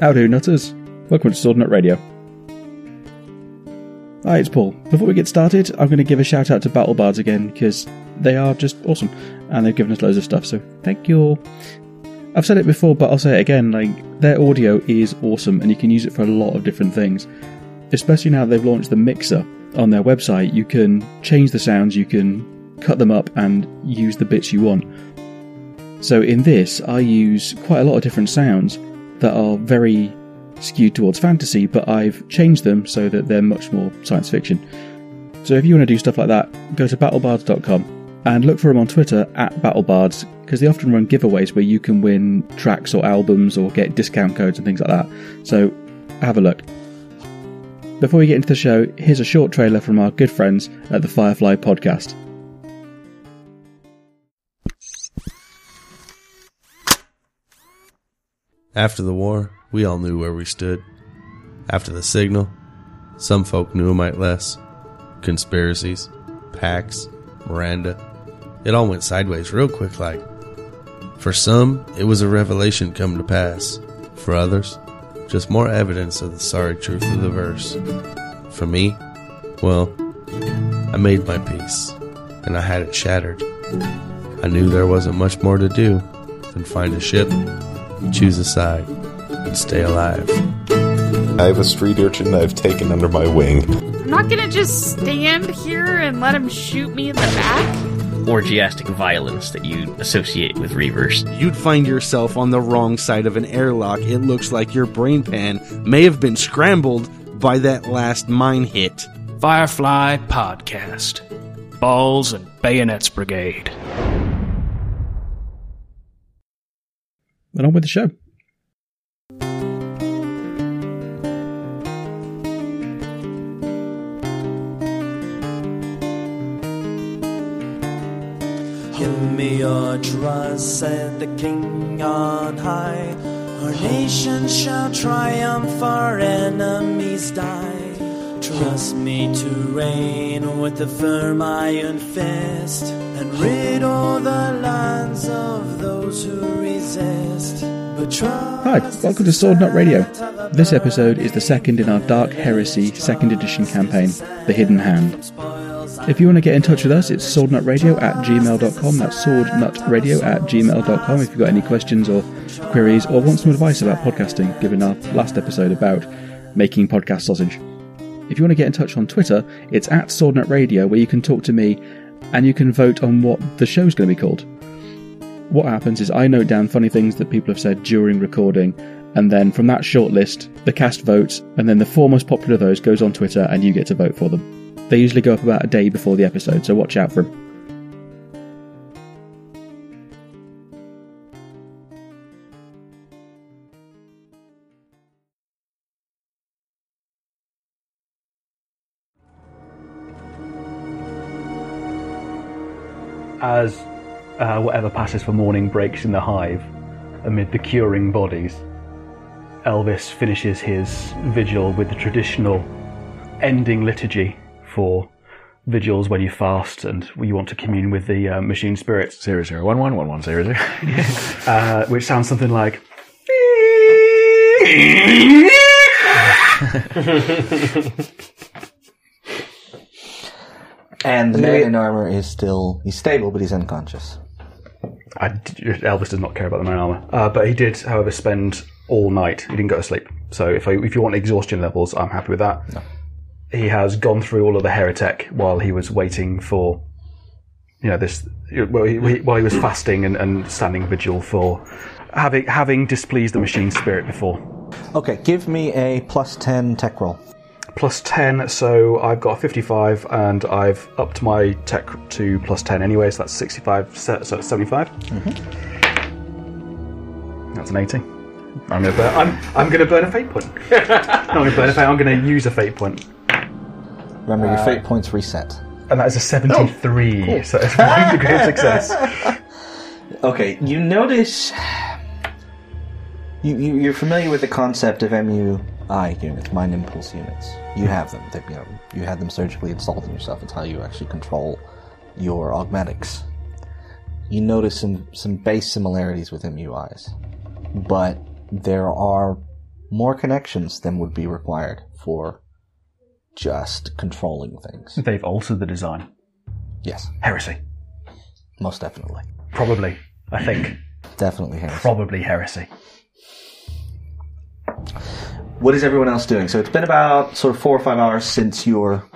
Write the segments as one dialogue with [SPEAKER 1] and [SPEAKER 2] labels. [SPEAKER 1] Howdo, Nutters. Welcome to Sword Nut Radio. Hi, it's Paul. Before we get started, I'm going to give a shout out to Battle Bards again because they are just awesome and they've given us loads of stuff, so thank you all. I've said it before, but I'll say it again like, their audio is awesome and you can use it for a lot of different things. Especially now they've launched the mixer on their website, you can change the sounds, you can cut them up and use the bits you want. So in this, I use quite a lot of different sounds that are very skewed towards fantasy, but I've changed them so that they're much more science fiction. So if you want to do stuff like that, go to battlebards.com and look for them on Twitter at battlebards because they often run giveaways where you can win tracks or albums or get discount codes and things like that. So have a look. Before we get into the show, here's a short trailer from our good friends at the Firefly podcast.
[SPEAKER 2] After the war, we all knew where we stood. After the signal, some folk knew a mite less. Conspiracies, pacts, Miranda. It all went sideways real quick like. For some, it was a revelation come to pass. For others, just more evidence of the sorry truth of the verse. For me, well, I made my peace, and I had it shattered. I knew there wasn't much more to do than find a ship, choose a side, and stay alive.
[SPEAKER 3] I have a street urchin I've taken under my wing.
[SPEAKER 4] I'm not gonna just stand here and let him shoot me in the back.
[SPEAKER 5] orgiastic violence that you associate with Reavers.
[SPEAKER 6] You'd find yourself on the wrong side of an airlock. It looks like your brain pan may have been scrambled by that last mine hit.
[SPEAKER 7] Firefly Podcast Balls and Bayonets Brigade.
[SPEAKER 1] And on with the show.
[SPEAKER 8] Give me your trust, said the king on high. Our nation shall triumph, our enemies die. Trust me to reign with a firm iron fist and rid all the lands of those who resist. But trust
[SPEAKER 1] Hi, welcome to Sword Nut Radio. This episode is the second in our Dark Heresy Second Edition campaign, The Hidden Hand. If you want to get in touch with us, it's swordnutradio at gmail.com. That's swordnutradio at gmail.com if you've got any questions or queries or want some advice about podcasting, given our last episode about making podcast sausage. If you want to get in touch on Twitter, it's at Swordnut Radio, where you can talk to me and you can vote on what the show's going to be called. What happens is I note down funny things that people have said during recording, and then from that short list, the cast votes, and then the four most popular of those goes on Twitter and you get to vote for them. They usually go up about a day before the episode, so watch out for them.
[SPEAKER 9] as uh, whatever passes for morning breaks in the hive amid the curing bodies. Elvis finishes his vigil with the traditional ending liturgy for vigils when you fast and you want to commune with the uh, machine spirits,
[SPEAKER 10] Zero zero one one one one zero zero.
[SPEAKER 9] uh, which sounds something like.
[SPEAKER 11] And the man in armor is still he's stable, but he's unconscious.
[SPEAKER 9] I d Elvis does not care about the man armor, uh, but he did, however, spend all night. He didn't go to sleep. So if I, if you want exhaustion levels, I'm happy with that. He has gone through all of the heretic while he was waiting for, you know, this well, he, he- while he was fasting and, and standing vigil for having having displeased the machine spirit before.
[SPEAKER 11] Okay, give me a plus ten tech roll.
[SPEAKER 9] Plus ten, so I've got a 55, and I've upped my tech to plus ten anyway, so that's 65, so so it's 75. That's an 80. I'm gonna burn. I'm, I'm gonna burn a fate point. no, I'm gonna burn a fate. I'm gonna use a fate point,
[SPEAKER 11] Remember, your fate points reset.
[SPEAKER 9] and that is a
[SPEAKER 1] Oh.
[SPEAKER 9] seventy-three. So it's one degree of success.
[SPEAKER 11] Okay, you notice you, you you're familiar with the concept of MUI units, mind impulse units. You have them. They, you, know, you had them surgically installed in yourself. It's how you actually control your augmatics. You notice some some base similarities with MUIs, but there are
[SPEAKER 3] more connections than would be required for just controlling things.
[SPEAKER 1] They've altered the design.
[SPEAKER 3] Yes.
[SPEAKER 1] Heresy.
[SPEAKER 3] Most definitely.
[SPEAKER 1] Probably. I think.
[SPEAKER 3] Definitely heresy.
[SPEAKER 1] Probably heresy.
[SPEAKER 3] What is everyone else doing? So it's been about sort of four or five hours since your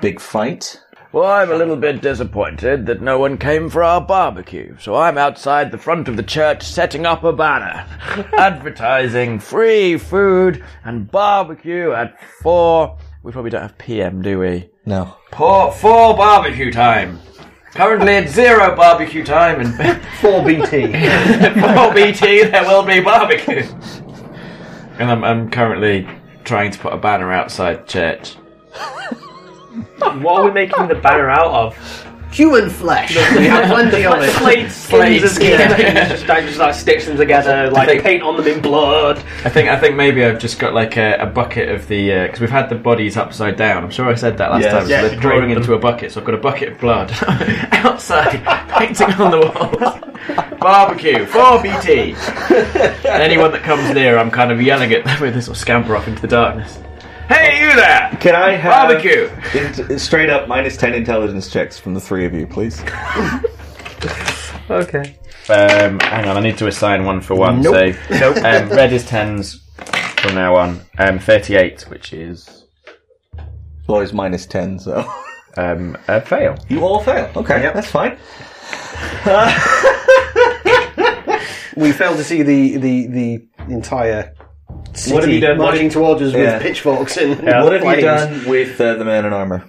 [SPEAKER 3] big fight.
[SPEAKER 11] Well, I'm a little bit disappointed that no one came for our barbecue, so I'm outside the front of the church setting up a banner advertising free food and barbecue at 4. We probably don't have PM, do we?
[SPEAKER 3] No.
[SPEAKER 11] Pour, 4 barbecue time. Currently it's 0 barbecue time and
[SPEAKER 3] 4 BT.
[SPEAKER 11] 4 BT, there will be barbecue. And I'm, I'm currently trying to put a banner outside church.
[SPEAKER 7] What are we making the banner out of?
[SPEAKER 12] Human flesh.
[SPEAKER 7] We have plenty of it.
[SPEAKER 12] Plates, skins, and
[SPEAKER 7] Plates,
[SPEAKER 12] skin.
[SPEAKER 7] yeah.
[SPEAKER 12] and just, I just like sticks them together, like
[SPEAKER 11] Think-
[SPEAKER 12] paint on them in blood.
[SPEAKER 11] I think I think maybe I've just got like a, a bucket of the because we've had the bodies upside down. I'm sure I said that last
[SPEAKER 7] Yes.
[SPEAKER 11] time. So
[SPEAKER 7] Yeah,
[SPEAKER 11] they're
[SPEAKER 7] you
[SPEAKER 11] drawing
[SPEAKER 7] drape them.
[SPEAKER 11] into a bucket, so I've got a bucket of blood outside, painting on the walls. Barbecue for BT. and anyone that comes near, I'm kind of yelling at them with this, or scamper off into the darkness. Hey, you there!
[SPEAKER 3] Can I have
[SPEAKER 11] barbecue?
[SPEAKER 3] in- straight up minus ten intelligence checks from the three of you, please.
[SPEAKER 7] Okay.
[SPEAKER 13] Um, hang on, I need to assign one for one.
[SPEAKER 11] Nope.
[SPEAKER 13] So
[SPEAKER 11] Nope.
[SPEAKER 13] um, red is tens from now on. Um, Thirty-eight, which is
[SPEAKER 3] well, it's minus ten, so
[SPEAKER 13] um, a fail.
[SPEAKER 3] You all fail. Okay, that's fine.
[SPEAKER 6] We failed to see the the the entire city
[SPEAKER 3] have you done?
[SPEAKER 6] marching
[SPEAKER 3] What-
[SPEAKER 6] towards us
[SPEAKER 3] Yeah.
[SPEAKER 6] with pitchforks and
[SPEAKER 3] what have you
[SPEAKER 6] flames.
[SPEAKER 3] done with uh, the man in armor?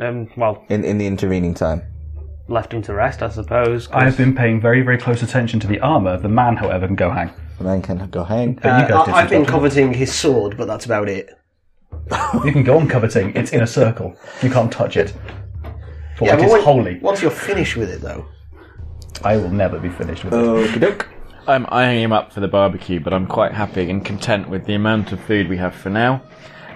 [SPEAKER 7] Um, well,
[SPEAKER 3] in in the intervening time,
[SPEAKER 7] Left him to rest, I suppose. 'cause-
[SPEAKER 1] I have been paying very, very close attention to the armor. The man, however, can go hang.
[SPEAKER 3] the man can go hang.
[SPEAKER 1] But you guys
[SPEAKER 6] Uh,
[SPEAKER 1] did
[SPEAKER 6] I, I've been
[SPEAKER 1] something.
[SPEAKER 6] coveting his sword, but that's about it.
[SPEAKER 1] You can go on coveting. It's in a circle. You can't touch it. For it
[SPEAKER 6] but
[SPEAKER 1] is
[SPEAKER 6] when-
[SPEAKER 1] holy.
[SPEAKER 6] Once you're finished with it, though,
[SPEAKER 1] I will never be finished with it.
[SPEAKER 11] I'm eyeing him up for the barbecue, but I'm quite happy and content with the amount of food we have for now.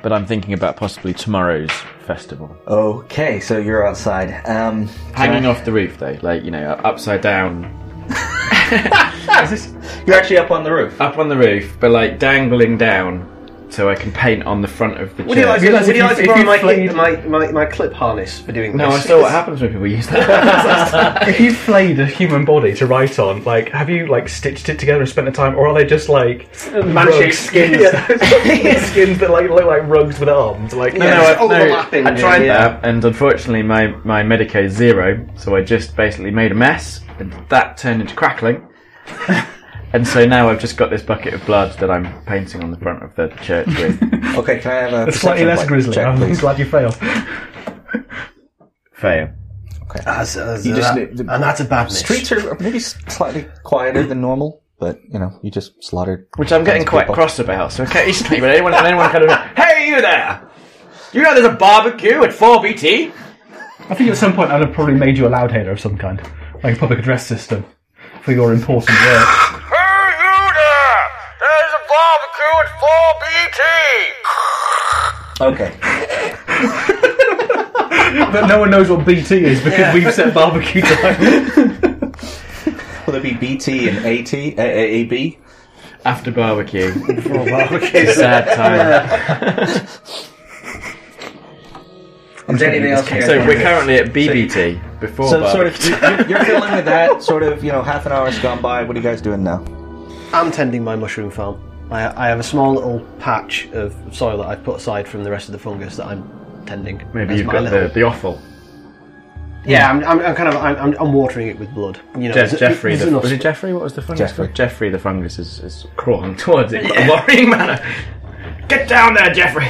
[SPEAKER 11] But I'm thinking about possibly tomorrow's festival.
[SPEAKER 3] Okay, so you're outside. Um,
[SPEAKER 11] Hanging
[SPEAKER 3] can I-
[SPEAKER 11] off the roof, though, like you know, upside down.
[SPEAKER 3] You're actually up on the roof.
[SPEAKER 11] Up on the roof, but like dangling down, so I can paint on the front of the.
[SPEAKER 6] would you
[SPEAKER 11] chair.
[SPEAKER 6] like to, would you like to borrow my, clip, my, my, my clip harness for doing
[SPEAKER 11] No,
[SPEAKER 6] this?
[SPEAKER 11] I saw what happens when people use that.
[SPEAKER 1] if you flayed a human body to write on, like, have you like stitched it together and spent the time, or are they just like
[SPEAKER 6] Man-shaped
[SPEAKER 1] rugs?
[SPEAKER 6] skins.
[SPEAKER 1] Yeah, those skins that like look like rugs with arms, like
[SPEAKER 11] No, no, I- no, I tried that, and unfortunately, my my Medicaid's zero, so I just basically made a mess, and that turned into crackling. and so now I've just got this bucket of blood that I'm painting on the front of the church with.
[SPEAKER 3] okay, can I have a
[SPEAKER 1] It's slightly
[SPEAKER 3] perception
[SPEAKER 1] less
[SPEAKER 3] point
[SPEAKER 1] grisly.
[SPEAKER 3] check,
[SPEAKER 1] I'm
[SPEAKER 3] please?
[SPEAKER 1] glad you failed.
[SPEAKER 11] Fail.
[SPEAKER 3] Okay.
[SPEAKER 6] You just need- and that's a bad miss.
[SPEAKER 3] Streets are maybe slightly quieter than normal, but you know, you just slaughtered.
[SPEAKER 11] Which I'm getting
[SPEAKER 3] tons of
[SPEAKER 11] quite
[SPEAKER 3] people.
[SPEAKER 11] cross about, so occasionally when anyone, when anyone kind of, hey, you there! You know there's a barbecue at 4BT?
[SPEAKER 1] I think at some point I'd have probably made you a loud hailer of some kind, like a public address system for your important work.
[SPEAKER 11] There's a barbecue at 4BT!
[SPEAKER 3] Okay.
[SPEAKER 1] but no one knows what BT is because we've set barbecue time.
[SPEAKER 3] Will there be BT and AT, A- A- AB?
[SPEAKER 11] After barbecue.
[SPEAKER 3] Before
[SPEAKER 6] barbecue.
[SPEAKER 11] Sad time.
[SPEAKER 3] Is there anything else? you guys
[SPEAKER 11] So
[SPEAKER 3] wanna
[SPEAKER 11] we're
[SPEAKER 3] do?
[SPEAKER 11] currently at BBT before
[SPEAKER 3] So sort
[SPEAKER 11] barbecue.
[SPEAKER 3] of, you're, you're feeling with that. Sort of, you know, half an hour's gone by. What are you guys doing now?
[SPEAKER 6] I'm tending my mushroom farm. I, I have a small little patch of soil that I've put aside from the rest of the fungus that I'm tending.
[SPEAKER 11] Maybe
[SPEAKER 6] As
[SPEAKER 11] you've
[SPEAKER 6] my
[SPEAKER 11] got
[SPEAKER 6] little- Mm.
[SPEAKER 11] the, the offal.
[SPEAKER 6] Yeah, I'm, I'm, I'm kind of I'm, I'm- I'm watering it with blood. You know,
[SPEAKER 11] Jeff-
[SPEAKER 6] there's-
[SPEAKER 11] Jeffrey,
[SPEAKER 6] there's
[SPEAKER 11] the,
[SPEAKER 6] enough-
[SPEAKER 11] was it Jeffrey? What was the fungus?
[SPEAKER 6] Jeffrey.
[SPEAKER 11] called? Jeffrey the fungus is, is crawling towards it in a worrying manner. Get down there, Jeffrey!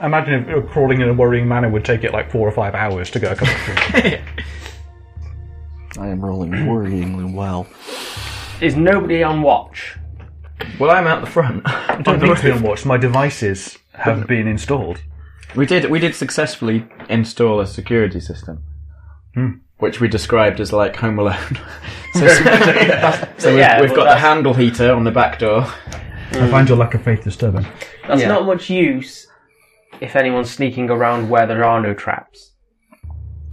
[SPEAKER 1] I imagine if, if crawling in a worrying manner would take it like four or five hours to go a couple of
[SPEAKER 3] I am rolling worryingly well.
[SPEAKER 7] Is nobody on watch?
[SPEAKER 11] Well, I'm out the front.
[SPEAKER 1] I don't need to be on watch. My devices have been installed.
[SPEAKER 11] We did we did successfully install a security system,
[SPEAKER 1] Hmm.
[SPEAKER 11] which we described as like Home Alone. so
[SPEAKER 7] Yeah.
[SPEAKER 11] so we've,
[SPEAKER 7] Yeah,
[SPEAKER 11] we've
[SPEAKER 7] well,
[SPEAKER 11] got the
[SPEAKER 7] that's-
[SPEAKER 11] handle heater on the back door.
[SPEAKER 1] I find your lack of faith disturbing.
[SPEAKER 7] That's
[SPEAKER 1] Yeah.
[SPEAKER 7] not much use if anyone's sneaking around where there are no traps.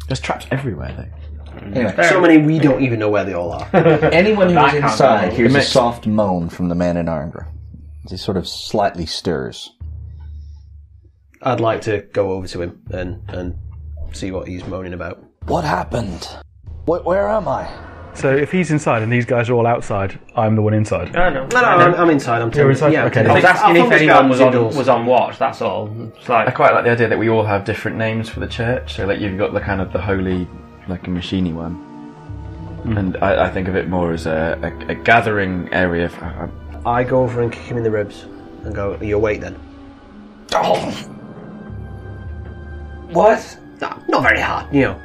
[SPEAKER 11] There's traps everywhere,
[SPEAKER 7] though.
[SPEAKER 3] Anyway.
[SPEAKER 6] so many we don't even know where they all are.
[SPEAKER 3] Anyone who
[SPEAKER 6] That
[SPEAKER 3] was
[SPEAKER 6] can't
[SPEAKER 3] inside
[SPEAKER 6] go.
[SPEAKER 3] hears
[SPEAKER 6] It
[SPEAKER 3] a
[SPEAKER 6] makes-
[SPEAKER 3] soft moan from the man in armor.
[SPEAKER 6] He sort of slightly stirs.
[SPEAKER 14] I'd like to go over to him and and see what he's moaning about.
[SPEAKER 6] What happened? Where, where am I?
[SPEAKER 1] So if he's inside and these guys are all outside, I'm the one inside.
[SPEAKER 11] I know.
[SPEAKER 14] No, no, I'm, I'm inside. I'm
[SPEAKER 1] You're
[SPEAKER 14] telling
[SPEAKER 1] inside.
[SPEAKER 14] Yeah,
[SPEAKER 1] okay.
[SPEAKER 14] I'm telling-
[SPEAKER 11] asking if
[SPEAKER 14] thought this
[SPEAKER 11] anyone
[SPEAKER 14] guy
[SPEAKER 11] was on
[SPEAKER 14] indoors.
[SPEAKER 11] was on watch. That's all. It's like
[SPEAKER 15] I quite like the idea that we all have different names for the church. So like you've got the kind of the holy, like a machiny one,
[SPEAKER 11] Hmm.
[SPEAKER 15] and I, I think of it more as a, a, a gathering area. For,
[SPEAKER 14] I go over and kick him in the ribs and go, Are you awake then? Oh.
[SPEAKER 11] what?
[SPEAKER 14] Not very hard, you know.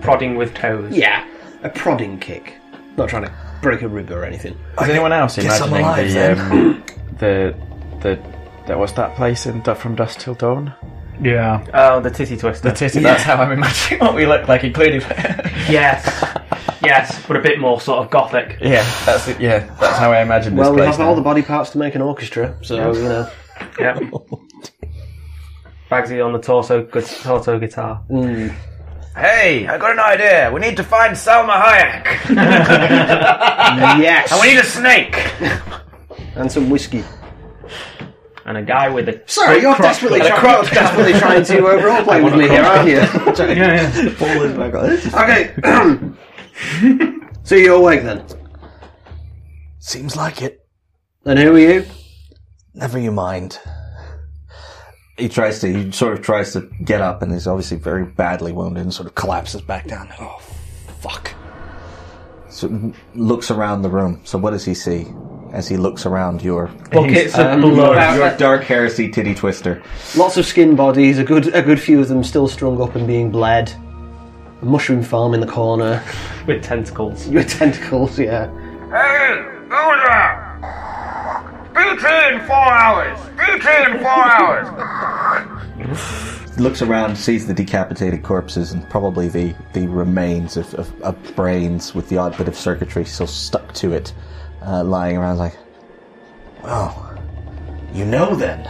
[SPEAKER 11] Prodding with toes.
[SPEAKER 14] Yeah, a prodding kick. Not trying to break a rib or anything.
[SPEAKER 15] Is anyone else
[SPEAKER 14] Guess I'm
[SPEAKER 15] imagining
[SPEAKER 14] alive
[SPEAKER 15] the,
[SPEAKER 14] then.
[SPEAKER 15] um, the the that was that place in Du- from Dust Till Dawn?
[SPEAKER 1] Yeah.
[SPEAKER 11] Oh, the titty twister.
[SPEAKER 15] The titty. That's how I'm imagining what we look like, including.
[SPEAKER 11] yes. Yes, but a bit more sort of gothic.
[SPEAKER 15] yeah, that's it. Yeah, that's how I imagined
[SPEAKER 14] Well, we
[SPEAKER 15] this place.
[SPEAKER 14] have all
[SPEAKER 15] now.
[SPEAKER 14] the body parts to make an orchestra, so,
[SPEAKER 11] Yeah.
[SPEAKER 14] you know.
[SPEAKER 11] Yeah. Bagsy on the torso, gu- torso guitar.
[SPEAKER 5] Hey, I got an idea. We need to find Salma Hayek.
[SPEAKER 14] yes.
[SPEAKER 5] And we need a snake.
[SPEAKER 14] And some whiskey.
[SPEAKER 11] And a guy with a
[SPEAKER 14] Sorry, you're desperately, trying, you're desperately trying to uh, roleplay with me here, aren't you? Okay. so you're awake then?
[SPEAKER 6] Seems like it.
[SPEAKER 14] And who are you?
[SPEAKER 6] Never you mind. He tries to, he sort of tries to get up and is obviously very badly wounded and sort of collapses back down. Oh, fuck. So looks around the room. So what does he see as he looks around your
[SPEAKER 14] Buckets of
[SPEAKER 6] Um,
[SPEAKER 14] blood.
[SPEAKER 6] your dark heresy titty twister?
[SPEAKER 14] Lots of skin bodies, a good a good few of them still strung up and being bled. A mushroom farm in the corner.
[SPEAKER 11] With tentacles.
[SPEAKER 14] Your tentacles, yeah.
[SPEAKER 5] Hey, Boulder! Beauty in four hours! Beauty in four hours!
[SPEAKER 6] looks around, sees the decapitated corpses and probably the, the remains of, of, of brains with the odd bit of circuitry still stuck to it, uh, lying around like, oh, you know then?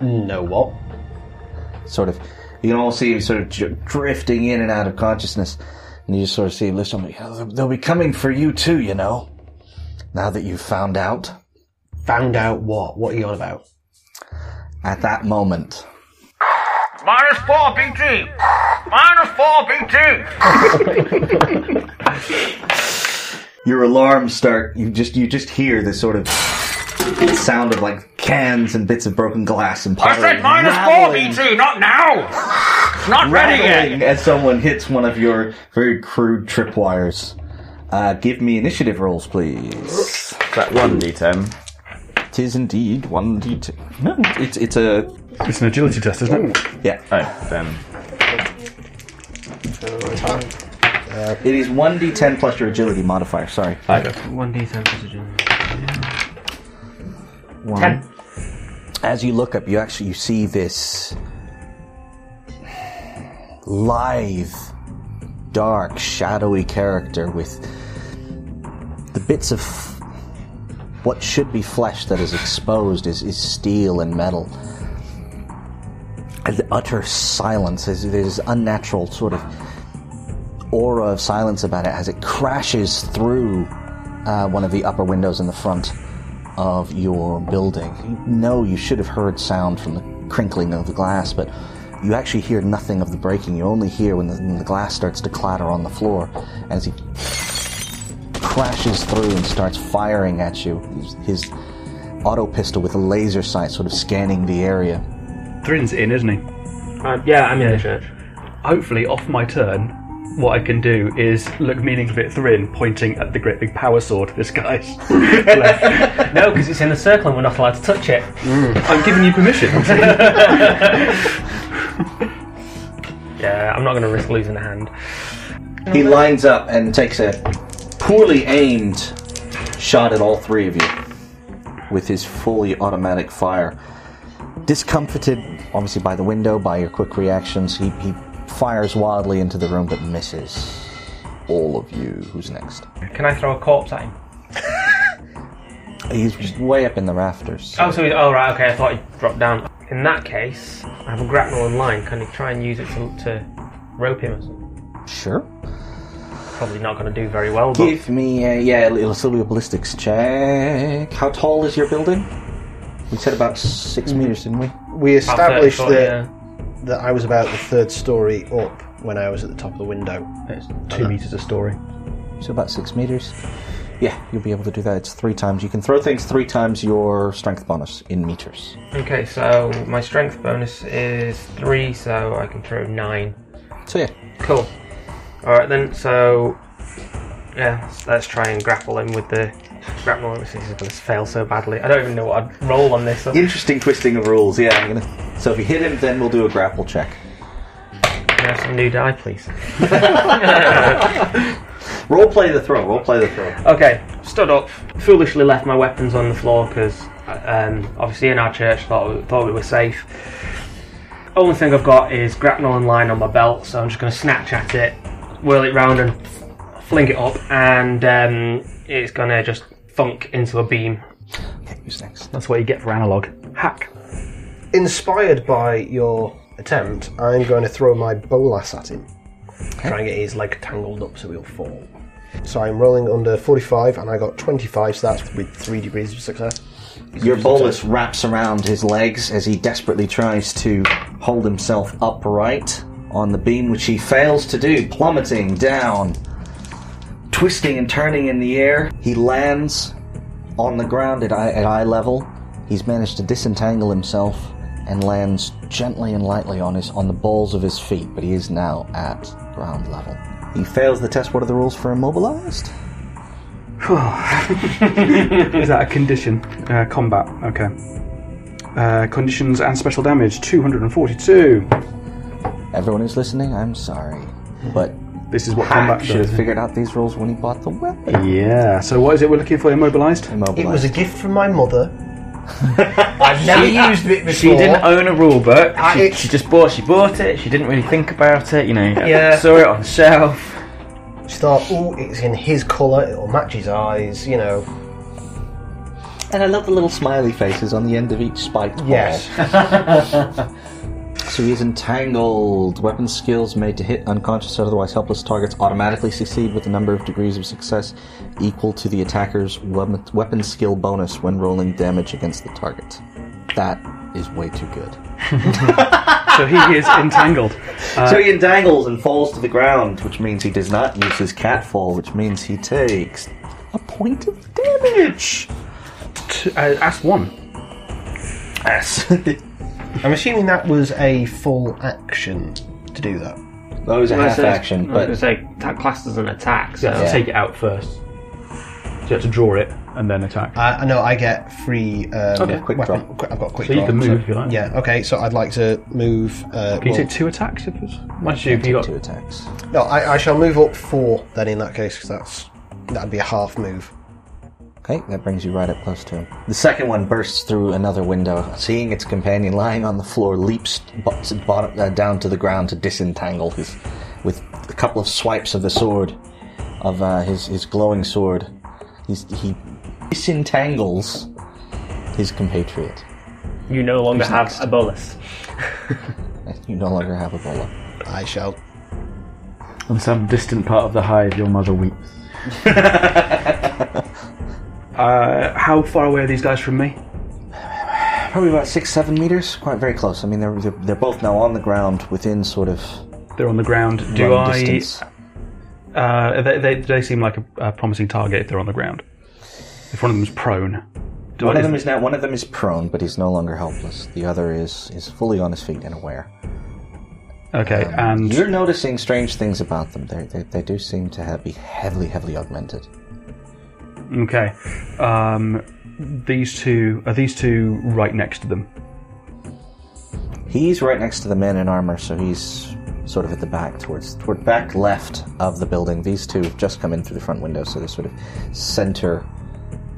[SPEAKER 14] Know what?
[SPEAKER 6] Sort of, you can all see him sort of j- drifting in and out of consciousness, and you just sort of see him lift something. They'll be coming for you too, you know. Now that you've found out.
[SPEAKER 14] Found out what? What are you on about?
[SPEAKER 6] At that moment,
[SPEAKER 5] Minus four BT! Minus four BT!
[SPEAKER 6] your alarms start you just you just hear this sort of sound of like cans and bits of broken glass and
[SPEAKER 5] I
[SPEAKER 6] pottery
[SPEAKER 5] said minus four BT, not now! It's not ready yet!
[SPEAKER 6] rattling as someone hits one of your very crude tripwires uh, give me initiative rolls please
[SPEAKER 15] that 1d10
[SPEAKER 6] tis indeed 1d10 no it's, it's a
[SPEAKER 1] it's an agility test isn't it
[SPEAKER 6] yeah
[SPEAKER 15] oh then
[SPEAKER 6] it is 1d10 plus your agility modifier sorry
[SPEAKER 11] One D ten
[SPEAKER 6] One.
[SPEAKER 11] Ten.
[SPEAKER 6] As you look up, you actually you see this lithe, dark, shadowy character with the bits of what should be flesh that is exposed is, is steel and metal. And the utter silence is there's this unnatural sort of aura of silence about it as it crashes through uh, one of the upper windows in the front of your building. You know you should have heard sound from the crinkling of the glass, but you actually hear nothing of the breaking. You only hear when the, when the glass starts to clatter on the floor as he crashes through and starts firing at you. His, his auto pistol with a laser sight sort of scanning the area.
[SPEAKER 1] Thrin's in, isn't he?
[SPEAKER 11] Uh, yeah, I'm in the church.
[SPEAKER 1] Hopefully, off my turn, what I can do is look meaningfully at Thrin, pointing at the great big power sword this guy's.
[SPEAKER 11] no, because it's in the circle and we're not allowed to touch it.
[SPEAKER 1] Mm. I'm giving you permission.
[SPEAKER 11] Yeah, I'm not going to risk losing a hand.
[SPEAKER 6] He lines up and takes a poorly aimed shot at all three of you with his fully automatic fire. Discomfited, obviously, by the window, by your quick reactions, he, he fires wildly into the room but misses all of you. Who's next?
[SPEAKER 11] Can I throw a corpse at him?
[SPEAKER 6] He's way up in the rafters.
[SPEAKER 11] Oh, so he's. Oh, right, okay, I thought he dropped down. In that case, I have a grapnel in line. Can I try and use it to, to rope him or something?
[SPEAKER 6] Sure.
[SPEAKER 11] probably not going to do very well. But
[SPEAKER 6] Give me a yeah, it'll still be a ballistics check. How tall is your building? We said about
[SPEAKER 1] Mm.
[SPEAKER 6] 6 meters, didn't we?
[SPEAKER 16] We established
[SPEAKER 6] About
[SPEAKER 16] that
[SPEAKER 6] thirty
[SPEAKER 16] that I was about the third story up when I was at the top of the window.
[SPEAKER 11] It's
[SPEAKER 6] two
[SPEAKER 11] meters a story.
[SPEAKER 6] So about six meters. Yeah, you'll be able to do that. It's three times. You can throw things three times your strength bonus in meters.
[SPEAKER 11] Okay, so my strength bonus is three, so I can throw nine.
[SPEAKER 6] So yeah.
[SPEAKER 11] Cool. All right then. So yeah, let's, let's try and grapple him with the grapple. him. This is going to fail so badly. I don't even know what I'd roll on this.
[SPEAKER 6] Interesting twisting of rules. Yeah, I'm gonna. So if you hit him, then we'll do a grapple check.
[SPEAKER 11] Can I have some new die, please?
[SPEAKER 6] Roll play the throw. Roll play the throw.
[SPEAKER 11] Okay, stood up, foolishly left my weapons on the floor because um, obviously in our church thought thought we were safe. Only thing I've got is grapnel and line on my belt, so I'm just going to snatch at it, whirl it round and fling it up, and um, it's going to just thunk into a beam.
[SPEAKER 6] Okay, who's next?
[SPEAKER 1] That's what you get for analog.
[SPEAKER 11] Hack.
[SPEAKER 16] Inspired by your attempt, I'm going to throw my bolas at him.
[SPEAKER 6] Try
[SPEAKER 16] and get his leg tangled up so he'll fall. So I'm rolling under 45 and I got 25, so that's with 3 degrees of success.
[SPEAKER 6] Your bolus wraps around his legs as he desperately tries to hold himself upright on the beam, which he fails to do, plummeting down. Twisting and turning in the air, he lands on the ground at eye, at eye level. He's managed to disentangle himself and lands gently and lightly on his on the balls of his feet, but he is now at ground level. He fails the test. What are the rules for immobilized?
[SPEAKER 1] Is that a condition? Uh, combat. Okay. Uh, conditions and special damage. Two hundred and forty-two.
[SPEAKER 6] Everyone who's listening, I'm sorry, but
[SPEAKER 1] this is what
[SPEAKER 6] Hack
[SPEAKER 1] combat
[SPEAKER 6] should have
[SPEAKER 1] does.
[SPEAKER 6] figured out these rules when he bought the weapon.
[SPEAKER 1] Yeah. So what is it we're looking for? Immobilized.
[SPEAKER 6] Immobilized.
[SPEAKER 16] It was a gift from my mother.
[SPEAKER 15] I've
[SPEAKER 16] never used it
[SPEAKER 15] She
[SPEAKER 16] before.
[SPEAKER 15] didn't own a rule book.
[SPEAKER 16] I-
[SPEAKER 15] She, she just bought. She bought it. She didn't really think about it. You know.
[SPEAKER 16] Yeah.
[SPEAKER 15] Saw it on the shelf.
[SPEAKER 16] She thought, oh, it's in his colour, it'll match his eyes, you know.
[SPEAKER 6] And I love the little smiley faces on the end of each spiked ball.
[SPEAKER 16] Yes.
[SPEAKER 6] so he is entangled. Weapon skills made to hit unconscious, otherwise helpless targets automatically succeed with a number of degrees of success equal to the attacker's weapon, weapon skill bonus when rolling damage against the target. That is way too good.
[SPEAKER 1] so he is entangled. Uh,
[SPEAKER 6] so he entangles and falls to the ground, which means he does not use his catfall, which means he takes a point of damage.
[SPEAKER 1] T- uh, ask one.
[SPEAKER 6] Yes.
[SPEAKER 16] I'm assuming that was a full action to do that.
[SPEAKER 6] That was
[SPEAKER 11] Well, it says- I was going to say, that class as an attack. So.
[SPEAKER 16] You have to take it
[SPEAKER 1] out first. you have to draw it and then attack.
[SPEAKER 16] I I know I get free. Um,
[SPEAKER 1] Okay. Quick
[SPEAKER 16] weapon-
[SPEAKER 1] draw.
[SPEAKER 16] qu- I've got quick
[SPEAKER 1] So you
[SPEAKER 16] draw,
[SPEAKER 1] can move if you like.
[SPEAKER 16] Yeah. Okay. So I'd like to move. Uh,
[SPEAKER 1] Can you
[SPEAKER 16] well-
[SPEAKER 1] take two attacks? If it's... Once you, you got two
[SPEAKER 6] attacks.
[SPEAKER 16] No, I, I shall move up four then. In that case, 'cause that's that'd be a half move.
[SPEAKER 6] Okay, that brings you right up close to him. The second one bursts through another window, seeing its companion lying on the floor, leaps butts bottom, uh, down to the ground to disentangle his, with a couple of swipes of the sword, of uh, his his glowing sword. He's, he disentangles his compatriot.
[SPEAKER 11] You no longer have a bolus.
[SPEAKER 6] You no longer have a bola.
[SPEAKER 16] I shall.
[SPEAKER 15] On some distant part of the hive, your mother weeps.
[SPEAKER 1] Uh, how far away are these guys from me?
[SPEAKER 6] Probably about six, seven meters. Quite very close. I mean, they're they're, they're both now on the ground, within sort of.
[SPEAKER 1] They're on the ground. Do
[SPEAKER 6] run
[SPEAKER 1] I?
[SPEAKER 6] Distance.
[SPEAKER 1] Uh, they, they, they seem like a, a promising target if they're on the ground. If one of them's prone. Do
[SPEAKER 6] one
[SPEAKER 1] I-
[SPEAKER 6] of them is now one of them is prone, but he's no longer helpless. The other is is fully on his feet and aware.
[SPEAKER 1] Okay, and
[SPEAKER 6] you're noticing strange things about them. They they, they do seem to have, be heavily heavily augmented.
[SPEAKER 1] Okay. Um, these two are these two right next to them.
[SPEAKER 6] He's right next to the man in armor, so he's sort of at the back towards toward back left of the building. These two have just come in through the front window, so they're sort of center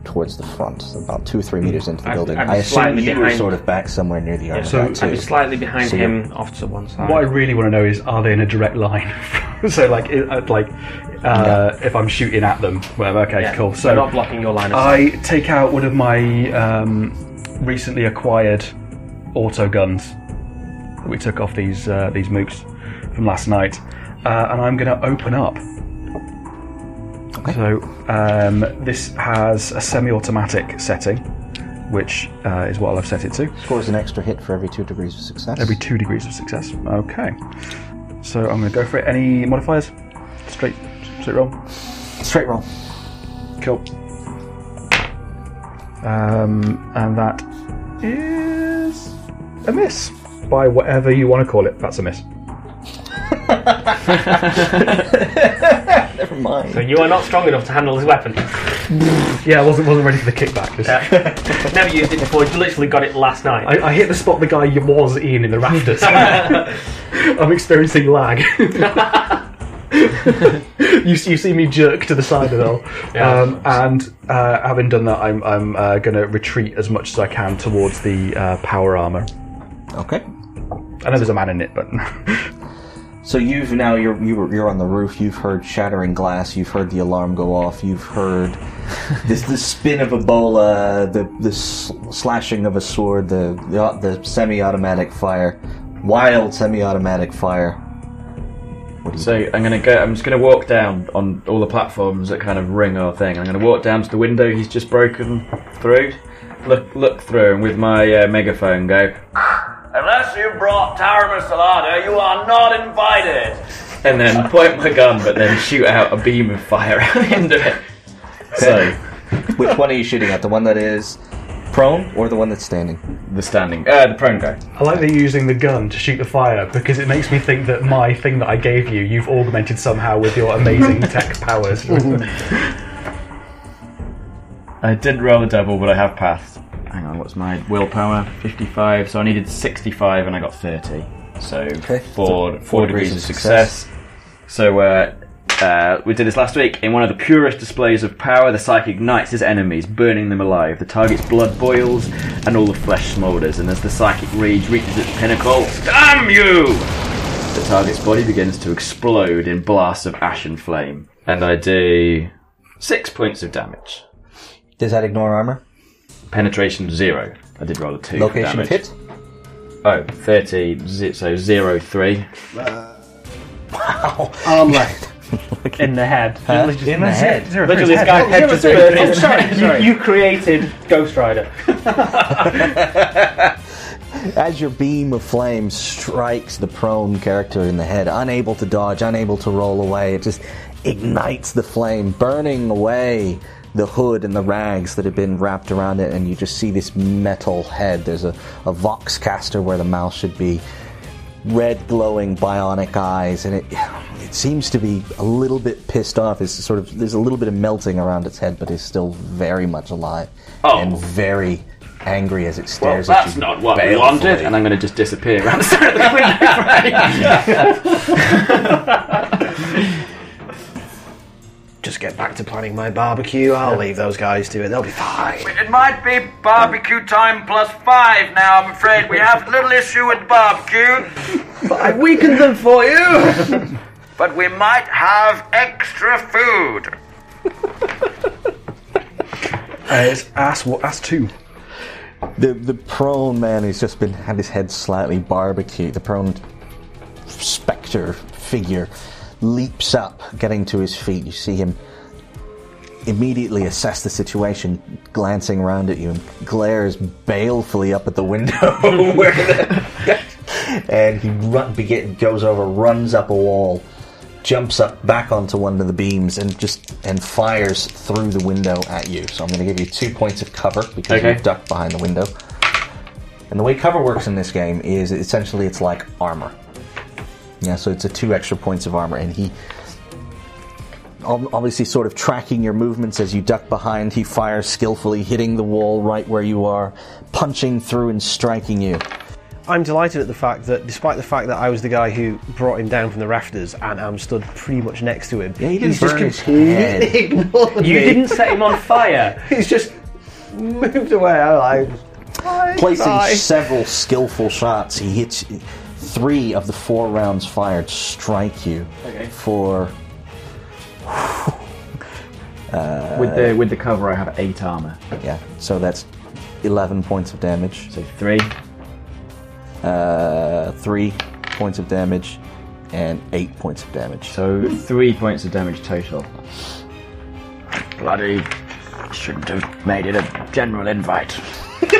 [SPEAKER 6] towards the front, so about two or three meters into the
[SPEAKER 11] I'd-
[SPEAKER 6] building.
[SPEAKER 11] I'd be
[SPEAKER 6] I assume
[SPEAKER 11] slightly
[SPEAKER 6] you were
[SPEAKER 11] behind-
[SPEAKER 6] sort of back somewhere near the armor.
[SPEAKER 11] so
[SPEAKER 6] guy,
[SPEAKER 11] I'd be
[SPEAKER 6] too.
[SPEAKER 11] slightly behind
[SPEAKER 6] So you're-
[SPEAKER 11] him, off to one side.
[SPEAKER 1] What I really want to know is, are they in a direct line? so, like, i- uh, like uh, if I'm shooting at them, whatever. Okay,
[SPEAKER 11] Yeah,
[SPEAKER 1] cool. So
[SPEAKER 11] they're not blocking your line of
[SPEAKER 1] I take out one of my um, recently acquired auto guns that we took off these uh, these mooks from last night, uh, and I'm going to open up So um, this has a semi-automatic setting, which uh, is what I've set it to.
[SPEAKER 6] Scores an extra hit for every two degrees of success.
[SPEAKER 1] Every two degrees of success. Okay. So I'm going to go for it. Any modifiers? Straight, straight roll.
[SPEAKER 6] Straight roll.
[SPEAKER 1] Cool. Um, and that is a miss by whatever you want to call it. That's a miss.
[SPEAKER 6] Never mind.
[SPEAKER 17] So you are not strong enough to handle this weapon.
[SPEAKER 1] yeah, I wasn't wasn't ready for the kickback. Just-
[SPEAKER 17] Yeah. Never used it before. Literally got it last night.
[SPEAKER 1] I, I hit the spot the guy was in in the rafters. I'm experiencing lag. you, see- you see me jerk to the side at all. Um, and uh, having done that, I'm, I'm uh, going to retreat as much as I can towards the uh, power armor.
[SPEAKER 6] Okay.
[SPEAKER 1] I know there's a man in it, but
[SPEAKER 6] So you've now you're you were- you're on the roof. You've heard shattering glass. You've heard the alarm go off. You've heard this the spin of a bola, the the s- slashing of a sword, the the, au- the semi-automatic fire, wild semi-automatic fire.
[SPEAKER 11] So I'm gonna go. I'm just gonna walk down on all the platforms that kind of ring our thing. I'm gonna walk down to the window he's just broken through, look look through, and with my uh, megaphone go,
[SPEAKER 18] Unless you brought Tara Salada, you are not invited.
[SPEAKER 11] and then point my gun, but then shoot out a beam of fire out the end of it. So,
[SPEAKER 6] which one are you shooting at? The one that is prone or the one that's standing?
[SPEAKER 11] The standing. Uh, the prone guy.
[SPEAKER 1] I like that you're using the gun to shoot the fire because it makes me think that my thing that I gave you, you've augmented somehow with your amazing tech powers.
[SPEAKER 11] I did roll a double, but I have passed. Hang on, what's my willpower? 55. So I needed 65, and I got 30. So four,
[SPEAKER 18] So
[SPEAKER 11] four degrees of success. So uh, uh, we did this last week. In one of the purest displays of power, the psychic ignites his enemies, burning them alive. The target's blood boils, and all the flesh smoulders. And as the psychic rage reaches its pinnacle, damn you! The target's body begins to explode in blasts of ash and flame. And I do six points of damage.
[SPEAKER 6] Does that ignore armor?
[SPEAKER 11] Penetration zero. I did roll a two. for
[SPEAKER 6] Location of
[SPEAKER 11] damage. Oh, 30, zi- so zero, three.
[SPEAKER 7] Arm left.
[SPEAKER 17] in the head.
[SPEAKER 11] Huh?
[SPEAKER 17] Literally just
[SPEAKER 11] In the head. Zero
[SPEAKER 17] Literally,
[SPEAKER 11] three.
[SPEAKER 17] this guy's
[SPEAKER 11] Oh,
[SPEAKER 17] head
[SPEAKER 11] zero
[SPEAKER 17] just
[SPEAKER 11] three.
[SPEAKER 17] burned
[SPEAKER 11] Oh,
[SPEAKER 17] in.
[SPEAKER 11] sorry,
[SPEAKER 17] You-
[SPEAKER 11] sorry.
[SPEAKER 17] You, created Ghost Rider.
[SPEAKER 6] As your beam of flame strikes the prone character in the head, unable to dodge, unable to roll away, it just ignites the flame, burning away the hood and the rags that have been wrapped around it, and you just see this metal head. There's a, a vox caster where the mouth should be, red glowing bionic eyes, and it it seems to be a little bit pissed off. It's sort of there's a little bit of melting around its head, but it's still very much alive and very angry as it
[SPEAKER 11] Well,
[SPEAKER 6] stares at you.
[SPEAKER 11] that's not what we wanted, and I'm going to just disappear around the side of the window.
[SPEAKER 7] Just get back to planning my barbecue. I'll leave those guys to it. They'll be fine.
[SPEAKER 18] It might be barbecue time plus five now, I'm afraid. We have little issue with barbecue.
[SPEAKER 7] But I weakened them for you.
[SPEAKER 18] But we might have extra food.
[SPEAKER 1] Uh, it's ass, what, ass two.
[SPEAKER 6] The the prone man who's just been had his head slightly barbecued. The prone specter figure leaps up, getting to his feet. You see him immediately assess the situation, glancing around at you, and glares balefully up at the window. where the- and he run, begin, goes over, runs up a wall, jumps up back onto one of the beams, and just and fires through the window at you. So I'm going to give you two points of cover because
[SPEAKER 11] Okay.
[SPEAKER 6] you've ducked behind the window. And the way cover works in this game is essentially it's like armor. Yeah, so it's a two extra points of armor, and he ob- obviously sort of tracking your movements as you duck behind. He fires skillfully, hitting the wall right where you are, punching through and striking you.
[SPEAKER 7] I'm delighted at the fact that, despite the fact that I was the guy who brought him down from the rafters and am stood pretty much next to him, yeah,
[SPEAKER 6] didn't
[SPEAKER 7] he's just
[SPEAKER 6] burn his
[SPEAKER 7] completely
[SPEAKER 6] head.
[SPEAKER 7] ignored me.
[SPEAKER 17] You didn't set him on fire.
[SPEAKER 7] He's just moved away. I like. "Bye,
[SPEAKER 6] Placing
[SPEAKER 7] bye."
[SPEAKER 6] several skillful shots, he hits three of the four rounds fired strike you
[SPEAKER 11] Okay.
[SPEAKER 6] for. Uh,
[SPEAKER 11] with the with the cover, I have eight armor.
[SPEAKER 6] Yeah, so that's 11 points of damage.
[SPEAKER 11] So three.
[SPEAKER 6] Uh, three points of damage and eight points of damage.
[SPEAKER 11] So three points of damage total.
[SPEAKER 5] bloody shouldn't have made it a general invite.
[SPEAKER 15] We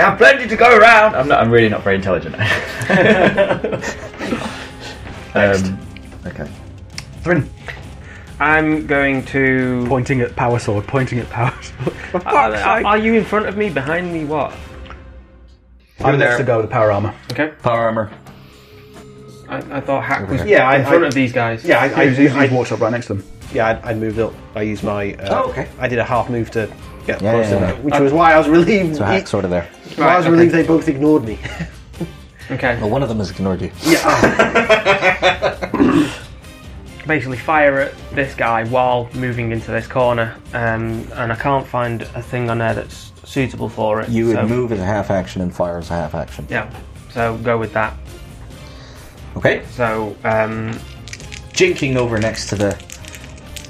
[SPEAKER 15] have plenty to go around. I'm not. I'm really not very intelligent. um, okay.
[SPEAKER 1] Thrin.
[SPEAKER 11] I'm going to.
[SPEAKER 1] Pointing at Power Sword, pointing at Power Sword.
[SPEAKER 11] Uh, Are, are you in front of me, behind me, what?
[SPEAKER 1] I'm next to go with the Power Armor.
[SPEAKER 11] Okay.
[SPEAKER 15] Power Armor.
[SPEAKER 11] I, I thought Hack was
[SPEAKER 1] Okay.
[SPEAKER 11] yeah, in front of these guys.
[SPEAKER 14] Yeah, I, I,
[SPEAKER 1] He's- he's
[SPEAKER 14] I,
[SPEAKER 1] walked up right next to them.
[SPEAKER 14] yeah, I, I moved up. I used my. Uh,
[SPEAKER 11] Oh, okay.
[SPEAKER 14] I did a half move to get
[SPEAKER 6] Yeah,
[SPEAKER 14] close
[SPEAKER 6] yeah,
[SPEAKER 14] to
[SPEAKER 6] yeah.
[SPEAKER 14] them, which was why I was relieved.
[SPEAKER 6] So hack sort of there.
[SPEAKER 14] why I was
[SPEAKER 11] Right, okay.
[SPEAKER 14] relieved they both ignored me.
[SPEAKER 11] Okay.
[SPEAKER 6] Well, one of them has ignored you.
[SPEAKER 11] basically fire at this guy while moving into this corner, um, and I can't find a thing on there that's suitable for it.
[SPEAKER 6] You would
[SPEAKER 11] so,
[SPEAKER 6] move as a half action and fire as a half action.
[SPEAKER 11] Yeah, so go with that.
[SPEAKER 6] Okay.
[SPEAKER 11] So, um,
[SPEAKER 6] jinking over next to the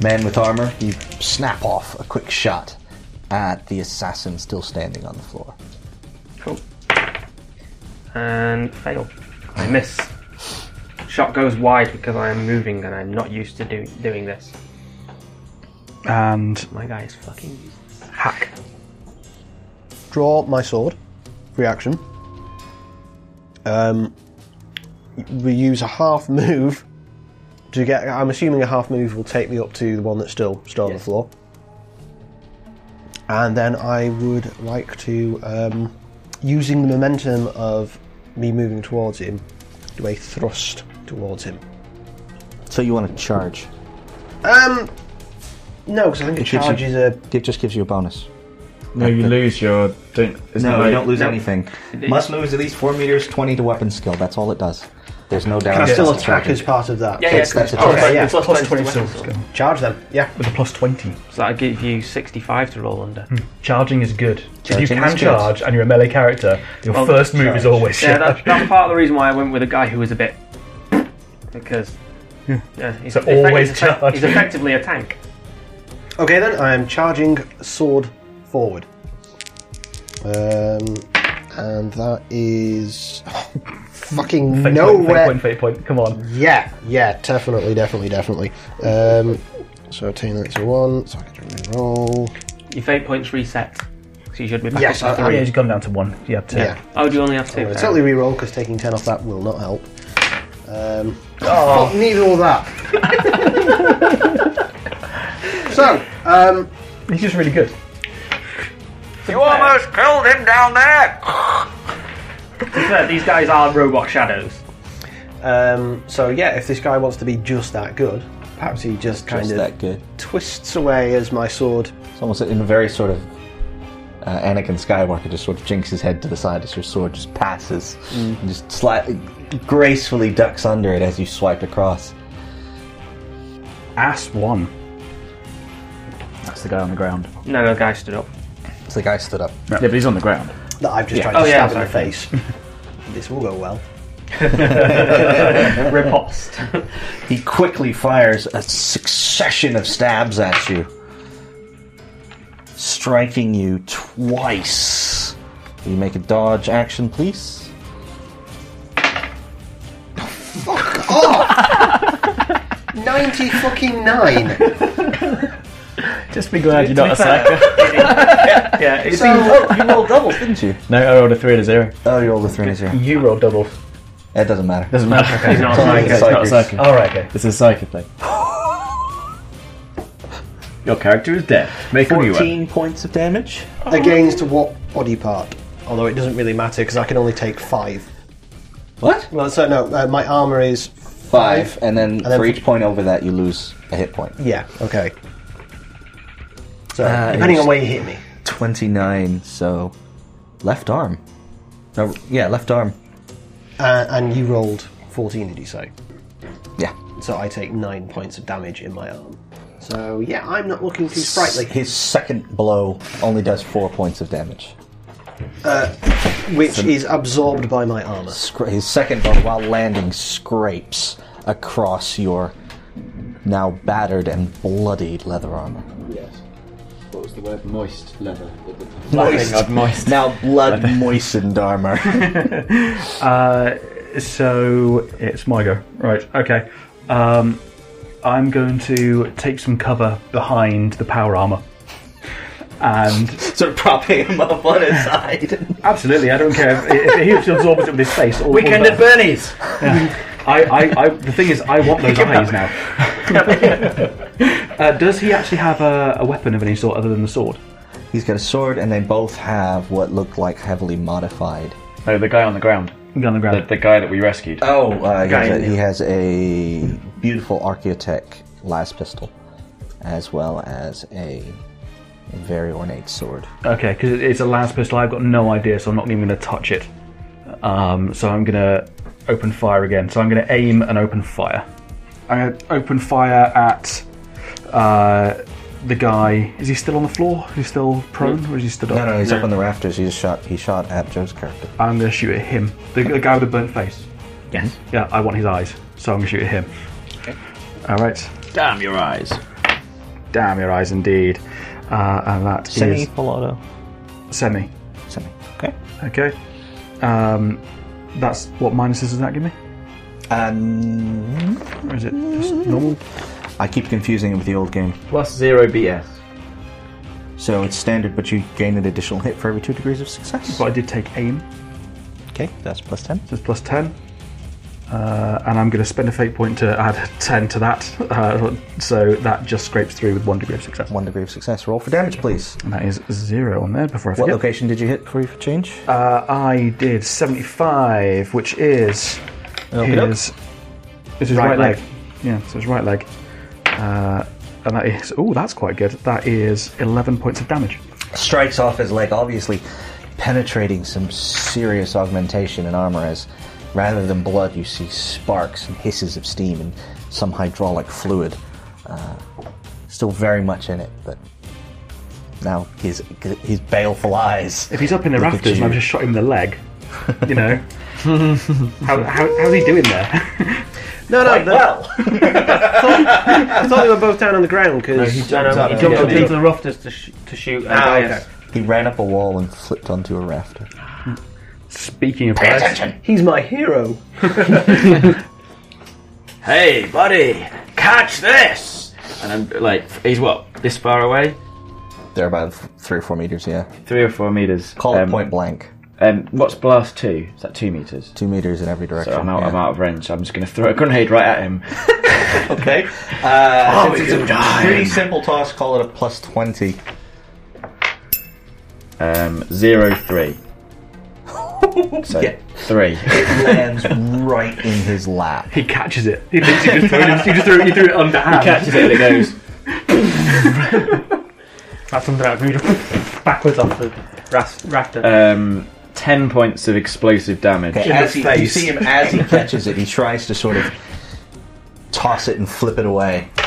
[SPEAKER 6] man with armor, you snap off a quick shot at the assassin still standing on the floor.
[SPEAKER 11] Cool. And fail. I miss. Shot goes wide because I am moving and I'm not used to do, doing this.
[SPEAKER 1] And
[SPEAKER 11] my guy is fucking useless.
[SPEAKER 1] Hack.
[SPEAKER 16] Draw my sword. Reaction. Um, we use a half move to get. I'm assuming a half move will take me up to the one that's still still on the floor. And then I would like to, um, using the momentum of me moving towards him, do a thrust towards him.
[SPEAKER 6] So you want to charge?
[SPEAKER 16] Um, no, because I think it
[SPEAKER 6] gives you-
[SPEAKER 16] charge is a.
[SPEAKER 6] It just gives you a bonus.
[SPEAKER 16] No, you
[SPEAKER 6] lose your. Don't,
[SPEAKER 16] isn't
[SPEAKER 6] no,
[SPEAKER 16] it
[SPEAKER 6] you
[SPEAKER 16] like-
[SPEAKER 6] don't lose
[SPEAKER 16] No.
[SPEAKER 6] anything.
[SPEAKER 16] It-
[SPEAKER 6] Must lose at least four meters, twenty to weapon skill. That's all it does. There's no
[SPEAKER 16] Can I
[SPEAKER 6] downside.
[SPEAKER 16] still
[SPEAKER 6] to
[SPEAKER 16] attack
[SPEAKER 6] charging.
[SPEAKER 16] as part of that?
[SPEAKER 6] Yeah, yeah, That's- that's a
[SPEAKER 16] Oh, okay,
[SPEAKER 6] charge.
[SPEAKER 16] yeah.
[SPEAKER 6] It's plus
[SPEAKER 16] Plus
[SPEAKER 6] 20
[SPEAKER 16] 20
[SPEAKER 11] silver.
[SPEAKER 16] silver. Charge them, yeah.
[SPEAKER 1] With a plus 20.
[SPEAKER 11] So I give you 65 to roll under.
[SPEAKER 1] Charging is good. if you
[SPEAKER 11] Charging is
[SPEAKER 1] can
[SPEAKER 11] good.
[SPEAKER 1] charge and you're a melee character, your
[SPEAKER 16] Oh,
[SPEAKER 11] Well,
[SPEAKER 1] first move is
[SPEAKER 11] charge.
[SPEAKER 1] always
[SPEAKER 11] Yeah,
[SPEAKER 1] charge.
[SPEAKER 11] that, that's part of the reason why I went with a guy who was a bit. Because. Yeah, he's,
[SPEAKER 1] So
[SPEAKER 11] effect-
[SPEAKER 1] always
[SPEAKER 11] he's effect-
[SPEAKER 1] charge.
[SPEAKER 11] He's effectively a tank.
[SPEAKER 16] Okay, then I am charging sword forward. Um, and that is fucking
[SPEAKER 1] Fate point, fate
[SPEAKER 16] nowhere.
[SPEAKER 1] point, fate point. Come on.
[SPEAKER 16] Yeah, yeah, definitely, definitely, definitely. Um, so turn that to one. So I can roll.
[SPEAKER 11] Your fate points reset. So you should be back
[SPEAKER 16] Yes,
[SPEAKER 11] up to
[SPEAKER 16] I- I-
[SPEAKER 11] three.
[SPEAKER 16] yeah, he's
[SPEAKER 1] gone down to one. You have
[SPEAKER 16] two. Yeah.
[SPEAKER 11] Oh, do you only have two?
[SPEAKER 16] I'm
[SPEAKER 11] Fair
[SPEAKER 16] going to totally re-roll because taking ten off that will not help. Um,
[SPEAKER 11] Oh.
[SPEAKER 16] fuck, neither will that. so, um,
[SPEAKER 1] he's just really good.
[SPEAKER 11] You almost killed him down there! these guys are robot shadows.
[SPEAKER 16] Um, so yeah, if this guy wants to be just that good, perhaps he just kind
[SPEAKER 6] Just
[SPEAKER 16] of
[SPEAKER 6] that good.
[SPEAKER 16] twists away as my sword.
[SPEAKER 6] It's almost in a very sort of uh, Anakin Skywalker just sort of jinks his head to the side as your sword just passes,
[SPEAKER 16] Mm.
[SPEAKER 6] and just slightly gracefully ducks under it as you swipe across.
[SPEAKER 1] Ass one.
[SPEAKER 6] That's the guy on the ground.
[SPEAKER 11] No, the guy stood up.
[SPEAKER 6] It's the guy stood up.
[SPEAKER 11] Yeah.
[SPEAKER 6] but he's on the ground.
[SPEAKER 16] That I've just
[SPEAKER 6] Yeah.
[SPEAKER 16] tried to
[SPEAKER 6] Oh, yeah,
[SPEAKER 16] stab in the
[SPEAKER 6] sorry.
[SPEAKER 16] face. this will go well.
[SPEAKER 6] Riposte. He quickly fires a succession of stabs at you, striking you twice. Will you make a dodge action, please?
[SPEAKER 16] Ninety fucking nine.
[SPEAKER 19] Just be glad
[SPEAKER 16] To be
[SPEAKER 19] you're not a
[SPEAKER 16] fair-
[SPEAKER 19] sacker.
[SPEAKER 6] Yeah,
[SPEAKER 19] it
[SPEAKER 6] so,
[SPEAKER 19] seems-
[SPEAKER 6] oh, you rolled doubles, didn't you?
[SPEAKER 19] No, I rolled a three and a zero.
[SPEAKER 6] Oh, you rolled a three and a zero.
[SPEAKER 1] You rolled doubles.
[SPEAKER 6] It doesn't matter.
[SPEAKER 19] Doesn't matter.
[SPEAKER 6] Okay. He's not a psychic.
[SPEAKER 19] It's not a psychic.
[SPEAKER 1] All right, okay.
[SPEAKER 19] It's a psychic thing.
[SPEAKER 15] Your character is dead. Make a new one.
[SPEAKER 6] Fourteen points of damage
[SPEAKER 16] against what body part? Although it doesn't really matter because I can only take five.
[SPEAKER 6] What?
[SPEAKER 16] Well, so no, uh, my armor is
[SPEAKER 6] Five,
[SPEAKER 16] five.
[SPEAKER 6] and then
[SPEAKER 16] And then for-
[SPEAKER 6] for each point over that, you lose a hit point.
[SPEAKER 16] Yeah. Okay. So
[SPEAKER 6] Uh,
[SPEAKER 16] depending
[SPEAKER 6] it's
[SPEAKER 16] on where you hit me.
[SPEAKER 6] 29, so left arm. No, yeah, left arm.
[SPEAKER 16] Uh, and you rolled 14, did you say?
[SPEAKER 6] Yeah.
[SPEAKER 16] So I take 9 points of damage in my arm. So, yeah, I'm not looking too sprightly.
[SPEAKER 6] His second blow only does four points of damage.
[SPEAKER 16] Uh, which is absorbed by my armour.
[SPEAKER 6] Scra- his second blow, while landing, scrapes across your now battered and bloodied leather armor.
[SPEAKER 20] Yes. What was the word? Moist leather. With the
[SPEAKER 6] Now blood moistened armor.
[SPEAKER 1] uh, so it's my go. Right, okay. Um, I'm going to take some cover behind the power armor. And
[SPEAKER 20] sort of propping him up on his side.
[SPEAKER 1] Absolutely, I don't care if, if he absorbs it with his face. All,
[SPEAKER 20] Weekend
[SPEAKER 1] all the
[SPEAKER 20] at
[SPEAKER 1] better.
[SPEAKER 20] Bernie's.
[SPEAKER 1] Yeah. I, I, I, the thing is, I want those eyes now. uh, does he actually have a, a weapon of any sort other than the sword?
[SPEAKER 6] He's got a sword, and they both have what looked like heavily modified.
[SPEAKER 15] No, the guy on the ground.
[SPEAKER 1] The guy on the ground.
[SPEAKER 15] The, guy that we rescued.
[SPEAKER 6] Oh, uh, he,
[SPEAKER 15] Guy
[SPEAKER 6] has
[SPEAKER 15] in
[SPEAKER 6] a, he has a beautiful Archaeotech las pistol, as well as a very ornate sword.
[SPEAKER 1] Okay, because it's a lance pistol. I've got no idea, so I'm not even going to touch it. Um, so I'm going to open fire again. So I'm going to aim and open fire. I'm going to open fire at uh, the guy. Is he still on the floor? Is he still prone, or is he stood up?
[SPEAKER 6] No, no, he's up on the rafters. He just shot. He shot at Joe's character.
[SPEAKER 7] Ah.
[SPEAKER 1] I'm going to shoot at him. The, the guy with the burnt face. Yes. Yeah, I want his eyes, so I'm going to shoot at him.
[SPEAKER 15] Okay.
[SPEAKER 1] All right.
[SPEAKER 15] Damn your eyes.
[SPEAKER 1] Damn your eyes, indeed. Uh, and that is
[SPEAKER 19] Semi full auto.
[SPEAKER 1] Oh, semi.
[SPEAKER 6] Semi.
[SPEAKER 1] Okay. Okay. Um, that's what minuses does that give me?
[SPEAKER 6] Um,
[SPEAKER 1] or is it just normal?
[SPEAKER 6] I keep confusing it with the old game.
[SPEAKER 15] Plus zero BS.
[SPEAKER 6] So it's standard, but you gain an additional hit for every two degrees of success. But
[SPEAKER 1] I did take aim.
[SPEAKER 6] Okay, that's plus ten.
[SPEAKER 1] So it's plus ten. Uh, and I'm going to spend a fate point to add 10 to that. Uh, so that just scrapes through with one degree of success.
[SPEAKER 6] One degree of success. Roll for damage, please.
[SPEAKER 1] And that is zero on there before I
[SPEAKER 6] What
[SPEAKER 1] forget.
[SPEAKER 6] location did you hit for you for change?
[SPEAKER 1] Uh, I did 75, which is
[SPEAKER 6] Okey-doke.
[SPEAKER 1] his, it's his right,
[SPEAKER 6] Right
[SPEAKER 1] leg.
[SPEAKER 6] leg.
[SPEAKER 1] Yeah, so his right leg. Uh, and that is, oh, that's quite good. That is 11 points of damage.
[SPEAKER 6] strikes off his leg, obviously penetrating some serious augmentation in armor. As rather than blood, you see sparks and hisses of steam and some hydraulic fluid. Uh, still very much in it, but now his his baleful eyes.
[SPEAKER 1] If he's up in the
[SPEAKER 6] look at
[SPEAKER 1] rafters and
[SPEAKER 6] you.
[SPEAKER 1] I've just shot him in the leg, you know. how, how, how's he doing there?
[SPEAKER 14] No, no,
[SPEAKER 1] Quite
[SPEAKER 14] no. I thought they were both down on the ground because
[SPEAKER 6] No, he jumped up
[SPEAKER 14] um, he
[SPEAKER 6] and
[SPEAKER 14] jumped
[SPEAKER 6] hit
[SPEAKER 14] up
[SPEAKER 6] me.
[SPEAKER 14] into the rafters to, sh- to shoot. at
[SPEAKER 6] Ah,
[SPEAKER 14] Gaius.
[SPEAKER 6] He ran up a wall and flipped onto a rafter.
[SPEAKER 1] Speaking of
[SPEAKER 14] Pay
[SPEAKER 1] that-
[SPEAKER 14] attention. He's my hero.
[SPEAKER 15] Hey, buddy, catch this! And I'm like, he's what? This far away?
[SPEAKER 6] They're about three or four meters, yeah.
[SPEAKER 15] Three or four meters.
[SPEAKER 6] Call it point blank.
[SPEAKER 15] Um, what's blast two? Is that two meters?
[SPEAKER 6] Two meters in every direction.
[SPEAKER 15] So I'm out,
[SPEAKER 6] yeah.
[SPEAKER 15] I'm out of range. so I'm just going to throw a grenade right at him.
[SPEAKER 6] okay. Uh,
[SPEAKER 15] Oh,
[SPEAKER 6] since
[SPEAKER 15] we
[SPEAKER 6] it's a
[SPEAKER 15] do die.
[SPEAKER 6] pretty simple toss. Call it a plus twenty.
[SPEAKER 15] Um, zero three. So
[SPEAKER 6] Yeah.
[SPEAKER 15] three.
[SPEAKER 6] It lands right in his lap.
[SPEAKER 1] He catches it. He literally just threw it, he just threw it, he threw it underhand.
[SPEAKER 15] He catches it and it goes.
[SPEAKER 14] That's something I've read backwards off the ras- rafter.
[SPEAKER 15] Um, ten points of explosive damage.
[SPEAKER 6] Okay, as he, you see him as he catches it, he tries to sort of toss it and flip it away.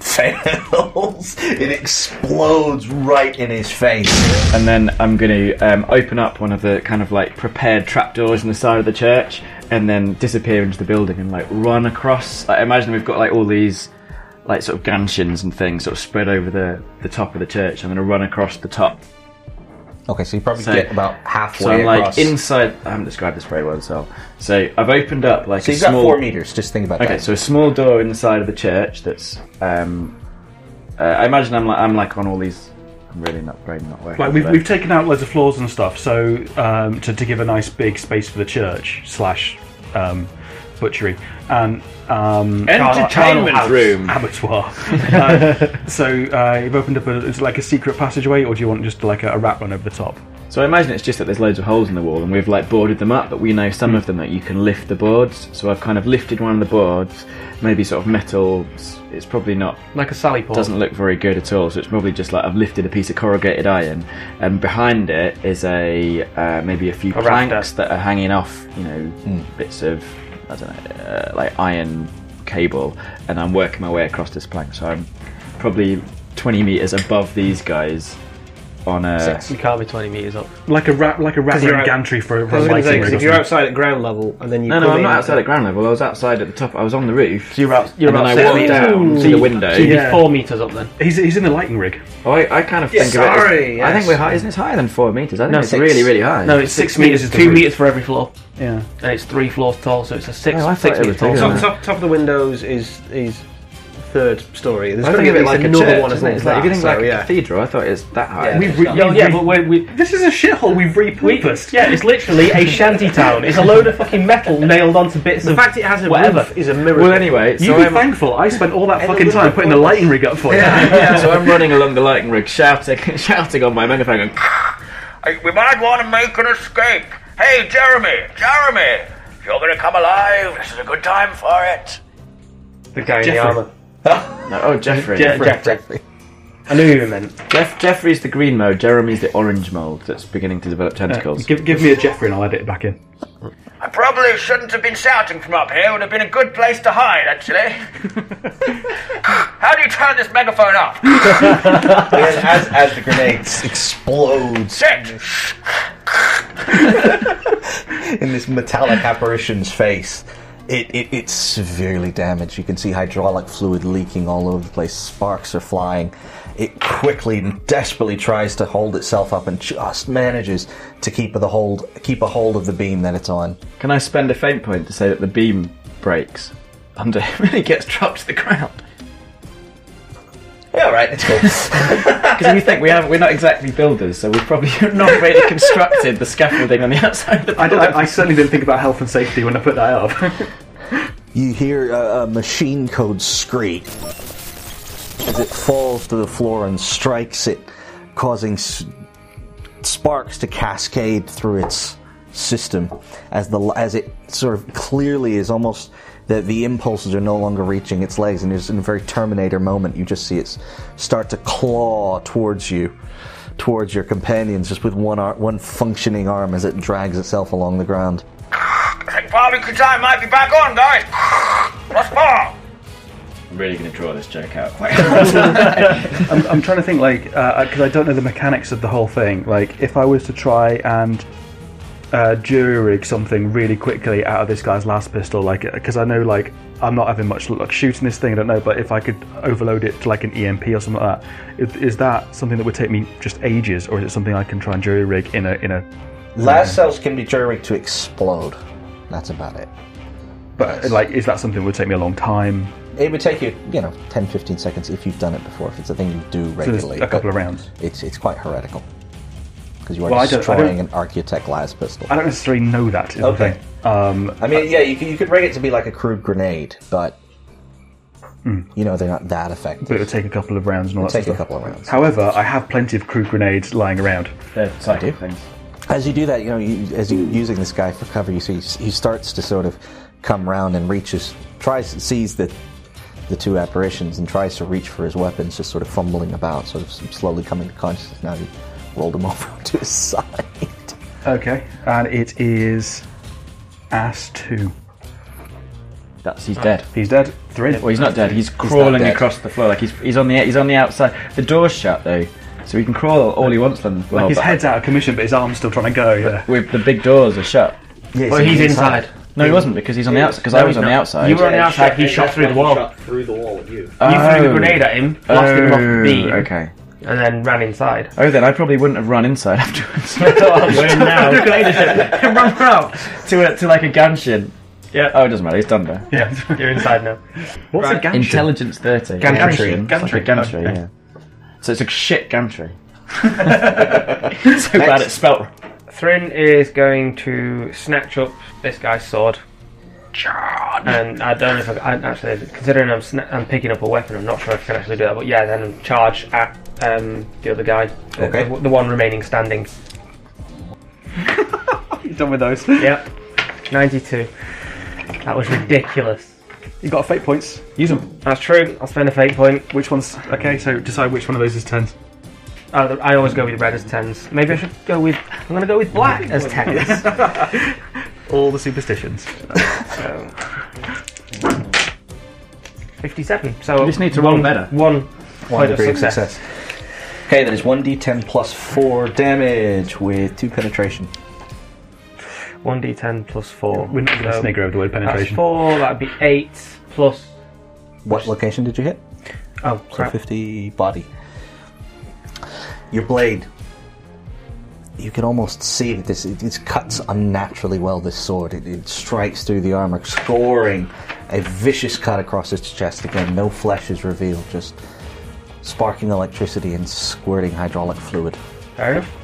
[SPEAKER 6] Fails. It explodes right in his face.
[SPEAKER 15] And then I'm going to um, open up one of the kind of like prepared trapdoors in the side of the church and then disappear into the building and like run across. I imagine we've got like all these like sort of ganshins and things sort of spread over the, the top of the church. I'm going to run across the top.
[SPEAKER 6] Okay, so you probably
[SPEAKER 15] So-
[SPEAKER 6] get about halfway
[SPEAKER 15] So I'm like
[SPEAKER 6] across.
[SPEAKER 15] inside. I haven't described this very well myself. So I've opened up like
[SPEAKER 6] so
[SPEAKER 15] a
[SPEAKER 6] you've got
[SPEAKER 15] small.
[SPEAKER 6] four meters. Just think about
[SPEAKER 15] Okay,
[SPEAKER 6] that.
[SPEAKER 15] so a small door in the side of the church that's. Um, uh, I imagine I'm like I'm like on all these. I'm really not brain not working.
[SPEAKER 1] Like we've,
[SPEAKER 15] today.
[SPEAKER 1] we've taken out loads of floors and stuff, so um, to, to give a nice big space for the church slash um, butchery and um,
[SPEAKER 15] Entertainment
[SPEAKER 1] carnal- carnal
[SPEAKER 15] room.
[SPEAKER 1] abattoir. Uh, so uh, you've opened up a, it's like a secret passageway, or do you want just like a, a wrap run over the top?
[SPEAKER 15] So I imagine it's just that there's loads of holes in the wall, and we've like boarded them up. But we know some of them that you can lift the boards. So I've kind of lifted one of the boards, maybe sort of metal. It's, it's probably not
[SPEAKER 11] Like a sally port.
[SPEAKER 15] doesn't look very good at all. So it's probably just like I've lifted a piece of corrugated iron, and behind it is a uh, maybe a few
[SPEAKER 11] A
[SPEAKER 15] planks
[SPEAKER 11] rafter.
[SPEAKER 15] that are hanging off, you know,
[SPEAKER 11] Hmm.
[SPEAKER 15] bits of I don't know, uh, like iron cable, and I'm working my way across this plank. So I'm probably 20 meters above these guys on a
[SPEAKER 14] You can't be 20 metres up.
[SPEAKER 1] Like a wrap, like a wrap
[SPEAKER 14] 'Cause you're
[SPEAKER 1] run
[SPEAKER 14] out-
[SPEAKER 1] gantry for, for
[SPEAKER 14] I was gonna say,
[SPEAKER 1] lighting.
[SPEAKER 14] 'cause
[SPEAKER 1] or
[SPEAKER 14] if you're
[SPEAKER 1] something.
[SPEAKER 14] outside at ground level and then you
[SPEAKER 15] No, no,
[SPEAKER 14] come
[SPEAKER 15] I'm
[SPEAKER 14] in
[SPEAKER 15] not
[SPEAKER 14] and-
[SPEAKER 15] outside at ground level. I was outside at the top. I was on the roof. So
[SPEAKER 14] you're out- you're
[SPEAKER 15] and then I
[SPEAKER 14] outside
[SPEAKER 15] walked
[SPEAKER 14] the-
[SPEAKER 15] down
[SPEAKER 14] Ooh.
[SPEAKER 15] to the window.
[SPEAKER 14] So you'd be Yeah. four meters up then.
[SPEAKER 1] He's, he's in the lighting rig.
[SPEAKER 15] Oh, I, I kind of
[SPEAKER 14] Yeah,
[SPEAKER 15] think of it.
[SPEAKER 14] sorry,
[SPEAKER 15] I think
[SPEAKER 14] yes.
[SPEAKER 15] we're high. Isn't it higher than four meters? I think
[SPEAKER 14] No,
[SPEAKER 15] it's
[SPEAKER 14] six.
[SPEAKER 15] really, really high.
[SPEAKER 14] No, it's
[SPEAKER 11] Six meters,
[SPEAKER 14] is the
[SPEAKER 11] two
[SPEAKER 14] roof.
[SPEAKER 11] meters for every floor.
[SPEAKER 1] Yeah.
[SPEAKER 11] And it's three floors tall, so it's a six,
[SPEAKER 14] Oh, I
[SPEAKER 15] thought
[SPEAKER 11] six
[SPEAKER 15] it
[SPEAKER 11] meters
[SPEAKER 15] was
[SPEAKER 11] tall.
[SPEAKER 14] Top, top, top of the windows is is
[SPEAKER 21] third story. There's
[SPEAKER 22] I
[SPEAKER 21] going to
[SPEAKER 22] think
[SPEAKER 21] be
[SPEAKER 22] of it
[SPEAKER 21] at least
[SPEAKER 22] like a
[SPEAKER 21] another
[SPEAKER 22] church,
[SPEAKER 21] one as
[SPEAKER 22] isn't
[SPEAKER 21] well
[SPEAKER 22] it?
[SPEAKER 21] as
[SPEAKER 22] It's like, if you
[SPEAKER 21] that,
[SPEAKER 22] think
[SPEAKER 21] so,
[SPEAKER 22] like
[SPEAKER 21] yeah.
[SPEAKER 22] a cathedral, I thought it was that high.
[SPEAKER 7] We've re-
[SPEAKER 22] Yeah,
[SPEAKER 7] yeah, yeah, but we we this is a shithole we've repurposed. yeah, it's literally a shanty town. It's a load of fucking metal nailed onto bits
[SPEAKER 21] The
[SPEAKER 7] of
[SPEAKER 21] fact it has a
[SPEAKER 7] whatever.
[SPEAKER 21] roof is a miracle.
[SPEAKER 22] Well, anyway,
[SPEAKER 7] You'd
[SPEAKER 22] so
[SPEAKER 7] be
[SPEAKER 22] I'm-
[SPEAKER 7] thankful I spent all that
[SPEAKER 22] And
[SPEAKER 7] fucking
[SPEAKER 22] a
[SPEAKER 7] time
[SPEAKER 22] little
[SPEAKER 7] putting the lighting rig up for you.
[SPEAKER 1] so I'm running along the lighting rig, shouting, shouting on my megaphone. Going, "Hey, we might want to make an escape. Hey, Jeremy, Jeremy, if you're going to come alive, this is a good time for it.
[SPEAKER 7] The guy
[SPEAKER 1] in the armour. No, oh, Jeffrey.
[SPEAKER 7] Je- Jeffrey. I knew you meant.
[SPEAKER 1] Jeff, Jeffrey's the green mode. Jeremy's the orange mold that's beginning to develop tentacles.
[SPEAKER 11] give, give me a Jeffrey and I'll edit it back in.
[SPEAKER 1] I probably shouldn't have been shouting from up here. It would have been a good place to hide, actually. How do you turn this megaphone off?
[SPEAKER 23] as, as the grenade explodes
[SPEAKER 6] in this metallic apparition's face. It, it, it's severely damaged. You can see hydraulic fluid leaking all over the place. Sparks are flying. It quickly and desperately tries to hold itself up and just manages to keep the hold keep a hold of the beam that it's on.
[SPEAKER 1] Can I spend a faint point to say that the beam breaks under him and he gets dropped to the ground? Yeah, all right, it's cool. Because we think we have, we're not exactly builders, so we've probably not really constructed the scaffolding on the outside. Of the
[SPEAKER 11] I, d- I- I certainly didn't think about health and safety when I put that up.
[SPEAKER 6] You hear a, a machine code screak as it falls to the floor and strikes it, causing s- sparks to cascade through its system as the as it sort of clearly is almost that the impulses are no longer reaching its legs and is in a very Terminator moment. You just see it s- start to claw towards you, towards your companions, just with one ar- one functioning arm as it drags itself along the ground.
[SPEAKER 1] I think barbecue time might be back on, guys. What's more? I'm really going to draw this joke out quite
[SPEAKER 11] I'm, I'm trying to think, like, because I don't know the mechanics of the whole thing. Like, if I was to try and uh, jury rig something really quickly out of this guy's last pistol, like, because I know, like, I'm not having much luck shooting this thing. I don't know, but if I could overload it to like an EMP or something like that, is, is that something that would take me just ages, or is it something I can try and jury rig in a in a?
[SPEAKER 6] Last cells can be jury rigged to explode. That's about it.
[SPEAKER 11] But like, is that something that would take me a long time?
[SPEAKER 6] It would take you, you know, 10, 15 seconds if you've done it before, if it's a thing you do
[SPEAKER 11] So there's
[SPEAKER 6] regularly.
[SPEAKER 11] a couple
[SPEAKER 6] but
[SPEAKER 11] of rounds.
[SPEAKER 6] It's, it's quite heretical. Because you are
[SPEAKER 11] Well, I don't- I
[SPEAKER 6] destroying
[SPEAKER 11] don't-
[SPEAKER 6] an architect las pistol.
[SPEAKER 11] I don't necessarily know that. Is
[SPEAKER 6] Okay.
[SPEAKER 11] The thing. Um,
[SPEAKER 6] I mean, yeah, you could, you could rig it to be like a crude grenade, but, you know, they're not that effective.
[SPEAKER 11] But it would take a couple of rounds and all
[SPEAKER 6] It'd
[SPEAKER 11] that
[SPEAKER 6] take a
[SPEAKER 11] sort of
[SPEAKER 6] couple of rounds.
[SPEAKER 11] However, I have plenty of crude grenades lying around.
[SPEAKER 1] They're
[SPEAKER 6] do. As you do that, you know, you, as you're using this guy for cover, you see he starts to sort of come round and reaches, tries, sees the the two apparitions and tries to reach for his weapons, just sort of fumbling about, sort of slowly coming to consciousness. Now he rolled him over to his side.
[SPEAKER 11] Okay, and it is ass two.
[SPEAKER 1] That's he's dead.
[SPEAKER 11] He's dead. Three.
[SPEAKER 1] Well, he's not dead. He's crawling
[SPEAKER 11] dead.
[SPEAKER 1] across the floor like he's he's on the he's on the outside. The door's shut though, so he can crawl all he wants. on the floor,
[SPEAKER 11] Like his
[SPEAKER 1] but-
[SPEAKER 11] head's out of commission, but his arm's still trying to go. Yeah.
[SPEAKER 1] With the big doors are shut.
[SPEAKER 11] Yes,
[SPEAKER 7] Oh,
[SPEAKER 11] Well, he's he's inside. inside.
[SPEAKER 1] No, he wasn't because he's on the
[SPEAKER 11] Yeah.
[SPEAKER 1] outside. Because
[SPEAKER 11] No,
[SPEAKER 1] I was
[SPEAKER 11] he's
[SPEAKER 1] on the
[SPEAKER 11] not.
[SPEAKER 1] outside.
[SPEAKER 7] You were on the outside. He shot through the wall.
[SPEAKER 5] through the wall at you.
[SPEAKER 7] You threw
[SPEAKER 1] Oh.
[SPEAKER 7] the grenade at him, blasted him off the
[SPEAKER 1] Oh,
[SPEAKER 7] beam,
[SPEAKER 1] okay.
[SPEAKER 7] and then ran inside.
[SPEAKER 1] Oh, then I probably wouldn't have run inside afterwards.
[SPEAKER 7] Win now.
[SPEAKER 1] run out to a, to like a ganshin. Yeah. Oh, it doesn't matter. He's done there.
[SPEAKER 7] Yeah, you're inside now.
[SPEAKER 1] What's a gantry? Intelligence 30.
[SPEAKER 7] Gantry.
[SPEAKER 1] It's like a
[SPEAKER 7] Gantry.
[SPEAKER 1] gantry,
[SPEAKER 7] Okay.
[SPEAKER 1] yeah. So it's a shit gantry. so bad it's spelt wrong.
[SPEAKER 7] Thrin is going to snatch up this guy's sword. And I don't know if I, I actually, considering I'm, sna- I'm picking up a weapon, I'm not sure if I can actually do that. But yeah, then charge at um, the other guy, The-
[SPEAKER 11] Okay.
[SPEAKER 7] the, the one remaining standing.
[SPEAKER 11] You're done with those.
[SPEAKER 7] Yep, 92. That was ridiculous.
[SPEAKER 11] You got fate points. Use them.
[SPEAKER 7] That's true. I'll spend a fate point.
[SPEAKER 11] Which one's okay? So decide which one of those is tens.
[SPEAKER 7] Uh, the- I always go with red as tens. Maybe I should go with. I'm going to go with black as tens.
[SPEAKER 11] All the superstitions.
[SPEAKER 7] so. 57. So
[SPEAKER 1] You just need to
[SPEAKER 7] one,
[SPEAKER 1] roll better.
[SPEAKER 7] One,
[SPEAKER 6] One
[SPEAKER 7] point of
[SPEAKER 6] degree of
[SPEAKER 7] success.
[SPEAKER 6] success. Okay, that is 1d10 plus 4 damage with 2 penetration.
[SPEAKER 7] 1d10 plus 4.
[SPEAKER 11] We're not gonna snigger over the word
[SPEAKER 7] That's
[SPEAKER 11] penetration.
[SPEAKER 7] 4, that'd be 8 plus.
[SPEAKER 6] What location did you hit?
[SPEAKER 7] Oh,
[SPEAKER 6] So 50 body. Your blade. You can almost see that this it, it cuts unnaturally well. This sword it, it strikes through the armor, scoring a vicious cut across its chest. Again, no flesh is revealed, just sparking electricity and squirting hydraulic fluid.
[SPEAKER 11] Fair enough.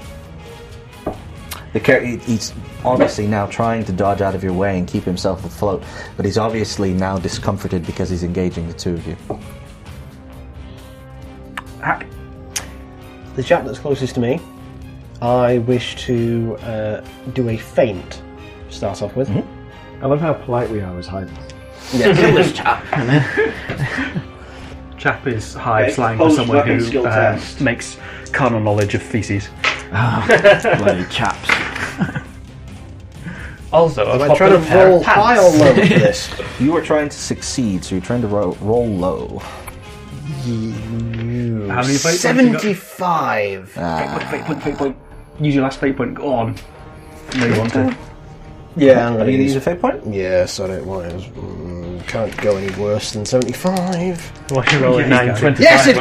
[SPEAKER 6] The car- he- he's obviously now trying to dodge out of your way and keep himself afloat, but he's obviously now discomforted because he's engaging the two of you.
[SPEAKER 16] The chap that's closest to me, I wish to uh, do a feint. to Start off with.
[SPEAKER 20] I love how polite we are as Highlanders.
[SPEAKER 16] Yeah.
[SPEAKER 11] Kill this chap. Chap is high
[SPEAKER 1] Make
[SPEAKER 11] slang for someone
[SPEAKER 1] post-weapon
[SPEAKER 11] who
[SPEAKER 1] skill
[SPEAKER 11] uh,
[SPEAKER 1] test.
[SPEAKER 11] makes carnal knowledge of feces.
[SPEAKER 1] bloody
[SPEAKER 11] chaps. Also,
[SPEAKER 6] Am
[SPEAKER 11] a
[SPEAKER 6] I
[SPEAKER 11] popular
[SPEAKER 6] trying to
[SPEAKER 11] pair of
[SPEAKER 6] roll
[SPEAKER 11] pants.
[SPEAKER 6] high or low for this? You are trying to succeed, so you're trying to roll, roll low.
[SPEAKER 1] How many fate points you got?
[SPEAKER 19] 75.
[SPEAKER 6] Ah.
[SPEAKER 1] Fate point, fate point, fate point. Use your last fate point. Go on. No, you want to.
[SPEAKER 16] Yeah,
[SPEAKER 6] Are you gonna use a fate point?
[SPEAKER 16] Yes, I don't want it. Mm, can't go any worse than 75.
[SPEAKER 11] What's your roll at
[SPEAKER 16] Yeah, you
[SPEAKER 11] 9?
[SPEAKER 16] can. Yes, it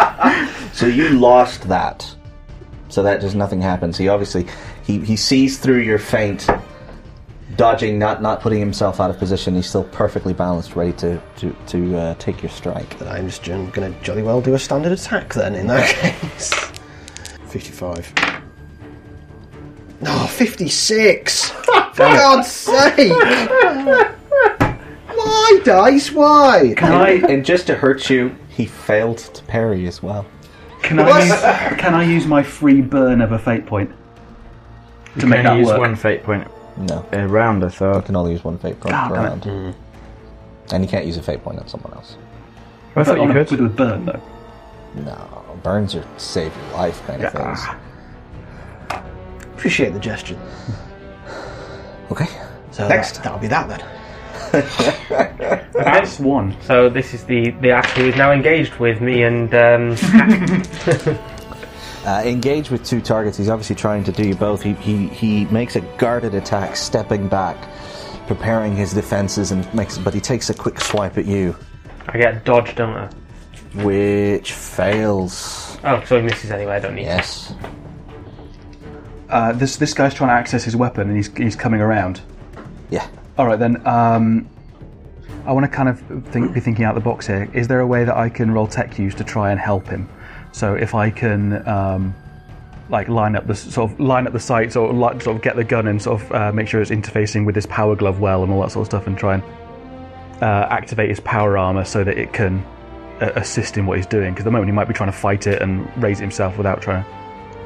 [SPEAKER 16] can! 82!
[SPEAKER 6] So you lost that. So that just nothing happens. He obviously he, he sees through your feint, dodging, not not putting himself out of position. He's still perfectly balanced, ready to to, to uh, take your strike.
[SPEAKER 16] I'm just going to jolly well do a standard attack then, in that case. 55. No, 56! For God's sake! Why, Dice? Why?
[SPEAKER 6] Can I? And just to hurt you, he failed to parry as well.
[SPEAKER 1] Can I, use, can I use my free burn of a fate point?
[SPEAKER 15] You
[SPEAKER 1] To make
[SPEAKER 15] can
[SPEAKER 1] that
[SPEAKER 15] use
[SPEAKER 1] work.
[SPEAKER 15] one fate point.
[SPEAKER 6] No.
[SPEAKER 15] A round, I thought. You
[SPEAKER 6] can only use one fate point
[SPEAKER 1] Ah,
[SPEAKER 6] per
[SPEAKER 1] damn it.
[SPEAKER 6] round. And you can't use a fate point on someone else.
[SPEAKER 1] I thought you could.
[SPEAKER 6] with burn though. No, burns are save your life kind of things.
[SPEAKER 16] Appreciate the gesture.
[SPEAKER 6] Okay.
[SPEAKER 16] So
[SPEAKER 11] Next.
[SPEAKER 16] That, will be that then.
[SPEAKER 11] That's one. So this is the the act who is now engaged with me and um,
[SPEAKER 6] Uh, engage with two targets. He's obviously trying to do you both. He, he, he makes a guarded attack, stepping back, preparing his defenses, and makes. But he takes a quick swipe at you,
[SPEAKER 11] I get dodged, don't I?
[SPEAKER 6] which fails.
[SPEAKER 11] Oh, so he misses anyway. I don't need.
[SPEAKER 6] Yes.
[SPEAKER 1] Uh, this this guy's trying to access his weapon and he's, he's coming around.
[SPEAKER 6] Yeah.
[SPEAKER 1] All right then. Um, I want to kind of think, be thinking out the box here. Is there a way that I can roll tech use to try and help him? So if I can, um, like line up the s- sort of line up the sights or like, sort of get the gun and sort of uh, make sure it's interfacing with his power glove well and all that sort of stuff and try and uh, activate his power armor so that it can uh, assist in what he's doing. Because at the moment he might be trying to fight it and raise it himself without trying.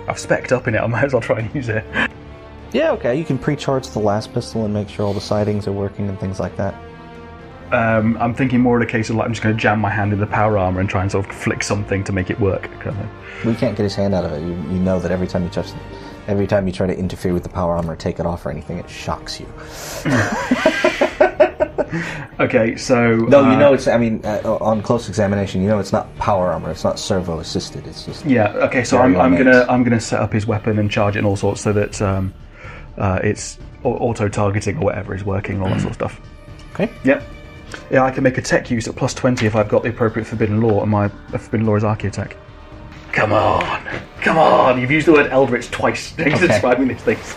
[SPEAKER 1] I've specced up in it. I might as well try and use it.
[SPEAKER 6] Yeah. Okay. You can pre-charge the last pistol and make sure all the sightings are working and things like that.
[SPEAKER 1] Um, I'm thinking more of a case of like I'm just going to jam my hand in the power armor and try and sort of flick something to make it work. Kind of thing.
[SPEAKER 6] We can't get his hand out of it. You, you know that every time you touch, every time you try to interfere with the power armor, take it off or anything, it shocks you.
[SPEAKER 1] Okay, so
[SPEAKER 6] No, you
[SPEAKER 1] uh,
[SPEAKER 6] know it's. I mean, uh, on close examination, you know it's not power armor. It's not servo assisted. It's just.
[SPEAKER 1] Yeah. Okay. So I'm,
[SPEAKER 6] Very
[SPEAKER 1] I'm
[SPEAKER 6] ornate.
[SPEAKER 1] gonna I'm gonna set up his weapon and charge it and all sorts so that um, uh, it's auto targeting or whatever is working and all that sort of stuff.
[SPEAKER 6] Okay.
[SPEAKER 1] Yep. Yeah, I can make a tech use at plus twenty if I've got the appropriate forbidden law, and my uh, forbidden law is architect. Come on, come on! You've used the word eldritch twice to
[SPEAKER 11] Okay.
[SPEAKER 1] describing these things.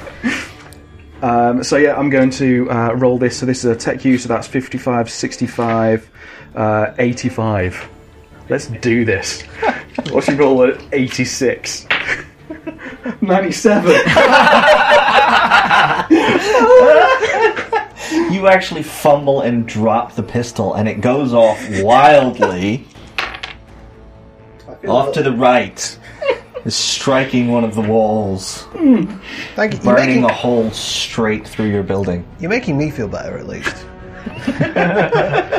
[SPEAKER 1] Um, so yeah, I'm going to uh, roll this. So this is a tech use, so that's 55, 65, uh, 85. Let's do this. What's your roll at 86? 97.
[SPEAKER 6] You actually fumble and drop the pistol, and it goes off wildly off to the right, striking one of the walls,
[SPEAKER 16] Thank you. You're
[SPEAKER 6] burning
[SPEAKER 16] making,
[SPEAKER 6] a hole straight through your building.
[SPEAKER 16] you're making me feel better, at least.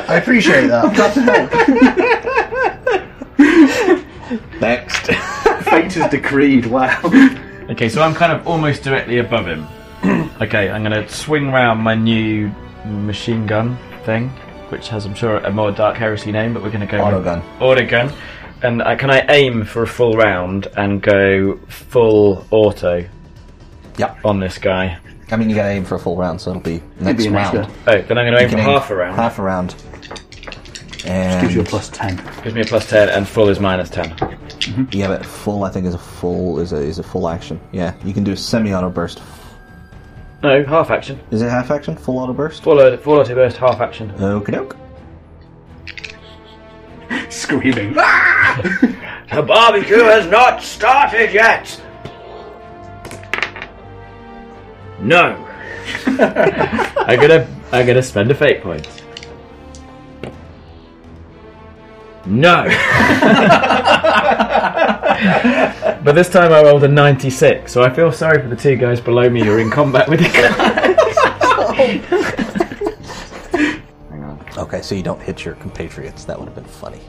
[SPEAKER 16] I appreciate that.
[SPEAKER 6] Next.
[SPEAKER 1] Fate is decreed, wow.
[SPEAKER 15] Okay, so I'm kind of almost directly above him. okay, I'm going to swing round my new machine gun thing, which has, I'm sure, a more Dark Heresy name, but we're going to go.
[SPEAKER 6] Auto
[SPEAKER 15] with
[SPEAKER 6] gun.
[SPEAKER 15] Auto gun. And uh, can I aim for a full round and go full auto?
[SPEAKER 6] Yep.
[SPEAKER 15] On this guy.
[SPEAKER 6] I mean, you gotta aim for a full round, so it'll be next
[SPEAKER 15] be next
[SPEAKER 6] round.
[SPEAKER 15] round. Oh, then I'm gonna
[SPEAKER 6] You
[SPEAKER 15] aim
[SPEAKER 6] can
[SPEAKER 15] for half a round.
[SPEAKER 6] Half a round. And
[SPEAKER 1] gives you a plus ten.
[SPEAKER 15] Gives me a plus 10, and full is minus 10.
[SPEAKER 6] Yeah, but full I think is a full is a is a full action. Yeah, you can do a semi-auto burst.
[SPEAKER 15] No, half action.
[SPEAKER 6] Is it half action? Full auto burst?
[SPEAKER 24] Full auto, full auto burst, half action.
[SPEAKER 6] Okie doke.
[SPEAKER 24] Screaming.
[SPEAKER 5] The barbecue has not started yet!
[SPEAKER 15] No. I'm gonna I'm gonna spend a fate point. No. but this time I rolled a 96, so I feel sorry for the two guys below me who are in combat with the
[SPEAKER 6] Okay, so you don't hit your compatriots. That would have been funny.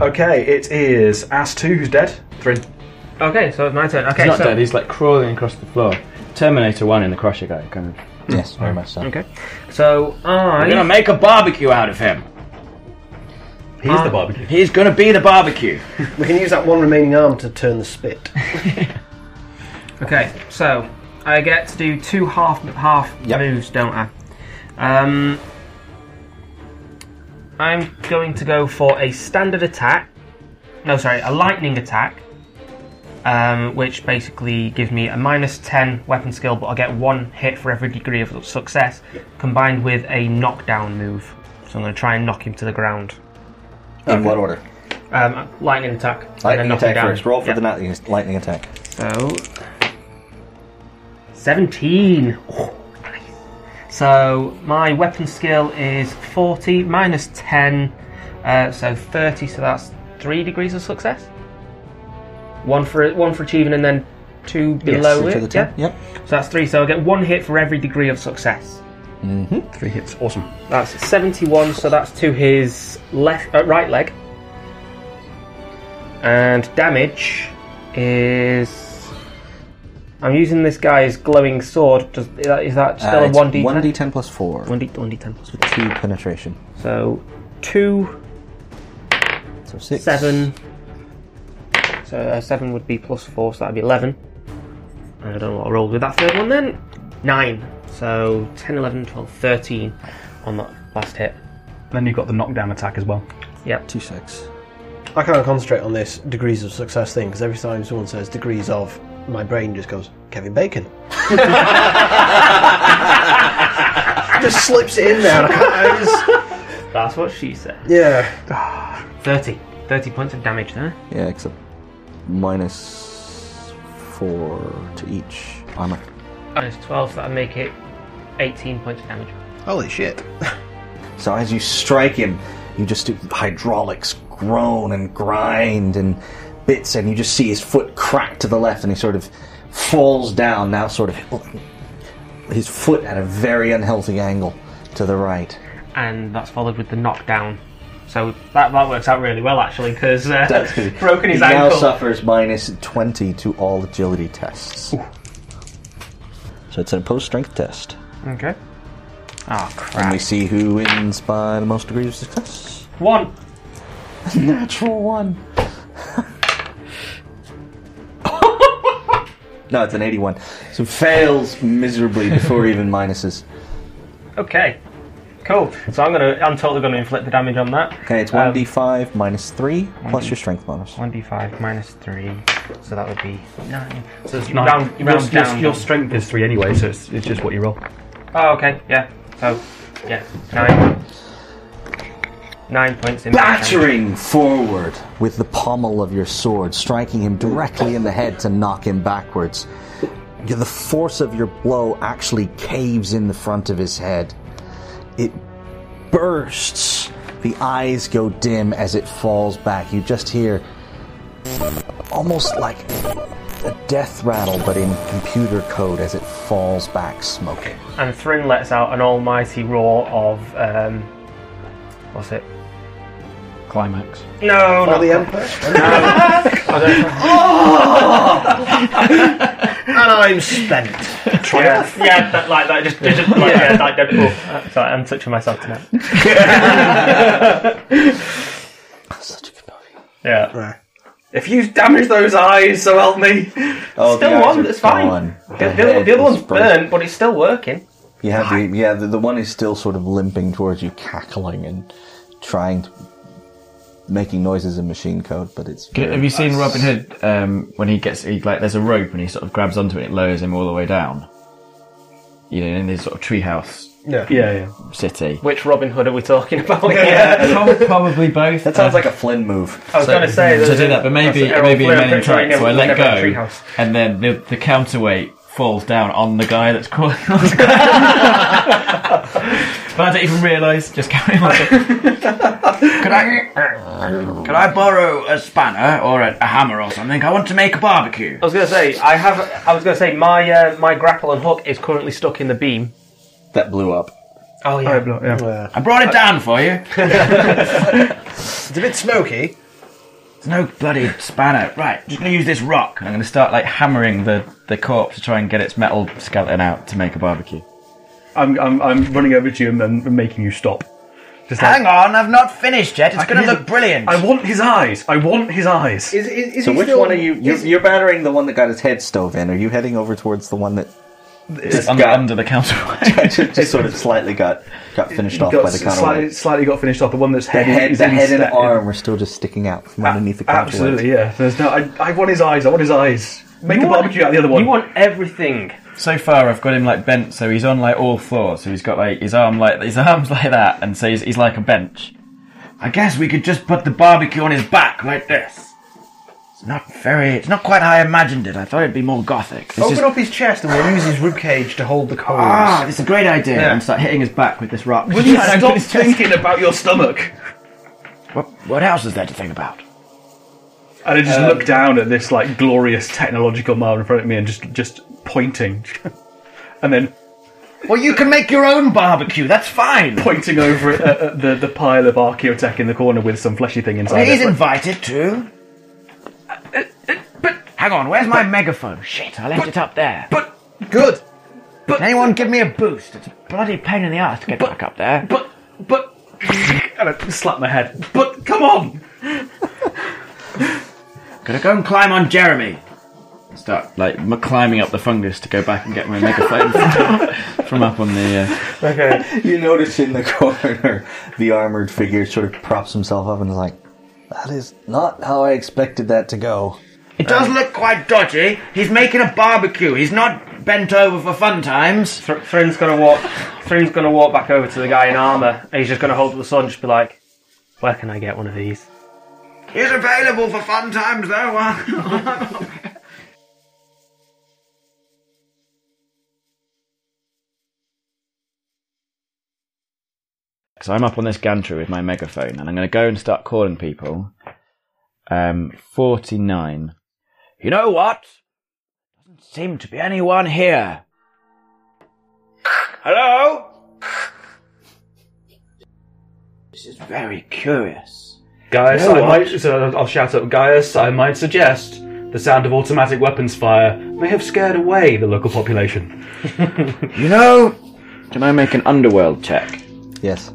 [SPEAKER 1] Okay, it is Ass 2 who's dead. 3.
[SPEAKER 11] Okay, so it's my turn. Okay,
[SPEAKER 15] He's not
[SPEAKER 11] so
[SPEAKER 15] dead, he's like crawling across the floor. Terminator 1 in the Crusher guy, kind of.
[SPEAKER 6] Yes, very much so.
[SPEAKER 11] Okay. So I.
[SPEAKER 5] We're gonna make a barbecue out of him.
[SPEAKER 1] He's
[SPEAKER 5] the barbecue. He's gonna be the barbecue.
[SPEAKER 14] We can use that one remaining arm to turn the spit.
[SPEAKER 11] Okay, so I get to do two half half moves, don't I? Um, I'm going to go for a standard attack. No, sorry, a lightning attack, um, which basically gives me a minus ten weapon skill, but I get one hit for every degree of success, combined with a knockdown move. So I'm going to try and knock him to the ground.
[SPEAKER 6] In what order?
[SPEAKER 11] Um, lightning attack. and then
[SPEAKER 6] Lightning
[SPEAKER 11] knock him
[SPEAKER 6] attack
[SPEAKER 11] down.
[SPEAKER 6] first. Roll for
[SPEAKER 11] Yeah.
[SPEAKER 6] the lightning, lightning attack.
[SPEAKER 11] So, 17. So, my weapon skill is 40 minus 10, uh, so 30, so that's 3 degrees of success. One for one for achieving, and then two below
[SPEAKER 6] three
[SPEAKER 11] it.
[SPEAKER 6] to the top,
[SPEAKER 11] yeah?
[SPEAKER 6] yep.
[SPEAKER 11] So that's 3, so I get one hit for every degree of success.
[SPEAKER 6] Mm-hmm.
[SPEAKER 1] Three hits. Awesome.
[SPEAKER 11] That's 71, so that's to his left, uh, right leg. And damage is. I'm using this guy's glowing sword. Does, is that- is that
[SPEAKER 1] Uh,
[SPEAKER 11] still a 1d10?
[SPEAKER 6] 1d10 Uh, plus 4.
[SPEAKER 11] 1d, 1d10 plus 4.
[SPEAKER 6] 2 penetration.
[SPEAKER 11] So, 2.
[SPEAKER 6] So, 6.
[SPEAKER 11] 7. So, uh, 7 would be plus 4, so that'd be 11. I don't know what I rolled with that third one then. 9. So, 10, 11, 12, 13 on that last hit.
[SPEAKER 1] Then you've got the knockdown attack as well.
[SPEAKER 11] Yep.
[SPEAKER 14] 2 6. I can't concentrate on this degrees of success thing because every time someone says degrees of, my brain just goes, Kevin Bacon. just slips it in there. and I can't- I just-
[SPEAKER 11] That's what she said.
[SPEAKER 14] yeah.
[SPEAKER 11] 30. 30 points of damage there.
[SPEAKER 6] Yeah, except minus 4 to each armor.
[SPEAKER 11] Minus 12, so that'd make it 18 points of damage.
[SPEAKER 14] Holy shit.
[SPEAKER 6] So as you strike him, you just do hydraulics groan and grind and bits, and you just see his foot crack to the left, and he sort of falls down, now sort of his foot at a very unhealthy angle to the right.
[SPEAKER 11] And that's followed with the knockdown. So that, that works out really well, actually, because uh,
[SPEAKER 6] That's good.
[SPEAKER 11] broken his
[SPEAKER 6] he now
[SPEAKER 11] ankle.
[SPEAKER 6] suffers minus 20 to all agility tests. So it's an opposed strength test.
[SPEAKER 11] Okay. Oh, crap.
[SPEAKER 6] And we see who wins by the most degrees of success.
[SPEAKER 11] One.
[SPEAKER 6] Natural one. No, it's an 81. So fails miserably before even minuses.
[SPEAKER 11] Okay. Cool. So I'm gonna, I'm totally gonna inflict the damage on that. Um,
[SPEAKER 6] Okay, it's 1d5 minus 3 plus your strength bonus.
[SPEAKER 11] 1d5 minus 3, so that would be 9. So it's
[SPEAKER 1] Nine.
[SPEAKER 11] round,
[SPEAKER 1] Your-
[SPEAKER 11] round
[SPEAKER 1] your,
[SPEAKER 11] down.
[SPEAKER 1] your strength is 3 anyway, so it's, it's just what you roll.
[SPEAKER 11] Oh, okay, yeah. So, yeah, 9. 9 points in
[SPEAKER 6] Battering forward with the pommel of your sword, striking him directly in the head to knock him backwards. The force of your blow actually caves in the front of his head. It bursts. The eyes go dim as it falls back. You just hear almost like a death rattle, but in computer code as it falls back smoking.
[SPEAKER 11] And Thrin lets out an almighty roar of um, what's it?
[SPEAKER 15] climax.
[SPEAKER 11] No, not
[SPEAKER 14] the Emperor.
[SPEAKER 11] and I'm spent. yeah, yeah, that, like that, just, just like, yeah. like Deadpool. Uh, Sorry, I'm touching myself tonight. Yeah.
[SPEAKER 1] If you damage those eyes, so help me.
[SPEAKER 6] Oh, the
[SPEAKER 11] still
[SPEAKER 6] eyes
[SPEAKER 11] one,
[SPEAKER 6] are
[SPEAKER 11] that's fine.
[SPEAKER 6] gone.
[SPEAKER 11] The,
[SPEAKER 6] The
[SPEAKER 11] the other,
[SPEAKER 6] head
[SPEAKER 11] the other
[SPEAKER 6] is
[SPEAKER 11] one's
[SPEAKER 6] broken.
[SPEAKER 11] burnt, but it's still working.
[SPEAKER 6] You have the yeah, the, the one is still sort of limping towards you, cackling and trying to making noises in machine code, but it's
[SPEAKER 15] G-
[SPEAKER 6] very-
[SPEAKER 15] Have you seen Robin Hood um, when he gets he, like there's a rope and he sort of grabs onto it, it lowers him all the way down.
[SPEAKER 1] you know, in this sort of treehouse.
[SPEAKER 25] Yeah.
[SPEAKER 26] Yeah,
[SPEAKER 1] City.
[SPEAKER 27] Which Robin Hood are we talking about?
[SPEAKER 1] prob- probably both.
[SPEAKER 28] That sounds like a Flynn move.
[SPEAKER 27] I was
[SPEAKER 1] So- hmm,
[SPEAKER 27] gonna say
[SPEAKER 1] to
[SPEAKER 27] that-
[SPEAKER 1] do that, but maybe
[SPEAKER 27] that's-
[SPEAKER 1] maybe a
[SPEAKER 27] Errol
[SPEAKER 1] man
[SPEAKER 27] Flynn
[SPEAKER 1] in
[SPEAKER 27] pretty
[SPEAKER 1] tracks
[SPEAKER 27] never-
[SPEAKER 1] where I let
[SPEAKER 27] never had a
[SPEAKER 1] go,
[SPEAKER 27] treehouse.
[SPEAKER 1] and then the, the counterweight falls down on the guy that's calling. but I don't even realise. Just carry on.
[SPEAKER 11] Could I, could I borrow a spanner or a, a hammer or something? I want to make a barbecue.
[SPEAKER 27] I was gonna say I have. I was gonna say my uh, my grapple and hook is currently stuck in the beam.
[SPEAKER 28] That blew up.
[SPEAKER 27] Oh yeah,
[SPEAKER 11] I brought it down for you.
[SPEAKER 25] It's a bit smoky.
[SPEAKER 1] There's no bloody spanner. Right, just gonna use this rock. I'm gonna start like hammering the, the corpse to try and get its metal skeleton out to make a barbecue.
[SPEAKER 7] I'm, I'm, I'm running over to you and then making you stop. Just
[SPEAKER 11] Hang on, I've not finished yet. It's going to look brilliant.
[SPEAKER 7] I want his eyes. I want his eyes.
[SPEAKER 11] Is-
[SPEAKER 25] is,
[SPEAKER 6] so which one are you? You're,
[SPEAKER 11] is-
[SPEAKER 6] you're battering the one that got its head stove in. Are you heading over towards the one that
[SPEAKER 7] It's under-
[SPEAKER 1] under the counter?
[SPEAKER 6] just, just sort of slightly got got finished off
[SPEAKER 7] got
[SPEAKER 6] by the counter.
[SPEAKER 7] slightly, slightly got finished off. The one that's
[SPEAKER 6] the
[SPEAKER 7] heading
[SPEAKER 6] head,
[SPEAKER 7] is
[SPEAKER 6] the
[SPEAKER 7] in
[SPEAKER 6] head and
[SPEAKER 7] step-
[SPEAKER 6] arm were still just sticking out from underneath the counterweight.
[SPEAKER 7] Absolutely, yeah. There's no. I, I want his eyes. I want his eyes. Make a barbecue out of the other one.
[SPEAKER 27] want everything.
[SPEAKER 1] So far, I've got him like bent, so he's on like all fours. So he's got like his arm like his arms like that, and so he's, he's like a bench.
[SPEAKER 11] I guess we could just put the barbecue on his back like this. It's not very. It's not quite how I imagined it. I thought it'd be more gothic. This
[SPEAKER 25] Open
[SPEAKER 11] is-
[SPEAKER 25] up his chest and we'll use his rib cage to hold the coals.
[SPEAKER 11] Ah, that's a great idea.
[SPEAKER 25] Yeah.
[SPEAKER 11] And start hitting his back with this rock.
[SPEAKER 25] Will you
[SPEAKER 11] And I'm
[SPEAKER 25] stop
[SPEAKER 11] gonna start-
[SPEAKER 7] Thinking about your stomach.
[SPEAKER 11] What, what else is there to think about?
[SPEAKER 7] And I just
[SPEAKER 11] Um,
[SPEAKER 7] look down at this like glorious technological marvel in front of me and just just pointing, and then
[SPEAKER 11] Well, you can make your own barbecue. That's fine.
[SPEAKER 7] Pointing over at, at, at the the pile of archaeotech in the corner with some fleshy thing inside.
[SPEAKER 11] He's
[SPEAKER 7] it.
[SPEAKER 11] invited too. But hang on, where's my megaphone? Shit, I left it up there. But good. But anyone give me a boost? It's a bloody pain in the ass to get back up there. But but
[SPEAKER 7] and I slap my head. But come on.
[SPEAKER 1] Gonna go and climb on Jeremy. Start like m- climbing up the fungus to go back and get my megaphone from, from up on the. Uh,
[SPEAKER 27] Okay.
[SPEAKER 6] you notice in the corner the armored figure sort of props himself up and is like, "That is not how I expected that to go."
[SPEAKER 11] It does look quite dodgy. He's making a barbecue. He's not bent over for fun times.
[SPEAKER 27] Thr- Thrin's gonna walk. Thrin's gonna walk back over to the guy in armor, and he's just gonna hold up the sun, just be like, "Where can I get one of these?"
[SPEAKER 11] He's available for fun times though.
[SPEAKER 1] So I'm up on this gantry with my megaphone, and I'm going to go and start calling people. Um, forty-nine.
[SPEAKER 11] you know what? Doesn't seem to be anyone here. Hello? This is very curious.
[SPEAKER 7] Gaius,
[SPEAKER 11] You know
[SPEAKER 7] I
[SPEAKER 11] what?
[SPEAKER 7] might. So I'll shout out, Gaius. I might suggest the sound of automatic weapons fire may have scared away the local population.
[SPEAKER 1] You know, can I make an underworld check?
[SPEAKER 6] Yes.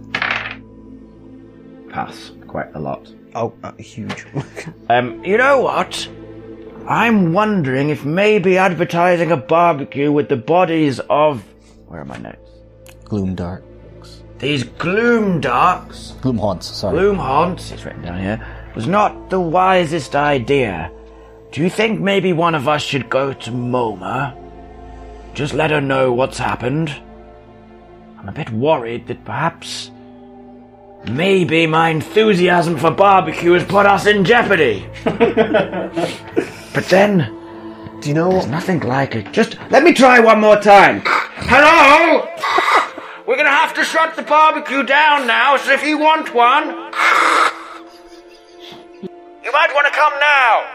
[SPEAKER 1] Pass quite a lot.
[SPEAKER 6] Oh, uh, huge.
[SPEAKER 11] Um, you know what? I'm wondering if maybe advertising a barbecue with the bodies of where are my notes?
[SPEAKER 6] Gloom dark.
[SPEAKER 11] These gloom darks,
[SPEAKER 6] Gloom haunts. Sorry.
[SPEAKER 11] gloom haunts. It's written down here. Was not the wisest idea. Do you think maybe one of us should go to MoMA? Just let her know what's happened. I'm a bit worried that perhaps. Maybe my enthusiasm for barbecue has put us in jeopardy. but then.
[SPEAKER 25] Do you know
[SPEAKER 11] There's nothing like it. Just let me try one more time. Hello? We're gonna have to shut the barbecue down now, so if you want one. You might wanna come now.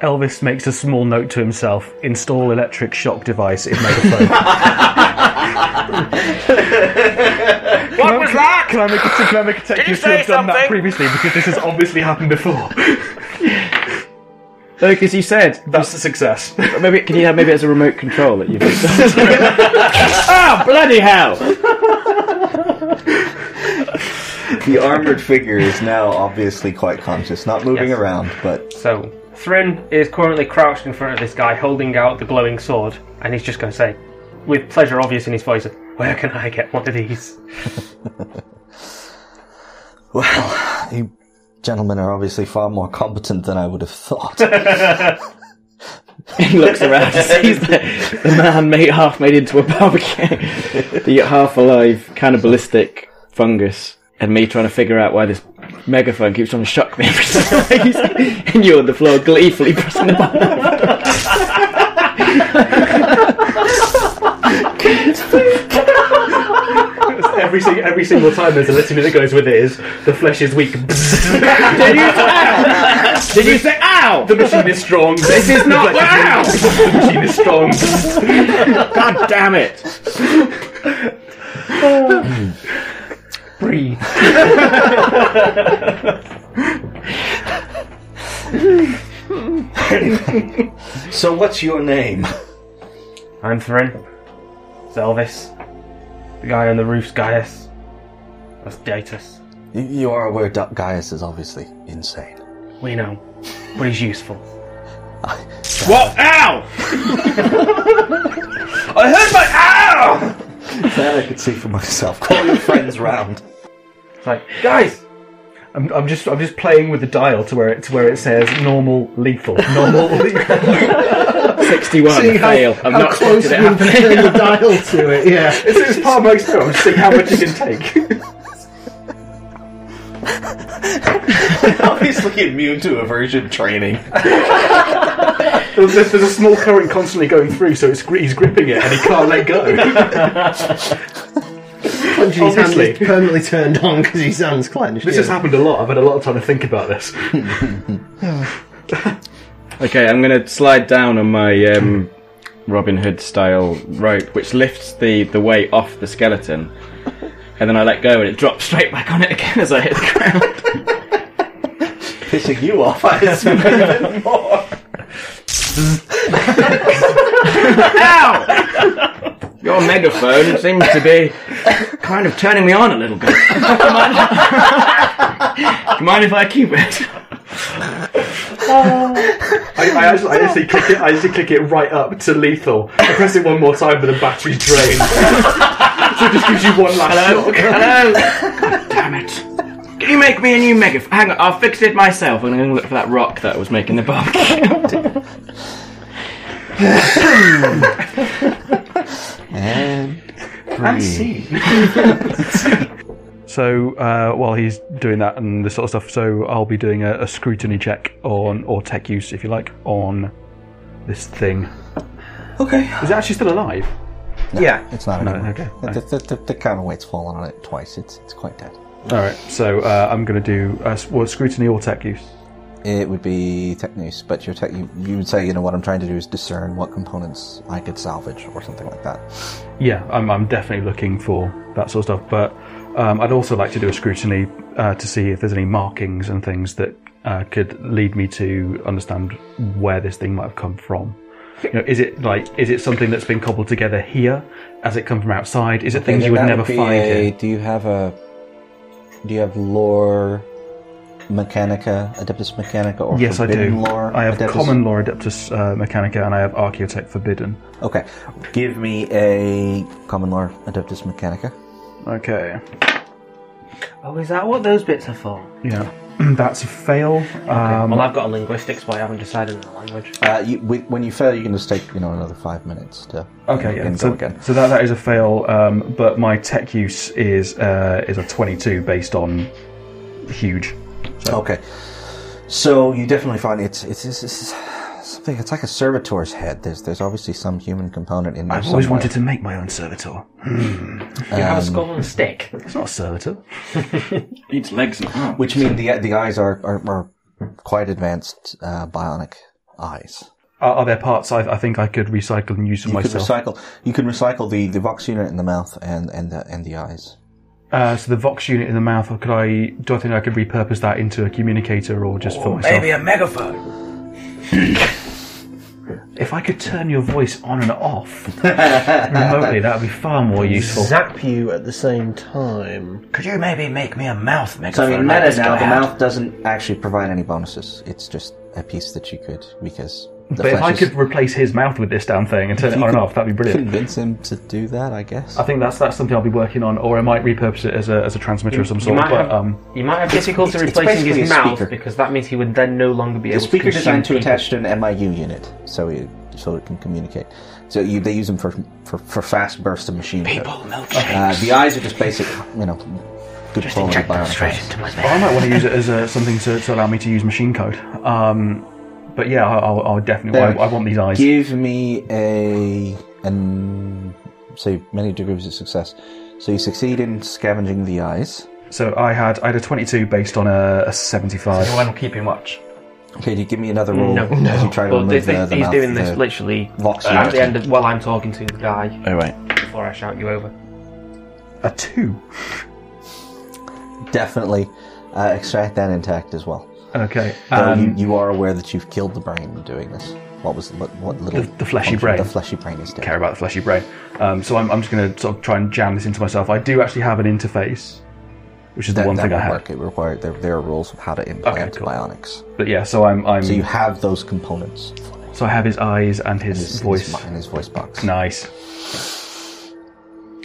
[SPEAKER 7] Elvis makes a small note to himself: install electric shock device in megaphone.
[SPEAKER 11] What was that?
[SPEAKER 7] Can I make a, can I make a tech
[SPEAKER 11] Did you
[SPEAKER 7] just to have
[SPEAKER 11] say
[SPEAKER 7] done that
[SPEAKER 11] something?
[SPEAKER 7] previously because this has obviously happened before.
[SPEAKER 1] No, because you said
[SPEAKER 7] that's a success.
[SPEAKER 1] Maybe can you have maybe as a remote control that you've. Ah, bloody hell!
[SPEAKER 6] The armored figure is now obviously quite conscious, not moving around, but
[SPEAKER 27] So Thrin is currently crouched in front of this guy, holding out the glowing sword, and he's just gonna say, with pleasure obvious in his voice, "Where can I get one of these?"
[SPEAKER 6] well, you gentlemen are obviously far more competent than I would have thought.
[SPEAKER 2] he looks around and sees the, the man made half made into a barbecue, the half alive cannibalistic fungus, and me trying to figure out why this megaphone keeps trying to shock me every time. he's- and you on the floor gleefully pressing the button.
[SPEAKER 11] every, sing- every single time there's a litany that goes with it is the flesh is weak.
[SPEAKER 2] Did you say ow? Did you say ow?
[SPEAKER 11] The machine is strong.
[SPEAKER 2] This is not
[SPEAKER 11] ow! the machine is strong.
[SPEAKER 2] God damn it!
[SPEAKER 29] Breathe.
[SPEAKER 30] so, what's your name?
[SPEAKER 29] I'm Thrin. It's Elvis. The guy on the roof's Gaius. That's Datus.
[SPEAKER 6] You, you are aware Du- Gaius is obviously insane.
[SPEAKER 29] We know. But he's useful.
[SPEAKER 2] What? Ow!
[SPEAKER 30] I heard my ow! that I could see for myself. Call your friends round.
[SPEAKER 11] It's like, guys, I'm, I'm just I'm just playing with the dial to where it to where it says normal lethal normal lethal.
[SPEAKER 2] 61,
[SPEAKER 11] See how-
[SPEAKER 2] fail.
[SPEAKER 11] how
[SPEAKER 2] I've not
[SPEAKER 11] close
[SPEAKER 2] expected it
[SPEAKER 11] you've
[SPEAKER 2] happening.
[SPEAKER 11] been to the
[SPEAKER 31] dial to it, yeah.
[SPEAKER 11] it's, it's part of my experiment. I'm just seeing how much you can take.
[SPEAKER 30] Obviously immune to aversion training.
[SPEAKER 11] There's, there's a small current constantly going through, so it's, gri- he's gripping it and he can't let go.
[SPEAKER 31] Punching his hand
[SPEAKER 11] Obviously.
[SPEAKER 31] is permanently turned on because his hand's clenched.
[SPEAKER 11] Oh, This
[SPEAKER 31] yeah.
[SPEAKER 11] has happened a lot. I've had a lot of time to think about this.
[SPEAKER 2] Okay, I'm gonna slide down on my um, Robin Hood style rope, which lifts the, the weight off the skeleton, and then I let go and it drops straight back on it again as I hit the ground.
[SPEAKER 30] Pissing you off, I assume even more.
[SPEAKER 2] Your megaphone seems to be kind of turning me on a little bit. Do you mind, do you mind if I keep it?
[SPEAKER 11] I, I, actually, I actually click it. I actually click it right up to lethal. I press it one more time, but the battery drains. so it just gives you one last
[SPEAKER 2] Hello?
[SPEAKER 11] shock.
[SPEAKER 2] Hello? God damn it. Can you make me a new megaphone? Hang on, I'll fix it myself. I'm going to look for that rock that was making the barbecue.
[SPEAKER 30] And
[SPEAKER 11] And scene. So uh, while he's doing that and this sort of stuff, so I'll be doing a, a scrutiny check on or tech use, if you like, on this thing.
[SPEAKER 30] Okay.
[SPEAKER 11] Is it actually still alive?
[SPEAKER 6] yeah, it's not
[SPEAKER 11] No,
[SPEAKER 6] anymore.
[SPEAKER 11] okay,
[SPEAKER 6] The, the, the, the counter weight's fallen on it twice. It's it's quite dead.
[SPEAKER 11] All right. So uh, I'm going to do uh, s- well, scrutiny or tech use.
[SPEAKER 6] It would be tech news, but your tech you, you would say you know what I'm trying to do is discern what components I could salvage or something like that.
[SPEAKER 11] Yeah, I'm, I'm definitely looking for that sort of stuff. But um, I'd also like to do a scrutiny uh, to see if there's any markings and things that uh, could lead me to understand where this thing might have come from. You know, is it like is it something that's been cobbled together here? Has it come from outside? Is it
[SPEAKER 6] Okay,
[SPEAKER 11] things
[SPEAKER 6] then
[SPEAKER 11] you would
[SPEAKER 6] that
[SPEAKER 11] never
[SPEAKER 6] be
[SPEAKER 11] find
[SPEAKER 6] a-
[SPEAKER 11] here?
[SPEAKER 6] Do you have a? Do you have lore, mechanica, adeptus mechanica, or
[SPEAKER 11] Yes, I do.
[SPEAKER 6] forbidden lore?
[SPEAKER 11] I have
[SPEAKER 6] adeptus?
[SPEAKER 11] common lore adeptus uh, mechanica, and I have archaeotech forbidden.
[SPEAKER 6] Okay, give me a common lore adeptus mechanica.
[SPEAKER 11] Okay.
[SPEAKER 29] Oh, is that what those bits are for?
[SPEAKER 11] Yeah, that's a fail. Um,
[SPEAKER 29] well, I've got a linguistics, but I haven't decided the language.
[SPEAKER 6] Uh, you, wi- when you fail, you can just take you know another five minutes to
[SPEAKER 11] Okay,
[SPEAKER 6] you
[SPEAKER 11] yeah.
[SPEAKER 6] can
[SPEAKER 11] So,
[SPEAKER 6] go again.
[SPEAKER 11] so that, that is a fail, um, but my tech use is uh, is a 22 based on huge.
[SPEAKER 6] Okay, so you definitely find it's it's, it's, it's something. It's like a servitor's head. There's there's obviously some human component in there.
[SPEAKER 11] I've always
[SPEAKER 6] somewhere.
[SPEAKER 11] wanted to make my own servitor. Hmm.
[SPEAKER 6] You have a Um, skull
[SPEAKER 29] and a stick.
[SPEAKER 11] It's not a servitor.
[SPEAKER 2] Needs legs and arms.
[SPEAKER 6] Which mean the the eyes are are, are quite advanced uh, bionic eyes.
[SPEAKER 11] Are, are there parts I, I think I could recycle and use for
[SPEAKER 6] You
[SPEAKER 11] myself?
[SPEAKER 6] could recycle. You can recycle the, the vox unit in the mouth and and the and the eyes.
[SPEAKER 11] uh, so the vox unit in the mouth. Could I? Do I think I could repurpose that into a communicator or just for myself?
[SPEAKER 1] Maybe a megaphone.
[SPEAKER 11] If I could turn your voice on and off remotely, that would be far more useful.
[SPEAKER 31] Zap you at the same time.
[SPEAKER 1] Could you maybe make me a mouth
[SPEAKER 6] So
[SPEAKER 1] megaphone?
[SPEAKER 6] I mean,
[SPEAKER 1] like
[SPEAKER 6] meta
[SPEAKER 1] this
[SPEAKER 6] now
[SPEAKER 1] guy
[SPEAKER 6] the
[SPEAKER 1] had?
[SPEAKER 6] mouth doesn't actually provide any bonuses. It's just a piece that you could because The
[SPEAKER 1] but if I
[SPEAKER 6] flesh is-
[SPEAKER 1] could replace his mouth with this damn thing and turn
[SPEAKER 6] If
[SPEAKER 1] it
[SPEAKER 6] you
[SPEAKER 1] on and
[SPEAKER 6] could
[SPEAKER 1] off, that'd be brilliant.
[SPEAKER 6] Convince him to do that, I guess.
[SPEAKER 1] I think that's that's something I'll be working on, or I might repurpose it as a, as a transmitter
[SPEAKER 11] You-
[SPEAKER 1] of some
[SPEAKER 11] you
[SPEAKER 1] sort.
[SPEAKER 11] might
[SPEAKER 1] but
[SPEAKER 11] have-
[SPEAKER 1] um,
[SPEAKER 11] You might have
[SPEAKER 6] It's-
[SPEAKER 11] difficulty
[SPEAKER 6] it's- it's
[SPEAKER 11] replacing his
[SPEAKER 6] basically a
[SPEAKER 11] mouth
[SPEAKER 6] speaker.
[SPEAKER 11] because that means he would then no longer be
[SPEAKER 6] The
[SPEAKER 11] able to
[SPEAKER 6] speaker
[SPEAKER 11] consume
[SPEAKER 6] designed to
[SPEAKER 11] people.
[SPEAKER 6] attach to an MIU unit, so it so it can communicate. So you, they use them for, for for fast bursts of machine. People, uh,
[SPEAKER 1] milkshakes.
[SPEAKER 6] The eyes are just basic, you know, good quality bionic eyes.
[SPEAKER 1] Well, I might want to use it as a, something to, to allow me to use machine code. Um, but yeah, I, I, I would definitely. I,
[SPEAKER 6] There.
[SPEAKER 1] I want these eyes.
[SPEAKER 6] Give me a and so many degrees of success. So you succeed in scavenging the eyes.
[SPEAKER 1] So I had I had a twenty-two based on a, a seventy-five.
[SPEAKER 6] So
[SPEAKER 11] I'm keeping watch.
[SPEAKER 6] Okay, do you give me another roll
[SPEAKER 11] No,
[SPEAKER 6] as you Oh, try to
[SPEAKER 11] Well,
[SPEAKER 6] remove
[SPEAKER 11] this-
[SPEAKER 6] the, the
[SPEAKER 11] he's
[SPEAKER 6] mouth,
[SPEAKER 11] doing this
[SPEAKER 6] the
[SPEAKER 11] literally
[SPEAKER 6] Vox
[SPEAKER 11] uh, at the
[SPEAKER 6] unit.
[SPEAKER 11] end of while I'm talking to the guy.
[SPEAKER 6] All right.
[SPEAKER 11] Before I shout you over.
[SPEAKER 1] A two.
[SPEAKER 6] Definitely uh, extract that intact as well.
[SPEAKER 1] Okay,
[SPEAKER 6] Though
[SPEAKER 1] um,
[SPEAKER 6] you, you are aware that you've killed the brain doing this. What was what, what little
[SPEAKER 1] The- the fleshy
[SPEAKER 6] function-
[SPEAKER 1] brain.
[SPEAKER 6] The fleshy brain is dead.
[SPEAKER 1] care about the fleshy brain. Um, so I'm, I'm just going to sort of try and jam this into myself. I do actually have an interface, which is the
[SPEAKER 6] That-
[SPEAKER 1] one
[SPEAKER 6] that
[SPEAKER 1] thing I
[SPEAKER 6] would
[SPEAKER 1] had.
[SPEAKER 6] work. It required there, there are rules of how to implant bionics.
[SPEAKER 1] But yeah, so I'm. I'm
[SPEAKER 6] So you have those components.
[SPEAKER 1] So I have his eyes and his, voice
[SPEAKER 6] and his voice box.
[SPEAKER 1] Nice.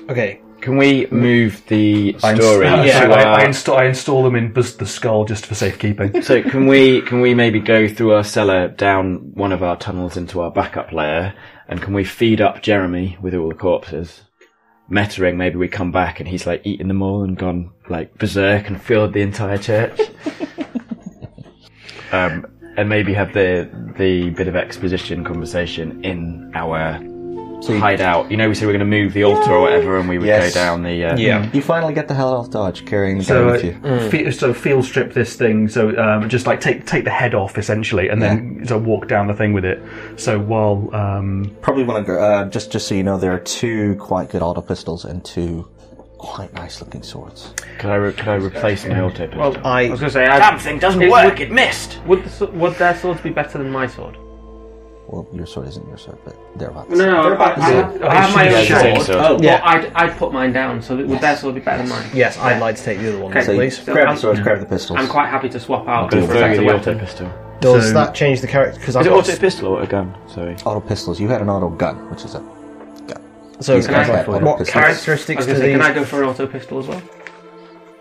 [SPEAKER 14] Okay.
[SPEAKER 24] Can we
[SPEAKER 1] Mm.
[SPEAKER 24] move the
[SPEAKER 1] I, inst-
[SPEAKER 24] story? uh,
[SPEAKER 1] I-
[SPEAKER 24] to
[SPEAKER 1] I,
[SPEAKER 24] our-
[SPEAKER 1] I, insta- I install them in Buzz the Skull just for safekeeping.
[SPEAKER 24] So can we can we maybe go through our cellar down one of our tunnels into our backup layer, and can we feed up Jeremy with all the corpses? Mettering, maybe we come back and he's like eaten them all and gone like berserk and filled the entire church. um, and maybe have the the bit of exposition conversation in our hideout. You know, we said we're going to move the altar or whatever, and we would
[SPEAKER 6] Yes.
[SPEAKER 24] go down the uh,
[SPEAKER 6] Mm. You finally get the hell out of Dodge carrying the
[SPEAKER 1] So,
[SPEAKER 6] guy
[SPEAKER 1] uh,
[SPEAKER 6] with you.
[SPEAKER 14] Mm.
[SPEAKER 1] fe- so field strip this thing. So um, just like take take the head off essentially, and then so walk down the thing with it. So while um,
[SPEAKER 6] Probably want to go. Uh, just just so you know, there are two quite good auto pistols and two quite nice looking swords.
[SPEAKER 24] Could I re- could I replace my auto pistol?
[SPEAKER 11] Well, I, was going to say, I,
[SPEAKER 24] Something doesn't work, it missed.
[SPEAKER 11] Would, the, s- would their swords be better than my sword?
[SPEAKER 6] Well, your sword isn't your sword, but they're about.
[SPEAKER 11] No, no,
[SPEAKER 6] they're
[SPEAKER 11] I,
[SPEAKER 6] about the
[SPEAKER 11] I,
[SPEAKER 6] same.
[SPEAKER 11] have- I have my
[SPEAKER 6] Yeah, the same
[SPEAKER 11] own sword.
[SPEAKER 6] sword.
[SPEAKER 11] Oh,
[SPEAKER 6] Yeah.
[SPEAKER 11] well, I'd, I'd put mine down. So that, would their sword be better than mine?
[SPEAKER 14] Yes, I'd like to take the other one,
[SPEAKER 11] Okay.
[SPEAKER 14] please.
[SPEAKER 11] So
[SPEAKER 14] Grab the
[SPEAKER 11] I'm-
[SPEAKER 14] swords, grab the
[SPEAKER 6] pistols.
[SPEAKER 11] I'm quite happy to swap out.
[SPEAKER 24] Gonna
[SPEAKER 11] the
[SPEAKER 24] throw you
[SPEAKER 11] protector
[SPEAKER 24] the
[SPEAKER 11] weapon.
[SPEAKER 24] auto pistol.
[SPEAKER 14] Does
[SPEAKER 6] So-
[SPEAKER 14] that change the character? Because
[SPEAKER 24] Is
[SPEAKER 14] I've
[SPEAKER 24] it
[SPEAKER 14] got
[SPEAKER 24] auto pistol or a gun? Sorry.
[SPEAKER 6] Auto pistols. You had an auto gun, which is a gun.
[SPEAKER 14] So
[SPEAKER 6] These
[SPEAKER 14] can
[SPEAKER 6] guys
[SPEAKER 14] I-
[SPEAKER 6] have auto
[SPEAKER 14] what
[SPEAKER 6] pistols.
[SPEAKER 11] I was
[SPEAKER 14] characteristics
[SPEAKER 11] gonna
[SPEAKER 14] do
[SPEAKER 11] say, Can
[SPEAKER 14] these?
[SPEAKER 11] I go for an auto pistol as well?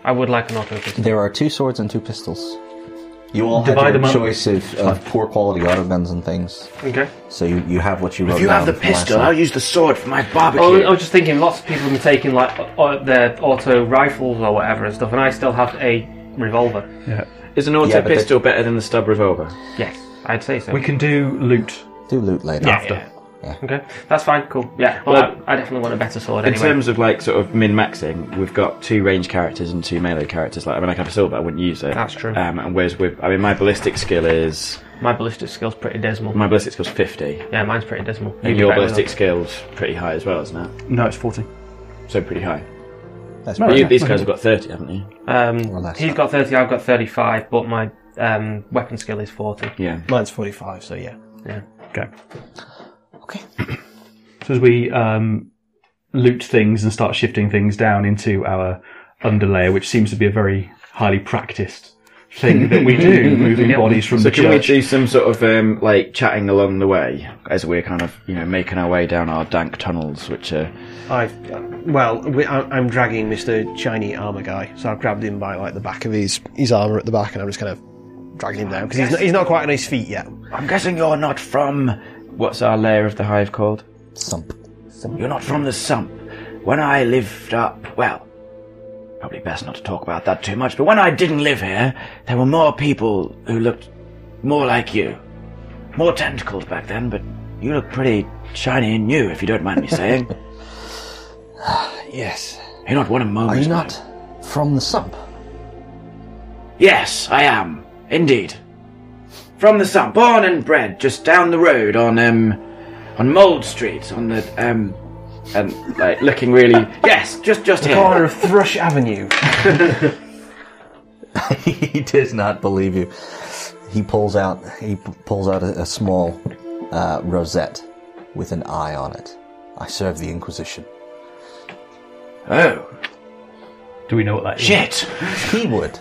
[SPEAKER 11] I would like an auto pistol.
[SPEAKER 6] There are two swords and two pistols. You all have
[SPEAKER 11] Divide them
[SPEAKER 6] your
[SPEAKER 11] up.
[SPEAKER 6] choice of, of poor quality auto guns and things.
[SPEAKER 11] Okay.
[SPEAKER 6] So you, you have what you wrote
[SPEAKER 24] If you have the
[SPEAKER 6] down from last
[SPEAKER 24] pistol,
[SPEAKER 6] time.
[SPEAKER 24] I'll use the sword for my
[SPEAKER 11] Oh, I
[SPEAKER 24] barbecue.
[SPEAKER 11] was just thinking, lots of people have been taking like uh, uh, their auto rifles or whatever and stuff, and I still have a revolver.
[SPEAKER 1] Yeah.
[SPEAKER 24] Is an auto
[SPEAKER 11] Yeah, but they-
[SPEAKER 24] pistol better than the stub revolver?
[SPEAKER 11] Yes, I'd say so.
[SPEAKER 1] we can do loot.
[SPEAKER 6] Do loot later.
[SPEAKER 11] Yeah, yeah, yeah. Okay, that's fine. Cool. Yeah. Well,
[SPEAKER 24] Well,
[SPEAKER 11] I, I definitely want a better sword.
[SPEAKER 24] In
[SPEAKER 11] anyway.
[SPEAKER 24] terms of like sort of min maxing, we've got two range characters and two melee characters. Like I mean, I could have a sword, but I wouldn't use it.
[SPEAKER 11] That's true.
[SPEAKER 24] Um, and whereas with, I mean, my ballistic skill is
[SPEAKER 11] my ballistic skill's pretty dismal.
[SPEAKER 24] my ballistic skill's fifty,
[SPEAKER 11] yeah, mine's pretty dismal. You'd
[SPEAKER 24] and
[SPEAKER 11] be
[SPEAKER 24] your
[SPEAKER 11] better with
[SPEAKER 24] ballistic skill's pretty high as well, isn't it?
[SPEAKER 1] No, it's forty.
[SPEAKER 24] So pretty high.
[SPEAKER 6] That's
[SPEAKER 24] but
[SPEAKER 11] pretty
[SPEAKER 24] you,
[SPEAKER 11] high.
[SPEAKER 24] these guys have got thirty, haven't you?
[SPEAKER 11] Um, he's got 30, I've got 35, but my um, weapon skill is 40.
[SPEAKER 24] Yeah.
[SPEAKER 14] Mine's 45, so yeah.
[SPEAKER 11] Yeah.
[SPEAKER 1] Okay. So as we um, loot things and start shifting things down into our underlayer, which seems to be a very highly practiced thing that we do, moving bodies from
[SPEAKER 24] so
[SPEAKER 1] the
[SPEAKER 24] can
[SPEAKER 1] church.
[SPEAKER 24] we do some sort of um, like chatting along the way as we're kind of you know making our way down our dank tunnels, which are
[SPEAKER 14] I've uh, well, we, I- I'm dragging Mister Shiny Armor Guy, so I've grabbed him by like the back of his his armor at the back, and I'm just kind of dragging him down because he's not, he's not quite on his feet yet.
[SPEAKER 24] I'm guessing you're not from. What's our layer of the hive called?
[SPEAKER 6] Sump.
[SPEAKER 24] You're not from the sump. When I lived up, well, probably best not to talk about that too much, but when I didn't live here, there were more people who looked more like you. More tentacles back then, but you look pretty shiny and new, if you don't mind me saying.
[SPEAKER 6] yes.
[SPEAKER 24] You're not one of
[SPEAKER 6] Are
[SPEAKER 24] Momo's.
[SPEAKER 6] you not from the sump?
[SPEAKER 24] Yes, I am. Indeed. From the sump, born and bred, just down the road on um on Mould Street, on the um and like looking really Yes, just just
[SPEAKER 14] the
[SPEAKER 24] here.
[SPEAKER 14] corner of Thrush Avenue.
[SPEAKER 6] he does not believe you. He pulls out he p- pulls out a, a small uh, rosette with an eye on it. I serve the Inquisition.
[SPEAKER 24] Oh.
[SPEAKER 1] Do we know what that
[SPEAKER 24] Shit.
[SPEAKER 6] He would.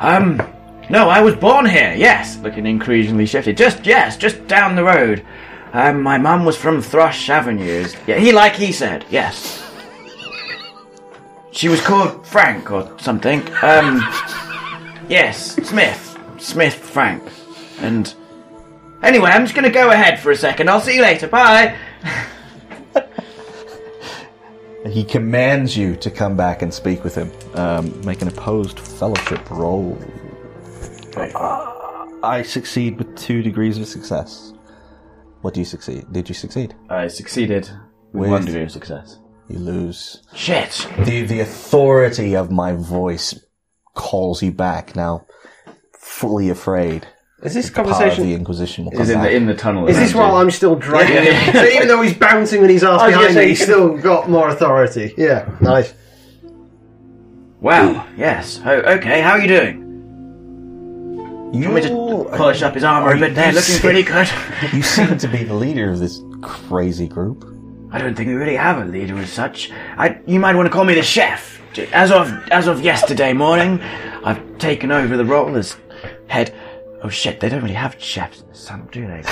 [SPEAKER 24] Um
[SPEAKER 5] No, I was born here, yes. Looking increasingly shifty. Just, yes, just down the road. Um, my mum was from Thrush Avenues. Yeah, he like he said, yes. She was called Frank or something. Um, yes, Smith. Smith Frank. And. Anyway, I'm just gonna go ahead for a second. I'll see you later. Bye!
[SPEAKER 6] He commands you to come back and speak with him. Um, make an opposed fellowship roll. Uh, I succeed with two degrees of success. What do you succeed? Did you succeed?
[SPEAKER 11] I succeeded with, one degree of success.
[SPEAKER 6] You lose.
[SPEAKER 5] Shit!
[SPEAKER 6] The the authority of my voice calls you back now, fully afraid.
[SPEAKER 32] Is this
[SPEAKER 6] The power of
[SPEAKER 32] conversation-
[SPEAKER 6] the Inquisition will
[SPEAKER 11] Is
[SPEAKER 6] come
[SPEAKER 11] in the-
[SPEAKER 6] back.
[SPEAKER 11] in the tunnel
[SPEAKER 32] Is this while I'm still dragging him? So even though he's bouncing and he's
[SPEAKER 7] I
[SPEAKER 32] ass
[SPEAKER 7] was gonna
[SPEAKER 32] behind me,
[SPEAKER 7] say-
[SPEAKER 32] he's still got more authority. Yeah, nice.
[SPEAKER 5] Wow, yes. Oh, okay, how are you doing?
[SPEAKER 6] You
[SPEAKER 5] want me to polish up his armour a bit there? Looking pretty good.
[SPEAKER 6] you seem to be the leader of this crazy group.
[SPEAKER 5] I don't think we really have a leader as such. I, you might want to call me the chef. As of as of yesterday morning, I've taken over the role as head. Oh shit! They don't really have chefs in the sun, do they?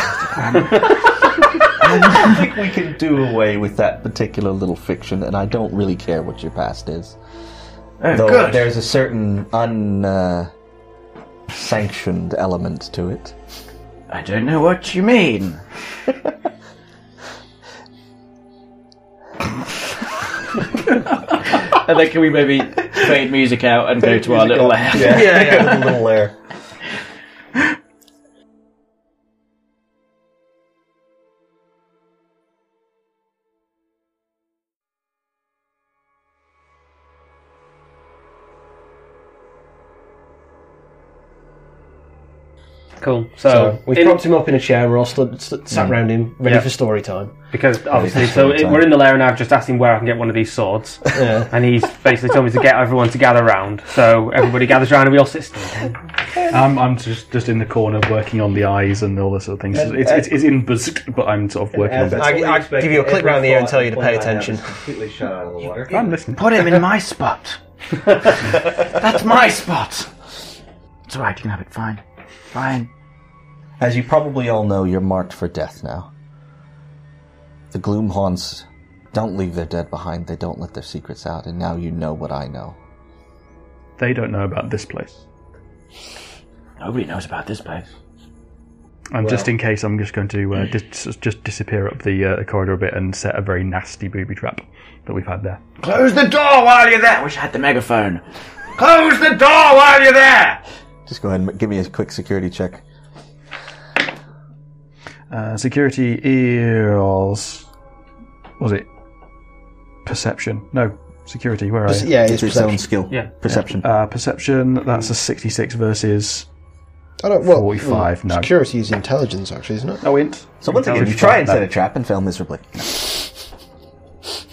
[SPEAKER 6] I think we can do away with that particular little fiction, and I don't really care what your past is.
[SPEAKER 5] Oh,
[SPEAKER 6] Though
[SPEAKER 5] good.
[SPEAKER 6] there's a certain un uh, sanctioned element to it.
[SPEAKER 5] I don't know what you mean. and then can we maybe fade music out and go to our little lair?
[SPEAKER 6] Yeah, yeah, little, little lair.
[SPEAKER 32] Cool.
[SPEAKER 7] So,
[SPEAKER 32] So,
[SPEAKER 7] we
[SPEAKER 32] in-
[SPEAKER 7] propped him up in a chair. We're all stood, stood, sat
[SPEAKER 32] Mm.
[SPEAKER 7] round him, ready
[SPEAKER 32] Yeah.
[SPEAKER 7] for story time.
[SPEAKER 32] Because
[SPEAKER 7] Ready
[SPEAKER 32] obviously,
[SPEAKER 7] for
[SPEAKER 32] so
[SPEAKER 7] story
[SPEAKER 32] it-
[SPEAKER 7] time.
[SPEAKER 32] we're in the lair, and I've just asked him where I can get one of these swords.
[SPEAKER 7] Yeah.
[SPEAKER 32] And he's basically told me to get everyone to gather round. So everybody gathers round, and we all sit still.
[SPEAKER 1] I'm, Um, I'm just just in the corner working on the eyes and all those sort of things.
[SPEAKER 32] And-
[SPEAKER 1] It's, it's, it's in buzzed, but I'm sort of working on
[SPEAKER 32] I-
[SPEAKER 1] it.
[SPEAKER 32] I- I'll give you a clip round the ear and tell you to pay attention.
[SPEAKER 33] Completely shut out of the water.
[SPEAKER 5] I'm listening. Put him in my spot. That's my spot. It's alright, you can have it. Fine. Fine.
[SPEAKER 6] As you probably all know, you're marked for death now. The gloom haunts don't leave their dead behind, they don't let their secrets out, and now you know what I know.
[SPEAKER 1] They don't know about this place.
[SPEAKER 5] Nobody knows about this place.
[SPEAKER 1] And just
[SPEAKER 5] Well-
[SPEAKER 1] in case, I'm just going to uh, dis- just disappear up the, uh, the corridor a bit and set a very nasty booby trap that we've had there.
[SPEAKER 5] Close the door while you're there. I wish I had the megaphone. Close the door while you're there.
[SPEAKER 6] Just go ahead and give me a quick security check.
[SPEAKER 1] Uh, security is was it perception? No, security. Where are
[SPEAKER 6] Perce-
[SPEAKER 1] you?
[SPEAKER 6] yeah, it's It's its own perception. skill. Yeah. Perception.
[SPEAKER 1] Uh, perception. That's a sixty-six versus.
[SPEAKER 7] I don't. Well,
[SPEAKER 1] 45,
[SPEAKER 7] mm,
[SPEAKER 1] no.
[SPEAKER 7] Security is intelligence, actually, isn't it?
[SPEAKER 1] Oh, int.
[SPEAKER 6] So once again, you try and set a trap and fail miserably.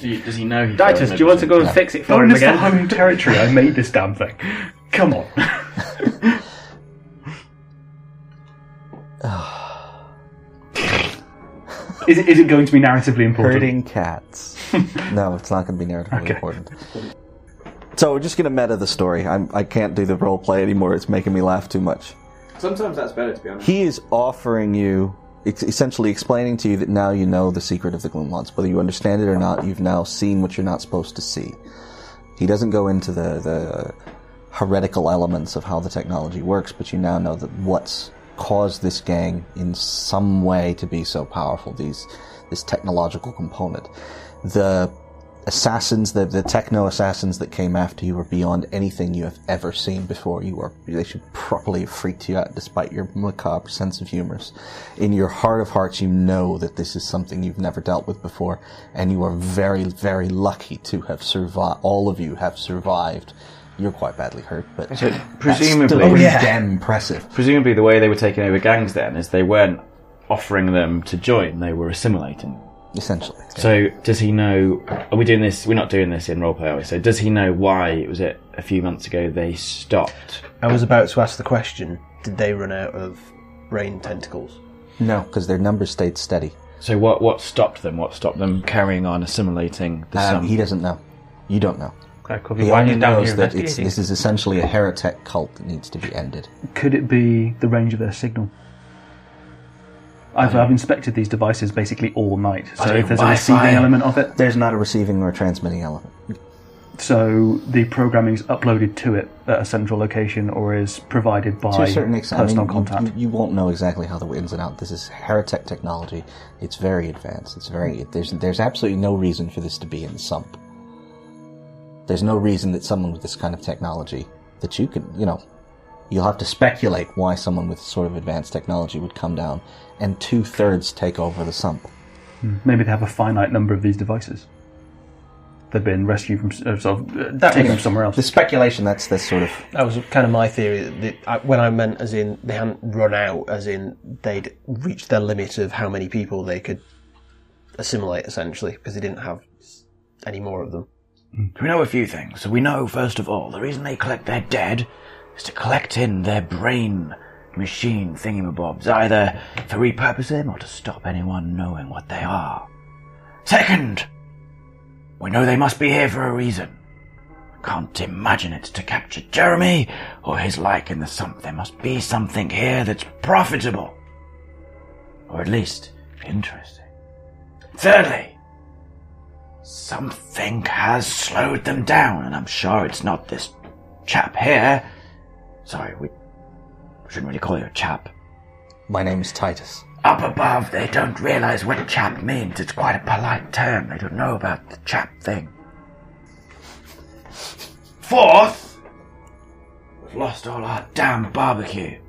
[SPEAKER 5] Do you- Does he know? He
[SPEAKER 1] Ditus,
[SPEAKER 5] failed
[SPEAKER 1] do you want to go and
[SPEAKER 5] miserably?
[SPEAKER 1] fix it for Don't him miss the again? home territory, I made this damn thing. Come on. is, it, is it going to be narratively important?
[SPEAKER 6] Herding cats. no, it's not going to be narratively important. So we're just going to meta the story. I'm, I can't do the role play anymore. It's making me laugh too much.
[SPEAKER 33] Sometimes that's better, to be honest.
[SPEAKER 6] He is offering you, ex- essentially explaining to you that now you know the secret of the Gloom Haunts. Whether you understand it or not, you've now seen what you're not supposed to see. He doesn't go into the, the heretical elements of how the technology works, but you now know that what's caused this gang in some way to be so powerful, these this technological component. The assassins, the, the techno assassins that came after you were beyond anything you have ever seen before. You were they should properly have freaked you out despite your macabre sense of humor. In your heart of hearts you know that this is something you've never dealt with before, and you are very, very lucky to have survived all of you have survived. You're quite badly hurt, but
[SPEAKER 11] So
[SPEAKER 6] that's oh, still
[SPEAKER 11] presumably,
[SPEAKER 6] pretty damn impressive.
[SPEAKER 11] Presumably, the way they were taking over gangs then is they weren't offering them to join; they were assimilating. them.
[SPEAKER 6] Essentially.
[SPEAKER 11] So, does he know? Are we doing this? We're not doing this in roleplay, are we? So, does he know why? Was it a few months ago they stopped?
[SPEAKER 7] I was about to ask the question: Did they run out of brain tentacles?
[SPEAKER 6] No, because their numbers stayed steady.
[SPEAKER 11] So, what what stopped them? What stopped them carrying on assimilating the
[SPEAKER 6] Um,
[SPEAKER 11] sum?
[SPEAKER 6] he doesn't know. You don't know.
[SPEAKER 11] That could be
[SPEAKER 6] He
[SPEAKER 11] why
[SPEAKER 6] only
[SPEAKER 11] he's down
[SPEAKER 6] knows
[SPEAKER 11] here
[SPEAKER 6] that it's,
[SPEAKER 11] investigating.
[SPEAKER 6] this is essentially a heretic cult that needs to be ended.
[SPEAKER 1] Could it be the range of their signal? I've, I've inspected these devices basically all night, so if there's a receiving element of it,
[SPEAKER 6] there's not a receiving or a transmitting element.
[SPEAKER 1] so the programming's uploaded to it at a central location or is provided by
[SPEAKER 6] to a certain extent, I mean,
[SPEAKER 1] personal
[SPEAKER 6] you-
[SPEAKER 1] contact.
[SPEAKER 6] You, you won't know exactly how the ins and out. This is heretic technology. It's very advanced. It's very there's there's absolutely no reason for this to be in the sump. There's no reason that someone with this kind of technology that you can you know you'll have to speculate why someone with sort of advanced technology would come down and two thirds take over the sump.
[SPEAKER 1] Hmm, Maybe they have a finite number of these devices. They've been rescued from, uh, sort of, uh, taken from somewhere else.
[SPEAKER 6] The speculation that's this sort of
[SPEAKER 14] That was kind of my theory. That the, I, when I meant as in they hadn't run out, as in they'd reached their limit of how many people they could assimilate, essentially, because they didn't have any more of them.
[SPEAKER 5] Mm. We know a few things. So we know, first of all, the reason they collect their dead is to collect in their brain machine thingamabobs, either to repurpose them or to stop anyone knowing what they are. Second, we know they must be here for a reason. Can't imagine it's to capture Jeremy or his like in the sump. There must be something here that's profitable. Or at least interesting. Thirdly, Something has slowed them down, and I'm sure it's not this chap here. Sorry, we shouldn't really call you a chap.
[SPEAKER 6] My name is Titus.
[SPEAKER 5] Up above, they don't realize what chap means. It's quite a polite term. They don't know about the chap thing. Fourth, we've lost all our damn barbecue.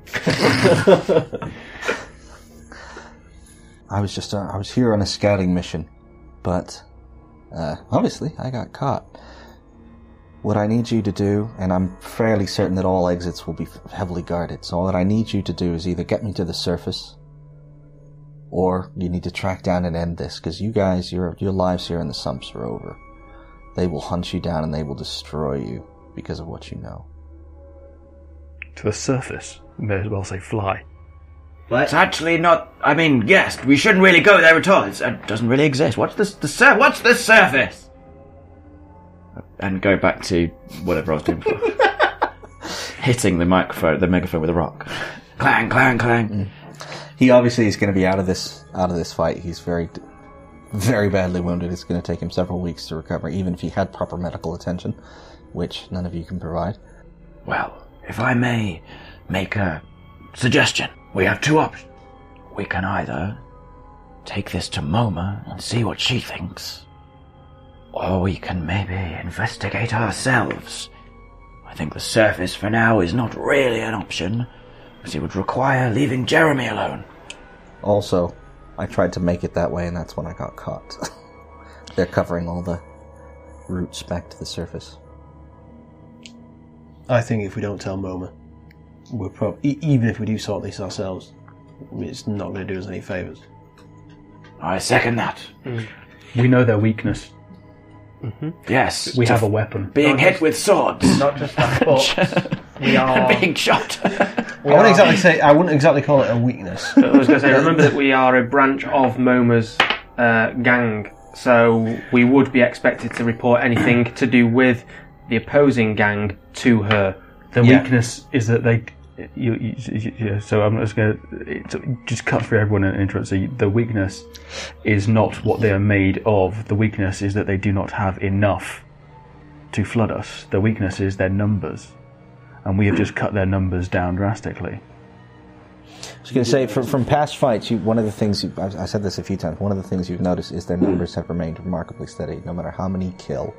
[SPEAKER 6] I was just uh, I was here on a scouting mission, but uh, obviously I got caught. What I need you to do, and I'm fairly certain that all exits will be f- heavily guarded. So what I need you to do is either get me to the surface, or you need to track down and end this because you guys, your your lives here in the sumps are over. They will hunt you down and they will destroy you because of what you know.
[SPEAKER 1] To the surface, may as well say fly.
[SPEAKER 5] But it's actually not. I mean, yes, we shouldn't really go there at all. It's, it doesn't really exist. What's this? The sur- What's the surface? And go back to whatever I was doing before. Hitting the microphone, the megaphone with a rock. Clang, clang, clang.
[SPEAKER 6] He obviously is going to be out of this out of this fight. He's very, very badly wounded. It's going to take him several weeks to recover, even if he had proper medical attention, which none of you can provide.
[SPEAKER 5] Well, if I may make a suggestion, we have two options. We can either take this to Moma and see what she thinks, or we can maybe investigate ourselves. I think the surface for now is not really an option, as it would require leaving Jeremy alone.
[SPEAKER 6] Also, I tried to make it that way, and that's when I got caught. They're covering all the roots back to the surface.
[SPEAKER 14] I think if we don't tell MoMA, we're prob- e- even if we do sort this ourselves, it's not going to do us any favours.
[SPEAKER 5] I second that.
[SPEAKER 1] We know their weakness.
[SPEAKER 5] Yes,
[SPEAKER 1] We
[SPEAKER 5] to
[SPEAKER 1] have a weapon.
[SPEAKER 5] Being hit with swords.
[SPEAKER 11] Mm-hmm. Not just that, but we are
[SPEAKER 5] being shot.
[SPEAKER 14] I wouldn't exactly say I wouldn't exactly call it a weakness.
[SPEAKER 11] I was going to say, remember that we are a branch of MoMA's uh, gang, so we would be expected to report anything to do with the opposing gang to her.
[SPEAKER 1] Their weakness is that they. You, you, you- yeah, so I'm just going to just cut through everyone and interrupt. So the weakness is not what they are made of. The weakness is that they do not have enough to flood us. The weakness is their numbers, and we have just cut their numbers down drastically.
[SPEAKER 6] I was going to say, from, from past fights, you, one of the things you, I, I said this a few times. One of the things you've noticed is their
[SPEAKER 1] Hmm.
[SPEAKER 6] numbers have remained remarkably steady, no matter how many kill.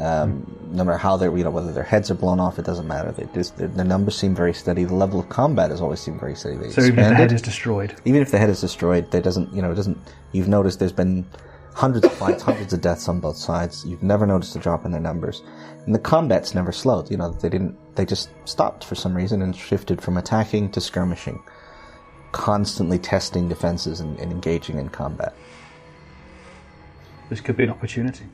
[SPEAKER 6] Um, no matter how they're, you know, whether their heads are blown off, it doesn't matter. They just, their, their numbers seem very steady. The level of combat has always seemed very steady. They
[SPEAKER 1] So even if the
[SPEAKER 6] expanded.
[SPEAKER 1] head is destroyed,
[SPEAKER 6] even if the head is destroyed, there doesn't, you know, it doesn't. You've noticed there's been hundreds of fights, hundreds of deaths on both sides. You've never noticed a drop in their numbers, and the combat's never slowed. You know, they didn't. They just stopped for some reason and shifted from attacking to skirmishing, constantly testing defenses and, and engaging in combat.
[SPEAKER 1] this could be an opportunity.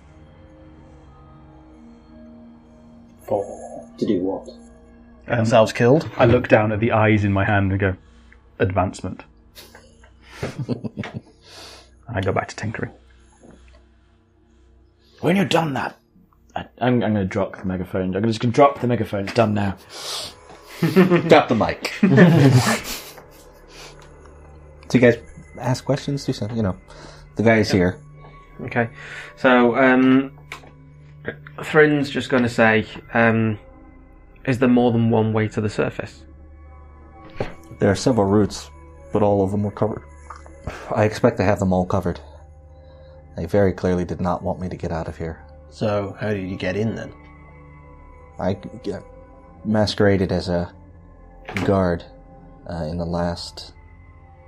[SPEAKER 20] For to do what?
[SPEAKER 1] Themselves killed. I look down at the eyes in my hand and go, advancement. and I go back to tinkering.
[SPEAKER 5] When you've done that,
[SPEAKER 24] I, I'm, I'm going to drop the megaphone. I'm just going to drop the megaphone. It's done now.
[SPEAKER 6] Drop the mic. so you guys ask questions, do something. You know, the guy's here.
[SPEAKER 34] Okay, so um, Thrin's just going to say, um, "Is there more than one way to the surface?"
[SPEAKER 6] There are several routes, but all of them were covered. I expect to have them all covered. They very clearly did not want me to get out of here.
[SPEAKER 14] So, how did you get in then?
[SPEAKER 6] I g- masqueraded as a guard uh, in the last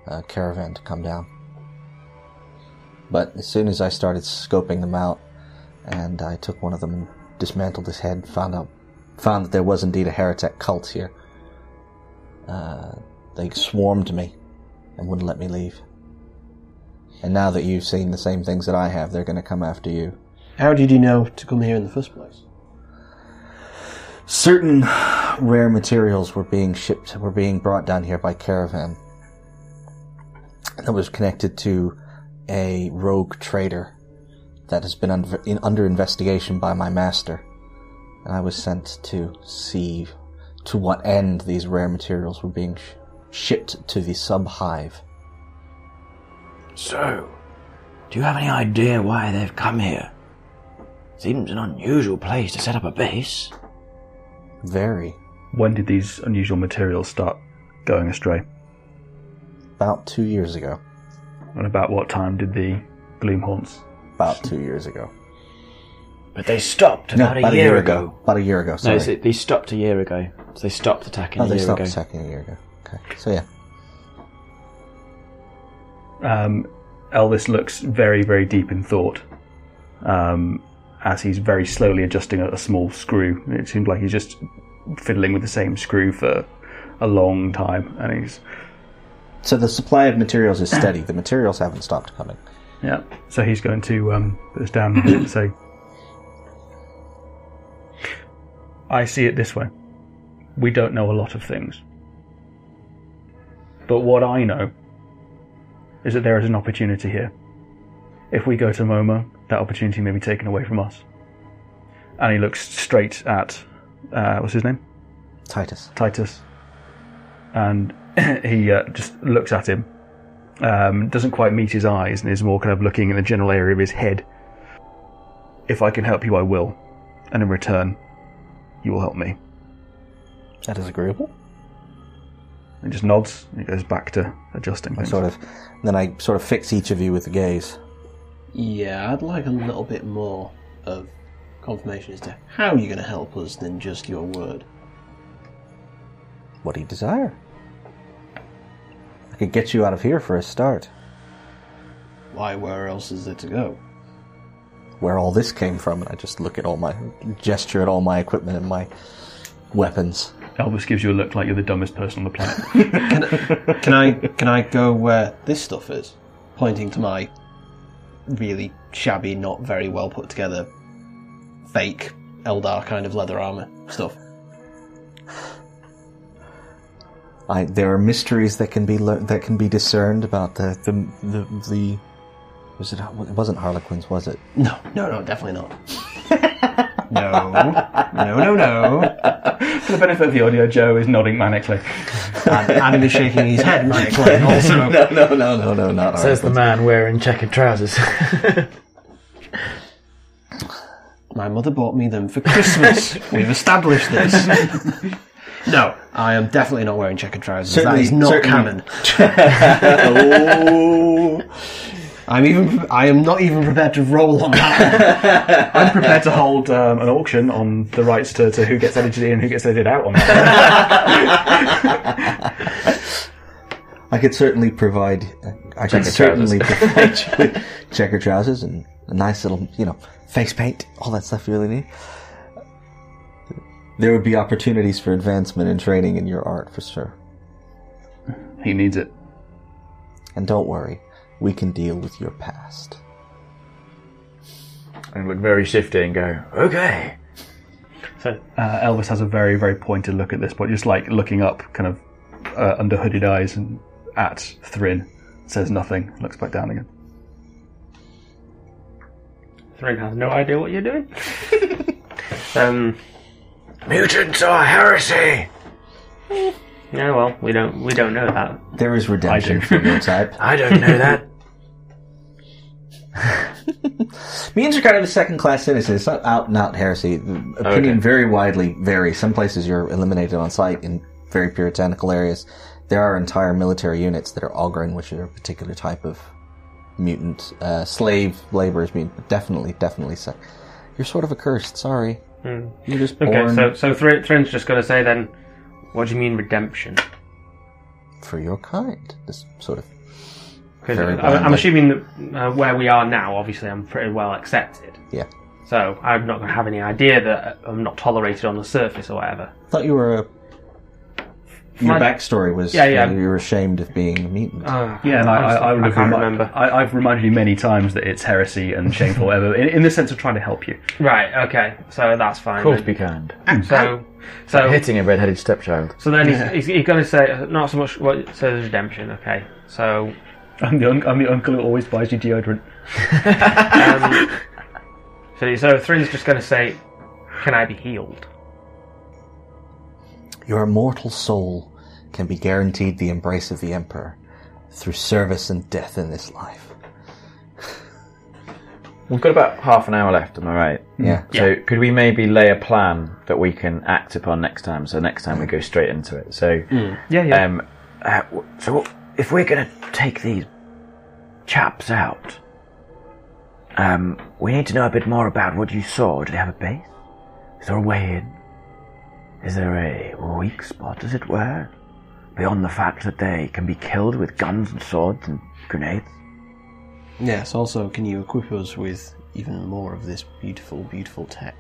[SPEAKER 6] uh, caravan to come down. But as soon as I started scoping them out, and I took one of them and dismantled his head, found out, found that there was indeed a heretic cult here. Uh, they swarmed me and wouldn't let me leave. And now that you've seen the same things that I have, they're going to come after you.
[SPEAKER 14] How did you know to come here in the first place?
[SPEAKER 6] Certain rare materials were being shipped, were being brought down here by caravan. That was connected to a rogue trader that has been under, in, under investigation by my master. And I was sent to see to what end these rare materials were being sh- shipped to the subhive.
[SPEAKER 5] So, do you have any idea why they've come here? Seems an unusual place to set up a base.
[SPEAKER 6] Very.
[SPEAKER 1] When did these unusual materials start going astray?
[SPEAKER 6] About two years ago.
[SPEAKER 1] And about what time did the gloom haunts?
[SPEAKER 6] About two years ago.
[SPEAKER 24] But they stopped
[SPEAKER 6] No,
[SPEAKER 24] about, a, year ago.
[SPEAKER 6] About a year ago. Sorry.
[SPEAKER 24] No, so they stopped a year ago. So they stopped attacking
[SPEAKER 6] Oh,
[SPEAKER 24] a
[SPEAKER 6] they
[SPEAKER 24] year
[SPEAKER 6] stopped
[SPEAKER 24] ago.
[SPEAKER 6] attacking a year ago. Okay, so yeah.
[SPEAKER 1] Um, Elvis looks very, very deep in thought um, as he's very slowly adjusting a, a small screw. It seems like he's just fiddling with the same screw for a long time, and he's
[SPEAKER 6] So the supply of materials is steady. the materials haven't stopped coming.
[SPEAKER 1] yeah. So he's going to um, put this down and say, "I see it this way. We don't know a lot of things, but what I know is that there is an opportunity here. If we go to MoMA, that opportunity may be taken away from us. And he looks straight at uh, what's his name?
[SPEAKER 6] Titus.
[SPEAKER 1] Titus. And he uh, just looks at him. Um, doesn't quite meet his eyes and is more kind of looking in the general area of his head. If I can help you, I will. And in return, you will help me.
[SPEAKER 6] That is agreeable.
[SPEAKER 1] He just nods and he goes back to adjusting
[SPEAKER 6] I
[SPEAKER 1] things.
[SPEAKER 6] sort of, then I sort of fix each of you with the gaze.
[SPEAKER 14] Yeah, I'd like a little bit more of confirmation as to how you're going to help us than just your word.
[SPEAKER 6] What do you desire? I could get you out of here for a start.
[SPEAKER 14] Why, where else is there to go?
[SPEAKER 6] Where all this came from, and I just look at all my gesture at all my equipment and my weapons.
[SPEAKER 1] Elvis gives you a look like you're the dumbest person on the planet.
[SPEAKER 14] Can I can I go where this stuff is? Pointing to my really shabby, not very well put together, fake Eldar kind of leather armor stuff.
[SPEAKER 6] I, there are mysteries that can be lear that can be discerned about the the the, the was it it wasn't Harlequins was it
[SPEAKER 14] No, no, no, definitely not. no, no, no, no.
[SPEAKER 1] For the benefit of the audio, Joe is nodding manically.
[SPEAKER 14] And Adam is shaking his head manically. Also,
[SPEAKER 6] no, no, no, no, no, not
[SPEAKER 24] Says the man wearing checkered trousers.
[SPEAKER 14] my mother bought me them for Christmas. We've established this. no, I am definitely not wearing checkered trousers. that
[SPEAKER 6] Certainly-
[SPEAKER 14] is not
[SPEAKER 6] certainly-
[SPEAKER 14] canon. I'm even. I am not even prepared to roll on that.
[SPEAKER 1] I'm prepared to hold um, an auction on the rights to, to who gets edited in and who gets edited out on that.
[SPEAKER 6] I could certainly provide. uh, I could
[SPEAKER 1] Checker
[SPEAKER 6] certainly
[SPEAKER 1] trousers.
[SPEAKER 6] provide you with checker trousers and a nice little, you know, face paint, all that stuff you really need. There would be opportunities for advancement and training in your art for sure.
[SPEAKER 1] He needs it.
[SPEAKER 6] And don't worry, we can deal with your past.
[SPEAKER 5] And look very shifty and go, okay.
[SPEAKER 1] So uh, Elvis has a very, very pointed look at this point, just like looking up, kind of uh, under hooded eyes, and at Thrin, says nothing, looks back down again.
[SPEAKER 11] Thrin has no idea what you're doing. Um,
[SPEAKER 5] Mutants are heresy.
[SPEAKER 11] yeah, well, we don't we don't know that.
[SPEAKER 6] There is redemption for your type.
[SPEAKER 5] I don't know that.
[SPEAKER 6] Means are kind of a second class citizen. It's not out and out heresy. The opinion
[SPEAKER 5] Okay.
[SPEAKER 6] very widely varies. Some places you're eliminated on sight in very puritanical areas. There are entire military units that are Ogryn, which are a particular type of mutant. Uh, slave laborers, I mean, definitely, definitely. Sec- you're sort of accursed, sorry.
[SPEAKER 11] Hmm.
[SPEAKER 6] You're just
[SPEAKER 11] Okay,
[SPEAKER 6] born
[SPEAKER 11] so so Thr- Thrin's just gonna say then, what do you mean redemption?
[SPEAKER 6] for your kind. This sort of.
[SPEAKER 11] 'Cause
[SPEAKER 6] very
[SPEAKER 11] I'm, I'm
[SPEAKER 6] blindly.
[SPEAKER 11] assuming that uh, where we are now, obviously, I'm pretty well accepted.
[SPEAKER 6] Yeah.
[SPEAKER 11] So I'm not gonna have any idea that I'm not tolerated on the surface or whatever.
[SPEAKER 6] thought you were a. Your
[SPEAKER 11] My-
[SPEAKER 6] backstory was
[SPEAKER 11] Yeah, Uh. yeah.
[SPEAKER 6] You, were ashamed of being a mutant.
[SPEAKER 1] yeah, and I, I, I, would have
[SPEAKER 6] can't
[SPEAKER 1] remi- I, I've reminded you many times that it's heresy and shameful, ever in, in the sense of trying to help you. Hmm.
[SPEAKER 11] Right. Okay. So that's fine.
[SPEAKER 1] Of course
[SPEAKER 11] then.
[SPEAKER 1] be
[SPEAKER 5] kind.
[SPEAKER 11] So
[SPEAKER 5] It's
[SPEAKER 11] so
[SPEAKER 5] like hitting a redheaded stepchild.
[SPEAKER 11] So then he's, he's, he's going to say, uh, not so much what so there's redemption, okay. So.
[SPEAKER 1] I'm the, un- I'm the uncle who always buys you deodorant.
[SPEAKER 11] um, so, so Thrin's just going to say, can I be healed?
[SPEAKER 6] Your immortal soul can be guaranteed the embrace of the Emperor through service and death in this life.
[SPEAKER 5] We've got about half an hour left, am I right?
[SPEAKER 6] Yeah.
[SPEAKER 5] So could we maybe lay a plan that we can act upon next time? So next time we go straight into it. So
[SPEAKER 34] Mm. Yeah, yeah.
[SPEAKER 5] Um, uh, w- so what, if we're going to take these chaps out, um, we need to know a bit more about what you saw. Do they have a base? Is there a way in? Is there a weak spot, as it were? Beyond the fact that they can be killed with guns and swords and grenades.
[SPEAKER 14] Yes, also, can you equip us with even more of this beautiful, beautiful tech?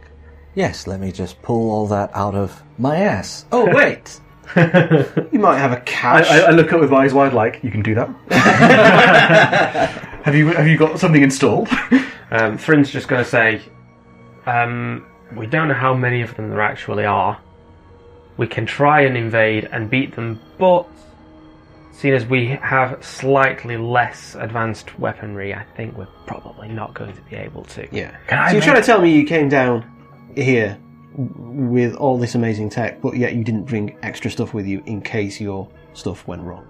[SPEAKER 6] Yes, let me just pull all that out of my ass. Oh, wait!
[SPEAKER 14] you might have a
[SPEAKER 1] I,
[SPEAKER 14] cache.
[SPEAKER 1] I, I look up with my eyes wide, like you can do that. have you have you got something installed?
[SPEAKER 11] Um, Thrin's just going to say, um, we don't know how many of them there actually are. We can try and invade and beat them, but seeing as we have slightly less advanced weaponry, I think we're probably not going to be able to.
[SPEAKER 14] Yeah.
[SPEAKER 11] Can I
[SPEAKER 14] so you're
[SPEAKER 11] make-
[SPEAKER 14] trying to tell me you came down here w- with all this amazing tech, but yet you didn't bring extra stuff with you in case your stuff went wrong.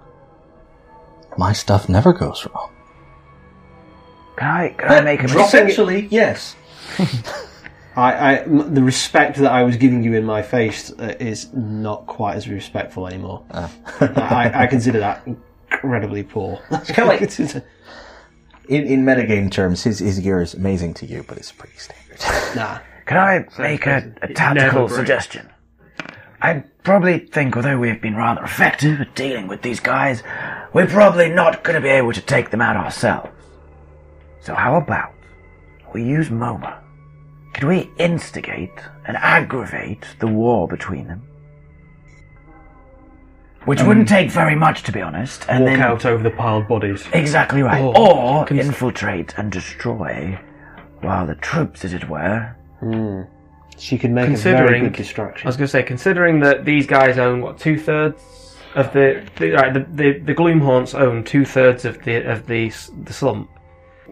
[SPEAKER 6] My stuff never goes wrong.
[SPEAKER 5] Can I, can
[SPEAKER 14] But
[SPEAKER 5] I make a
[SPEAKER 14] dropping
[SPEAKER 5] mistake?
[SPEAKER 14] it- yes. I, I- m- the respect that I was giving you in my face uh, is not quite as respectful anymore. I, I consider that incredibly poor. It's
[SPEAKER 6] kind of like. In, in metagame terms, his, his gear is amazing to you, but it's pretty standard.
[SPEAKER 14] Nah.
[SPEAKER 5] Can I make a, a tactical
[SPEAKER 6] breaks.
[SPEAKER 5] suggestion? I probably think, although we have been rather effective at dealing with these guys, we're probably not going to be able to take them out ourselves. So how about we use MoMA? Could we instigate and aggravate the war between them? Which
[SPEAKER 1] Um,
[SPEAKER 5] wouldn't take very much, to be honest. And
[SPEAKER 1] Walk
[SPEAKER 5] then
[SPEAKER 1] out over the piled bodies.
[SPEAKER 5] Exactly right.
[SPEAKER 1] Oh,
[SPEAKER 5] or infiltrate and destroy while the troops, as it were.
[SPEAKER 1] Hmm.
[SPEAKER 14] She could make a very
[SPEAKER 11] considering
[SPEAKER 14] good distraction.
[SPEAKER 11] I was going to say, considering that these guys own what two thirds of the the, right, the the the gloom haunts own two thirds of the of the s- the slump.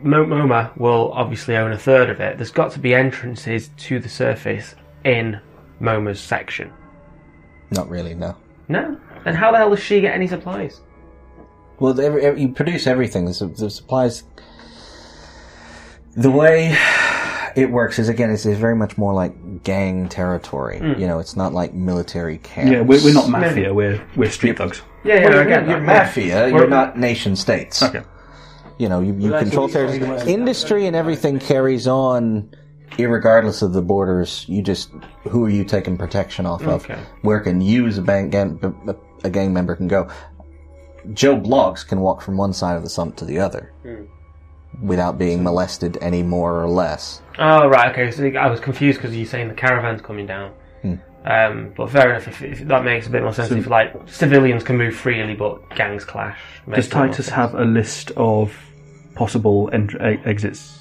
[SPEAKER 11] Mo- MoMA will obviously own a third of it. There's got to be entrances to the surface in MoMA's section.
[SPEAKER 6] Not really, no.
[SPEAKER 11] No, then how the hell does she get any supplies?
[SPEAKER 6] Well, every, every, you produce everything. The, su- the supplies. The way it works is again, it's, it's very much more like gang territory.
[SPEAKER 1] Mm.
[SPEAKER 6] You know, it's not like military camps.
[SPEAKER 1] Yeah, we're, we're not mafia. We're we're street thugs.
[SPEAKER 11] Yeah, yeah,
[SPEAKER 6] Well,
[SPEAKER 11] I
[SPEAKER 6] you're-
[SPEAKER 11] get
[SPEAKER 6] You're
[SPEAKER 11] that.
[SPEAKER 6] mafia.
[SPEAKER 11] We're-
[SPEAKER 6] You're not nation states.
[SPEAKER 1] Okay.
[SPEAKER 6] You know, you, you
[SPEAKER 11] Well, that's
[SPEAKER 6] control
[SPEAKER 11] what we-
[SPEAKER 6] territories. Industry and everything carries on, irregardless of the borders. You just who are you taking protection off
[SPEAKER 11] Okay.
[SPEAKER 6] of? Where can you, as a bang, gang, b- b- a gang member, can go? Joe Blogs can walk from one side of the sump to the other
[SPEAKER 11] Hmm.
[SPEAKER 6] without being molested any more or less.
[SPEAKER 11] Oh right, okay. So I was confused because you're saying the caravan's coming down.
[SPEAKER 6] Hmm.
[SPEAKER 11] Um, but fair enough. If, if that makes a bit more sense,
[SPEAKER 1] So-
[SPEAKER 11] if like civilians can move freely, but gangs clash.
[SPEAKER 1] Does
[SPEAKER 11] Makes a lot more
[SPEAKER 1] Titus
[SPEAKER 11] sense.
[SPEAKER 1] have a list of possible ent- e- exits?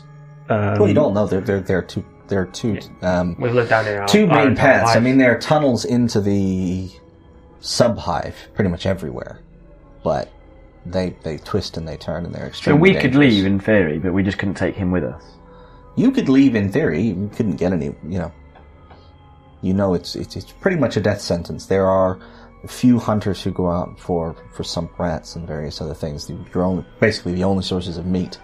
[SPEAKER 1] Um,
[SPEAKER 6] well, you don't know. They're they're, they're two. They're two. Um,
[SPEAKER 11] We've lived down here. our-
[SPEAKER 6] two
[SPEAKER 11] our
[SPEAKER 6] main
[SPEAKER 11] entire
[SPEAKER 6] paths. I
[SPEAKER 11] lives.
[SPEAKER 6] mean, there are tunnels into the subhive pretty much everywhere, but they they twist and they turn and they're
[SPEAKER 5] So
[SPEAKER 6] extremely.
[SPEAKER 5] we could
[SPEAKER 6] dangerous.
[SPEAKER 5] leave in theory, but we just couldn't take him with us.
[SPEAKER 6] You could leave in theory. You couldn't get any. You know, you know it's, it's it's pretty much a death sentence. There are a few hunters who go out for for some rats and various other things. You're only basically the only sources of meat,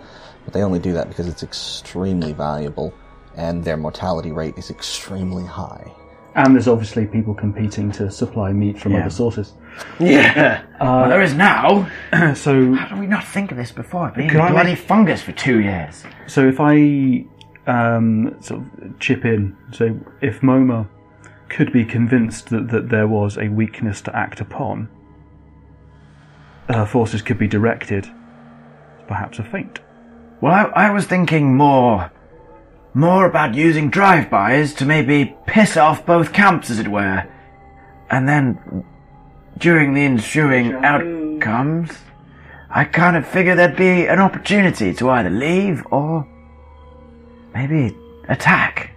[SPEAKER 6] but they only do that because it's extremely valuable, and their mortality rate is extremely high.
[SPEAKER 7] And there's obviously people competing to supply meat from
[SPEAKER 6] Yeah.
[SPEAKER 7] other sources.
[SPEAKER 6] Yeah.
[SPEAKER 7] Uh,
[SPEAKER 5] well, there is now.
[SPEAKER 7] so
[SPEAKER 5] how do we not think of this before? Being
[SPEAKER 7] Can I
[SPEAKER 5] bloody
[SPEAKER 7] make-
[SPEAKER 5] fungus for two years.
[SPEAKER 7] So if I um, sort of chip in, so if MoMA could be convinced that, that there was a weakness to act upon, her forces could be directed, perhaps a feint.
[SPEAKER 5] Well, I, I was thinking more, more about using drive-bys to maybe piss off both camps, as it were, and then during the ensuing outcomes, I kind of figure there'd be an opportunity to either leave or maybe attack.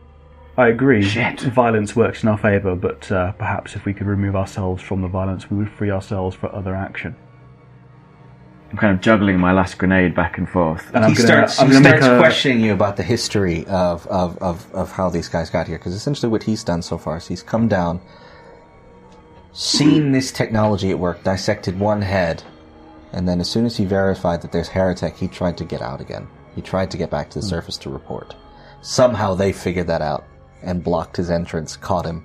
[SPEAKER 7] I agree. Violence works in our favour, but uh, perhaps if we could remove ourselves from the violence, we would free ourselves for other action.
[SPEAKER 5] I'm kind of juggling my last grenade back and forth.
[SPEAKER 7] And I'm
[SPEAKER 6] he
[SPEAKER 7] gonna-
[SPEAKER 6] starts,
[SPEAKER 7] I'm
[SPEAKER 6] he
[SPEAKER 7] gonna make
[SPEAKER 6] starts
[SPEAKER 7] a-
[SPEAKER 6] questioning you about the history of, of, of, of how these guys got here, because essentially what he's done so far is he's come down, seen this technology at work, dissected one head, and then as soon as he verified that there's heretic, he tried to get out again. He tried to get back
[SPEAKER 7] Hmm.
[SPEAKER 6] to the surface to report. Somehow they figured that out and blocked his entrance, caught him,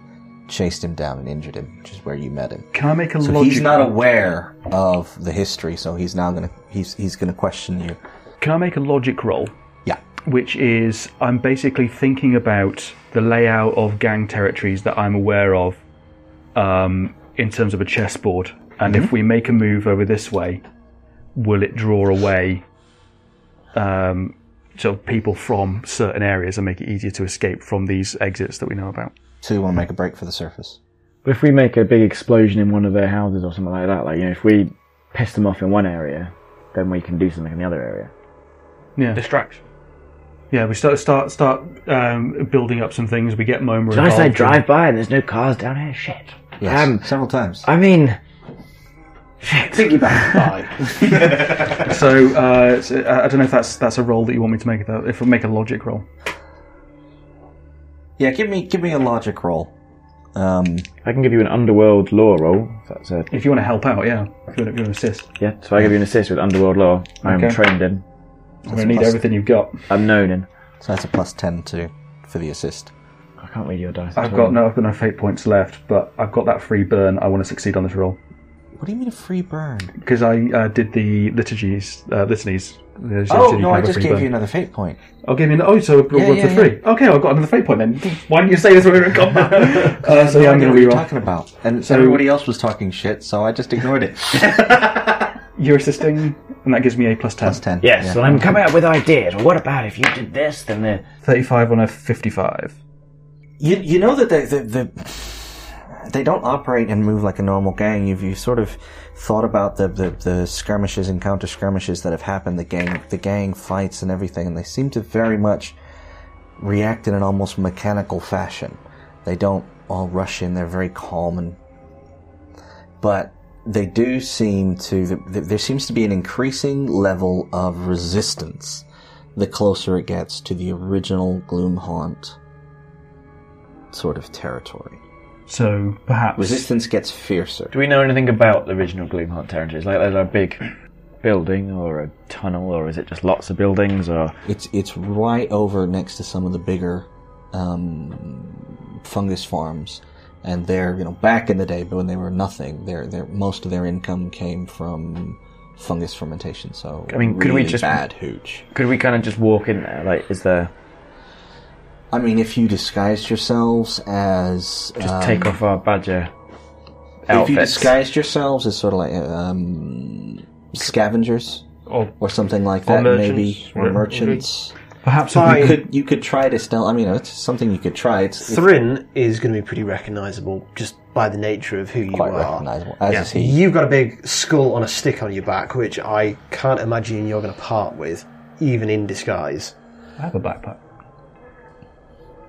[SPEAKER 6] chased him down, and injured him, which is where you met him
[SPEAKER 7] Can I make a
[SPEAKER 6] so
[SPEAKER 7] logic?
[SPEAKER 6] he's not aware of the history, so he's now gonna he's he's gonna question you.
[SPEAKER 7] Can I make a logic roll?
[SPEAKER 6] Yeah.
[SPEAKER 7] Which is, I'm basically thinking about the layout of gang territories that I'm aware of um, in terms of a chessboard. And
[SPEAKER 1] Mhm.
[SPEAKER 7] if we make a move over this way, will it draw away um, sort of people from certain areas and make it easier to escape from these exits that we know about?
[SPEAKER 6] So you want to make a break for the surface?
[SPEAKER 24] But if we make a big explosion in one of their houses or something like that, like you know, if we piss them off in one area, then we can do something in the other area.
[SPEAKER 7] Yeah.
[SPEAKER 11] Distraction.
[SPEAKER 7] Yeah, we start start start um, building up some things. We get Moma.
[SPEAKER 24] Did I say
[SPEAKER 7] involved.
[SPEAKER 24] drive by and there's no cars down here? Shit. Um,
[SPEAKER 7] Yes,
[SPEAKER 6] several times.
[SPEAKER 24] I mean,
[SPEAKER 34] Oh,
[SPEAKER 7] so, uh, so, uh, I don't know if that's that's a roll that you want me to make. Though, if I make a logic roll,
[SPEAKER 6] Yeah, give me give me a logic roll. Um,
[SPEAKER 24] I can give you an underworld law roll. If, that's a,
[SPEAKER 7] if you want to help out, yeah, if you want to assist,
[SPEAKER 24] yeah. So I give you an assist with underworld law. I'm
[SPEAKER 7] Okay.
[SPEAKER 24] trained in.
[SPEAKER 7] I'm gonna need everything you've got.
[SPEAKER 24] I'm known in.
[SPEAKER 6] So that's a plus ten to for the assist.
[SPEAKER 24] I can't read your dice.
[SPEAKER 7] I've
[SPEAKER 24] at all.
[SPEAKER 7] got no, I've got no fate points left, but I've got that free burn. I want to succeed on this roll
[SPEAKER 6] What do you mean a free burn?
[SPEAKER 7] because I uh, did the liturgies, uh, litanies. There's
[SPEAKER 6] Oh
[SPEAKER 7] litany
[SPEAKER 6] no,
[SPEAKER 7] kind
[SPEAKER 6] I
[SPEAKER 7] of a
[SPEAKER 6] just
[SPEAKER 7] free
[SPEAKER 6] gave
[SPEAKER 7] burn.
[SPEAKER 6] you another fate point.
[SPEAKER 7] I'll give you. an- Oh, so we're
[SPEAKER 6] Yeah,
[SPEAKER 7] up
[SPEAKER 6] yeah,
[SPEAKER 7] to three. Okay, I've got another fate point then. Why didn't you say this when we were in combat? uh, so yeah, I'm
[SPEAKER 6] I know
[SPEAKER 7] going
[SPEAKER 6] what
[SPEAKER 7] to
[SPEAKER 6] you're
[SPEAKER 7] reroll.
[SPEAKER 6] talking about, and
[SPEAKER 7] So-
[SPEAKER 6] everybody else was talking shit, so I just ignored it.
[SPEAKER 7] You're assisting, and that gives me a plus ten. Plus
[SPEAKER 6] ten.
[SPEAKER 5] Yes, well, I'm coming up with ideas. Well, what about if you did this, then the
[SPEAKER 7] Thirty-five on a fifty-five.
[SPEAKER 6] You you know that the, the, the they don't operate and move like a normal gang. You've you sort of thought about the, the, the skirmishes and counter skirmishes that have happened, the gang the gang fights and everything, and they seem to very much react in an almost mechanical fashion. They don't all rush in. They're very calm and but they do seem to th- th- there seems to be an increasing level of resistance the closer it gets to the original gloom haunt sort of territory
[SPEAKER 7] So perhaps
[SPEAKER 6] resistance gets fiercer
[SPEAKER 5] Do we know anything about the original Gloomheart territories? Like, there's a big building or a tunnel, or is it just lots of buildings? Or
[SPEAKER 6] it's it's right over next to some of the bigger um, fungus farms, and they're you know back in the day, but when they were nothing, their their most of their income came from fungus fermentation. So
[SPEAKER 5] I mean, could we
[SPEAKER 6] really
[SPEAKER 5] just
[SPEAKER 6] bad hooch?
[SPEAKER 5] Could we kind of just walk in there? Like, is there?
[SPEAKER 6] I mean, if you disguised yourselves as um,
[SPEAKER 5] Just take off our badger
[SPEAKER 6] If you
[SPEAKER 5] outfits.
[SPEAKER 6] disguised yourselves as sort of like um, scavengers
[SPEAKER 5] Or-
[SPEAKER 6] or something like
[SPEAKER 5] or
[SPEAKER 6] that, maybe
[SPEAKER 5] merchants.
[SPEAKER 6] or merchants.
[SPEAKER 7] Perhaps
[SPEAKER 16] I-
[SPEAKER 6] you could you could try to stealth. I mean, it's something you could try. It's it's-
[SPEAKER 16] Thrin is going to be pretty recognisable just by the nature of who you
[SPEAKER 6] Quite
[SPEAKER 16] are.
[SPEAKER 6] recognisable, as is he.
[SPEAKER 16] You've got a big skull on a stick on your back, which I can't imagine you're going to part with, even in disguise.
[SPEAKER 7] I have a backpack.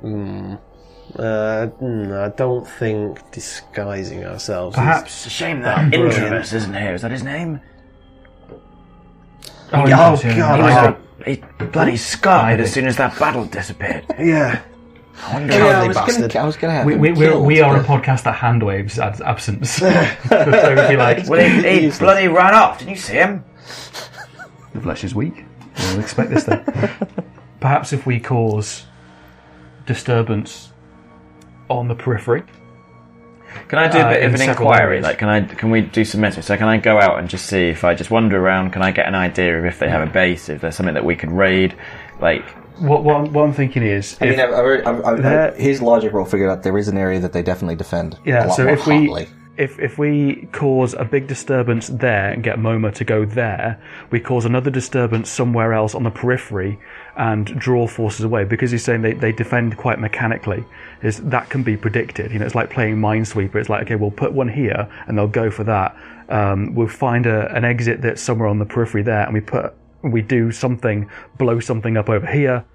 [SPEAKER 16] Hmm. Uh, hmm, I don't think disguising ourselves.
[SPEAKER 5] Perhaps
[SPEAKER 16] is
[SPEAKER 5] a shame that
[SPEAKER 16] brilliant.
[SPEAKER 5] Intramus isn't here. Is that his name?
[SPEAKER 16] Oh,
[SPEAKER 5] He-
[SPEAKER 16] yeah.
[SPEAKER 5] he
[SPEAKER 16] God,
[SPEAKER 5] was
[SPEAKER 16] I-
[SPEAKER 5] a- he bloody scarred as soon as that battle disappeared.
[SPEAKER 16] Yeah. Cowardly
[SPEAKER 35] Yeah, I was gonna-
[SPEAKER 16] bastard.
[SPEAKER 35] I was gonna have
[SPEAKER 7] We,
[SPEAKER 35] him
[SPEAKER 7] we, we're,
[SPEAKER 35] killed,
[SPEAKER 7] we are a
[SPEAKER 35] but-
[SPEAKER 7] podcast that hand waves ad- absence. so it'd be like,
[SPEAKER 5] well, he, he bloody ran off. Didn't you see him?
[SPEAKER 7] The flesh is weak. We'll expect this then. Perhaps if we cause disturbance on the periphery.
[SPEAKER 15] Can I do a
[SPEAKER 7] uh,
[SPEAKER 15] bit
[SPEAKER 7] in
[SPEAKER 15] of an
[SPEAKER 7] several
[SPEAKER 15] inquiry?
[SPEAKER 7] areas.
[SPEAKER 15] Like, can I? Can we do some message? So, can I go out and just see if I just wander around? Can I get an idea of if they have a base? If there's something that we could raid? Like,
[SPEAKER 7] what, what, I'm- what I'm thinking is.
[SPEAKER 6] I mean,
[SPEAKER 7] if-
[SPEAKER 6] I've, already- I've, I've,
[SPEAKER 7] There-
[SPEAKER 6] I've, his logic will figure out there is an area that they definitely defend.
[SPEAKER 7] Yeah,
[SPEAKER 6] a lot
[SPEAKER 7] so
[SPEAKER 6] more
[SPEAKER 7] if we
[SPEAKER 6] hotly.
[SPEAKER 7] if if we cause a big disturbance there and get MoMA to go there, we cause another disturbance somewhere else on the periphery and draw forces away. Because he's saying they, they defend quite mechanically, is that can be predicted. You know, it's like playing Minesweeper. It's like okay, we'll put one here and they'll go for that. Um, we'll find a, an exit that's somewhere on the periphery there, and we put we do something, blow something up over here.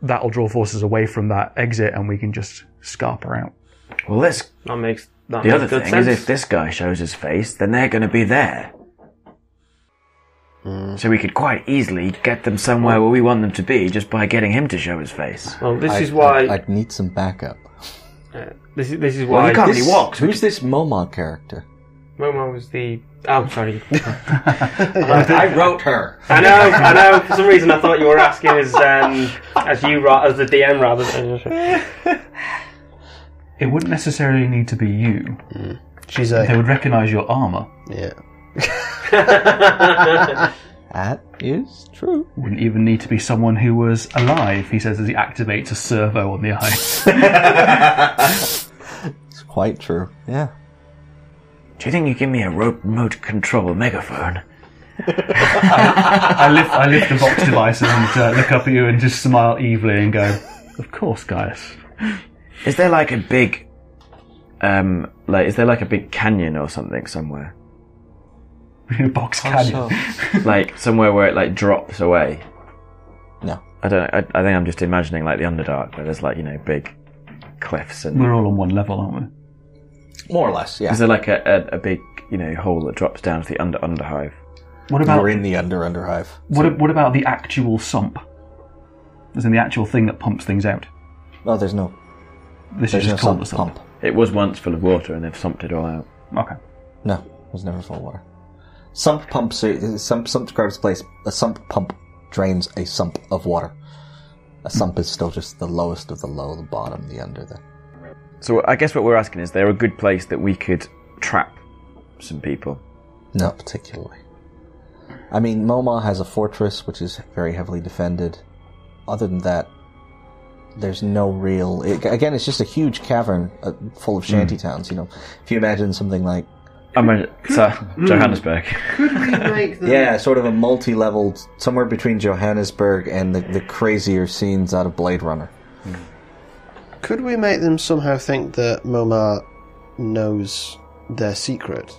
[SPEAKER 7] That'll draw forces away from that exit, and we can just scarper out.
[SPEAKER 5] Well, this
[SPEAKER 34] That makes that
[SPEAKER 5] the
[SPEAKER 34] makes
[SPEAKER 5] other
[SPEAKER 34] good
[SPEAKER 5] thing
[SPEAKER 34] sense.
[SPEAKER 5] is if this guy shows his face, then they're going to be there.
[SPEAKER 15] Hmm.
[SPEAKER 5] So we could quite easily get them somewhere where we want them to be just by getting him to show his face.
[SPEAKER 34] Well, this
[SPEAKER 6] I'd-
[SPEAKER 34] is why.
[SPEAKER 6] I'd, I'd need some backup.
[SPEAKER 11] uh,
[SPEAKER 34] this is this is
[SPEAKER 6] Well,
[SPEAKER 34] why.
[SPEAKER 6] you can't
[SPEAKER 34] this,
[SPEAKER 6] really walk. Who's this Momar character?
[SPEAKER 34] Momo was the. Oh, sorry.
[SPEAKER 6] I wrote her.
[SPEAKER 11] I know, I know. For some reason, I thought you were asking as um, as you ra- as the DM rather than.
[SPEAKER 7] It wouldn't necessarily need to be you.
[SPEAKER 6] Mm.
[SPEAKER 16] She's a-
[SPEAKER 7] They would recognise your armour.
[SPEAKER 16] Yeah.
[SPEAKER 6] That is true.
[SPEAKER 7] Wouldn't even need to be someone who was alive, he says as he activates a servo on the ice.
[SPEAKER 6] It's quite true. Yeah.
[SPEAKER 5] Do you think you give me a remote control megaphone?
[SPEAKER 7] I lift, I lift the box device and uh, look up at you and just smile evilly and go, "Of course, guys."
[SPEAKER 15] is there like a big, um, like is there like a big canyon or something somewhere?
[SPEAKER 7] box canyon.
[SPEAKER 15] like somewhere where it like drops away.
[SPEAKER 6] No,
[SPEAKER 15] I don't. I, I think I'm just imagining like the Underdark, where there's like you know big cliffs and
[SPEAKER 7] We're all on one level, aren't
[SPEAKER 6] More or less, yeah.
[SPEAKER 15] Is there like a, a, a big you know hole that drops down to the under underhive?
[SPEAKER 7] What about- You're
[SPEAKER 6] in the under underhive?
[SPEAKER 7] we? What, what about the actual sump? As in the actual thing that pumps things out.
[SPEAKER 6] No, Oh, there's no.
[SPEAKER 7] This
[SPEAKER 6] There's
[SPEAKER 7] is
[SPEAKER 6] no
[SPEAKER 7] just called the
[SPEAKER 6] sump-
[SPEAKER 7] sump.
[SPEAKER 15] It was once full of water, and they've sumped it all out.
[SPEAKER 7] Okay.
[SPEAKER 6] No, it was never full of water. Sump pump. su- Sump sump describes a place. A sump pump drains a sump of water. A sump is still just the lowest of the low, the bottom, the under, the
[SPEAKER 15] So I guess what we're asking is there a good place that we could trap some people?
[SPEAKER 6] Not particularly. I mean, Moma has a fortress which is very heavily defended. Other than that, there's no real. It, again, it's just a huge cavern uh, full of shanty towns. You know, if you imagine something like,
[SPEAKER 15] I mean,
[SPEAKER 16] Hmm.
[SPEAKER 15] Johannesburg.
[SPEAKER 6] Could we make Yeah, sort of a multi-leveled somewhere between Johannesburg and the, the crazier scenes out of Blade Runner.
[SPEAKER 16] Could we make them somehow think that Momar knows their secret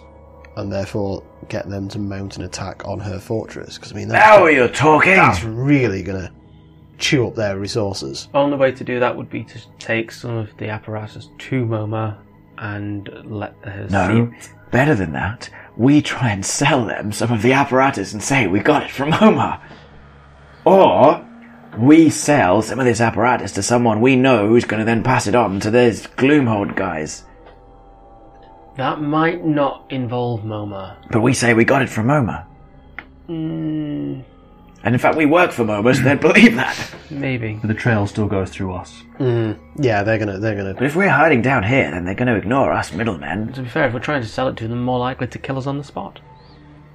[SPEAKER 16] and therefore get them to mount an attack on her fortress? Because I mean, that's,
[SPEAKER 5] Now you're talking!
[SPEAKER 16] That's really gonna chew up their resources.
[SPEAKER 34] Only way to do that would be to take some of the apparatus to Moma and let her
[SPEAKER 5] No, Oh, better than that. We try and sell them some of the apparatus and say we got it from Omar. Or we sell some of this apparatus to someone we know who's going to then pass it on to those Gloomhold guys.
[SPEAKER 34] see. That might not involve Moma.
[SPEAKER 5] But we say we got it from Omar.
[SPEAKER 34] Mm,
[SPEAKER 5] And in fact, we work for Omar, so they'd believe that.
[SPEAKER 34] maybe.
[SPEAKER 7] But the trail still goes through us.
[SPEAKER 16] Mm, yeah, they're gonna, they're gonna.
[SPEAKER 5] But if we're hiding down here, then they're going to ignore us middlemen.
[SPEAKER 34] To be fair, if we're trying to sell it to them, more likely to kill us on the spot.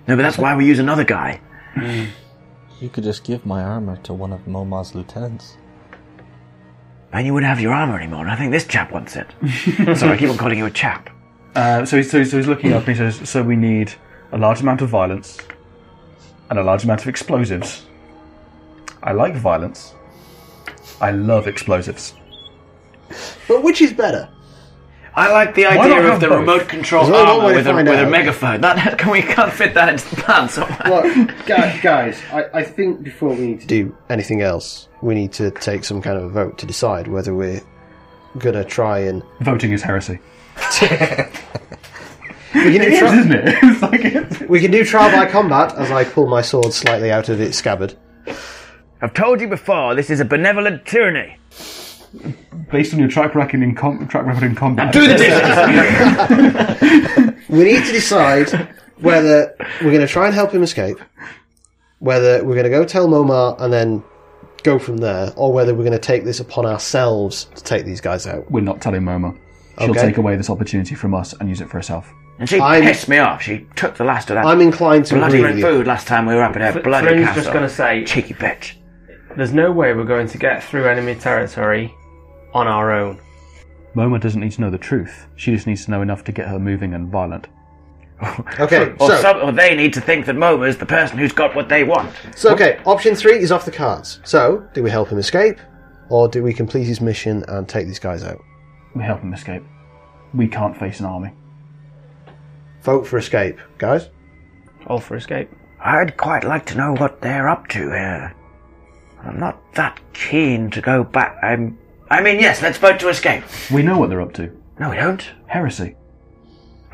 [SPEAKER 5] No, but that's why we use another guy.
[SPEAKER 6] You could just give my armor to one of Moma's lieutenants.
[SPEAKER 5] And you wouldn't have your armor anymore, and I think this chap wants it. Sorry, I keep on calling you a chap.
[SPEAKER 7] Uh, so, he's, so, he's, so he's looking up and he says, So we need a large amount of violence and a large amount of explosives. I like violence. I love explosives.
[SPEAKER 16] But which is better?
[SPEAKER 5] I like the
[SPEAKER 7] Why not
[SPEAKER 5] idea
[SPEAKER 7] have
[SPEAKER 5] of the
[SPEAKER 7] both?
[SPEAKER 5] remote control
[SPEAKER 7] There's only one
[SPEAKER 5] armor
[SPEAKER 7] way to
[SPEAKER 5] with a,
[SPEAKER 7] find
[SPEAKER 5] with a
[SPEAKER 7] out.
[SPEAKER 5] megaphone. That can we can't fit that into the plan somehow.
[SPEAKER 35] Look,
[SPEAKER 16] guys, guys I, I think before we need to do anything else, we need to take some kind of a vote to decide whether we're gonna try and.
[SPEAKER 7] Voting is heresy.
[SPEAKER 16] We can do
[SPEAKER 7] It is,
[SPEAKER 16] trial,
[SPEAKER 7] isn't it? It's like it-
[SPEAKER 16] We can do trial by combat as I pull my sword slightly out of its scabbard.
[SPEAKER 5] I've told you before, this is a benevolent tyranny.
[SPEAKER 7] Based on your track record in, com- track record in combat.
[SPEAKER 11] do the we need to decide whether we're going to try and help him escape, whether we're going to go tell Momar and then go from there, or whether we're going to take this upon ourselves to take these guys out.
[SPEAKER 7] We're not telling Moma. She'll
[SPEAKER 11] Okay.
[SPEAKER 7] take away this opportunity from us and use it for herself.
[SPEAKER 5] And she
[SPEAKER 11] I'm-
[SPEAKER 5] pissed me off. She took the last of that.
[SPEAKER 11] I'm inclined to
[SPEAKER 5] bloody
[SPEAKER 11] agree with you.
[SPEAKER 5] food last time we were up in her
[SPEAKER 36] Th-
[SPEAKER 5] bloody
[SPEAKER 36] Thrin's
[SPEAKER 5] castle.
[SPEAKER 36] just gonna say,
[SPEAKER 5] cheeky bitch.
[SPEAKER 36] There's no way we're going to get through enemy territory on our own.
[SPEAKER 7] Moma doesn't need to know the truth. She just needs to know enough to get her moving and violent.
[SPEAKER 11] Okay,
[SPEAKER 5] Or,
[SPEAKER 11] so-
[SPEAKER 5] some, or they need to think that Moma is the person who's got what they want.
[SPEAKER 11] So, okay, option three is off the cards. So, do we help him escape, or do we complete his mission and take these guys out?
[SPEAKER 7] We help him escape. We can't face an army.
[SPEAKER 11] Vote for escape, guys.
[SPEAKER 36] All for escape.
[SPEAKER 5] I'd quite like to know what they're up to here. I'm not that keen to go back. I'm. I mean, yes, let's vote to escape.
[SPEAKER 7] We know what they're up to.
[SPEAKER 5] No, we don't.
[SPEAKER 7] Heresy.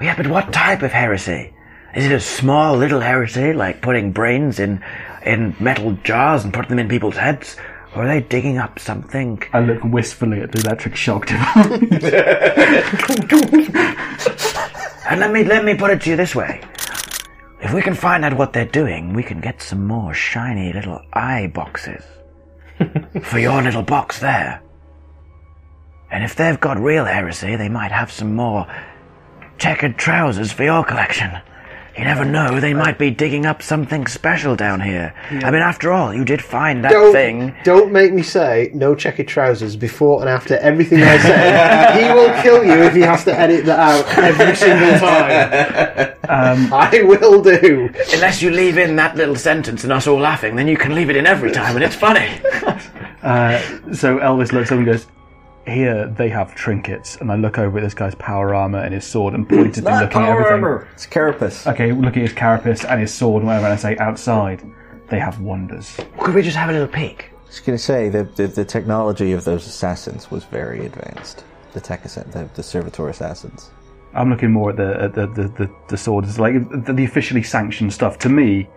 [SPEAKER 5] Yeah, but what type of heresy? Is it a small little heresy, like putting brains in in metal jars and putting them in people's heads? Or are they digging up something?
[SPEAKER 7] I look wistfully at the electric shock device.
[SPEAKER 5] And let me let me put it to you this way. If we can find out what they're doing, we can get some more shiny little eye boxes. for your little box there. And if they've got real heresy, they might have some more checkered trousers for your collection. You never know, they might be digging up something special down here. I mean, after all, you did find that
[SPEAKER 11] don't,
[SPEAKER 5] thing.
[SPEAKER 11] don't make me say no checkered trousers before and after everything I say. he will kill you if he has to edit that out every single time. I will do.
[SPEAKER 5] Unless you leave in that little sentence and us all laughing, then you can leave it in every time and it's funny.
[SPEAKER 7] Uh, so Elvis looks up and goes, "Here they have trinkets." And I look over at this guy's power armor and his sword and point at him,
[SPEAKER 37] not
[SPEAKER 7] looking at
[SPEAKER 37] power
[SPEAKER 7] everything.
[SPEAKER 37] armor,
[SPEAKER 7] It's carapace. Okay, looking at his carapace and his sword and whatever, and I say, "Outside, they have wonders."
[SPEAKER 5] Could we just have a little peek?
[SPEAKER 6] I was going to say the, the the technology of those assassins was very advanced. The tech assa- the, the servitor assassins.
[SPEAKER 7] I'm looking more at the at the, the, the, the swords, It's like the, the officially sanctioned stuff. To me,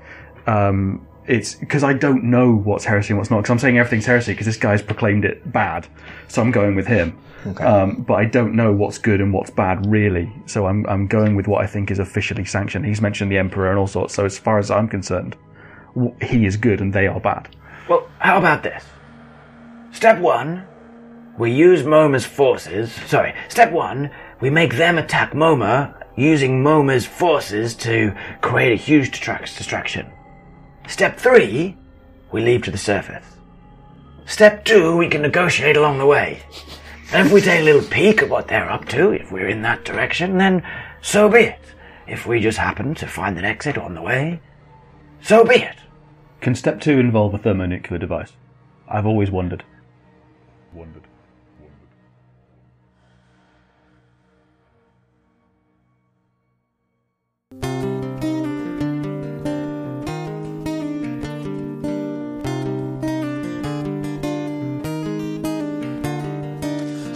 [SPEAKER 7] um, it's because I don't know what's heresy and what's not. Because I'm saying everything's heresy because this guy's proclaimed it bad, so I'm going with him. Um, but I don't know what's good and what's bad really, so I'm I'm going with what I think is officially sanctioned. He's mentioned the emperor and all sorts. So as far as I'm concerned, w- he is good and they are bad.
[SPEAKER 5] Well, how about this? Step one, we use Moma's forces. Sorry, step one, we make them attack Moma using Moma's forces to create a huge detract- distraction. Step three, we leave to the surface. Step two, we can negotiate along the way. And if we take a little peek at what they're up to, if we're in that direction, then so be it. If we just happen to find an exit on the way, so be it.
[SPEAKER 7] Can step two involve a thermonuclear device? I've always wondered. Wondered.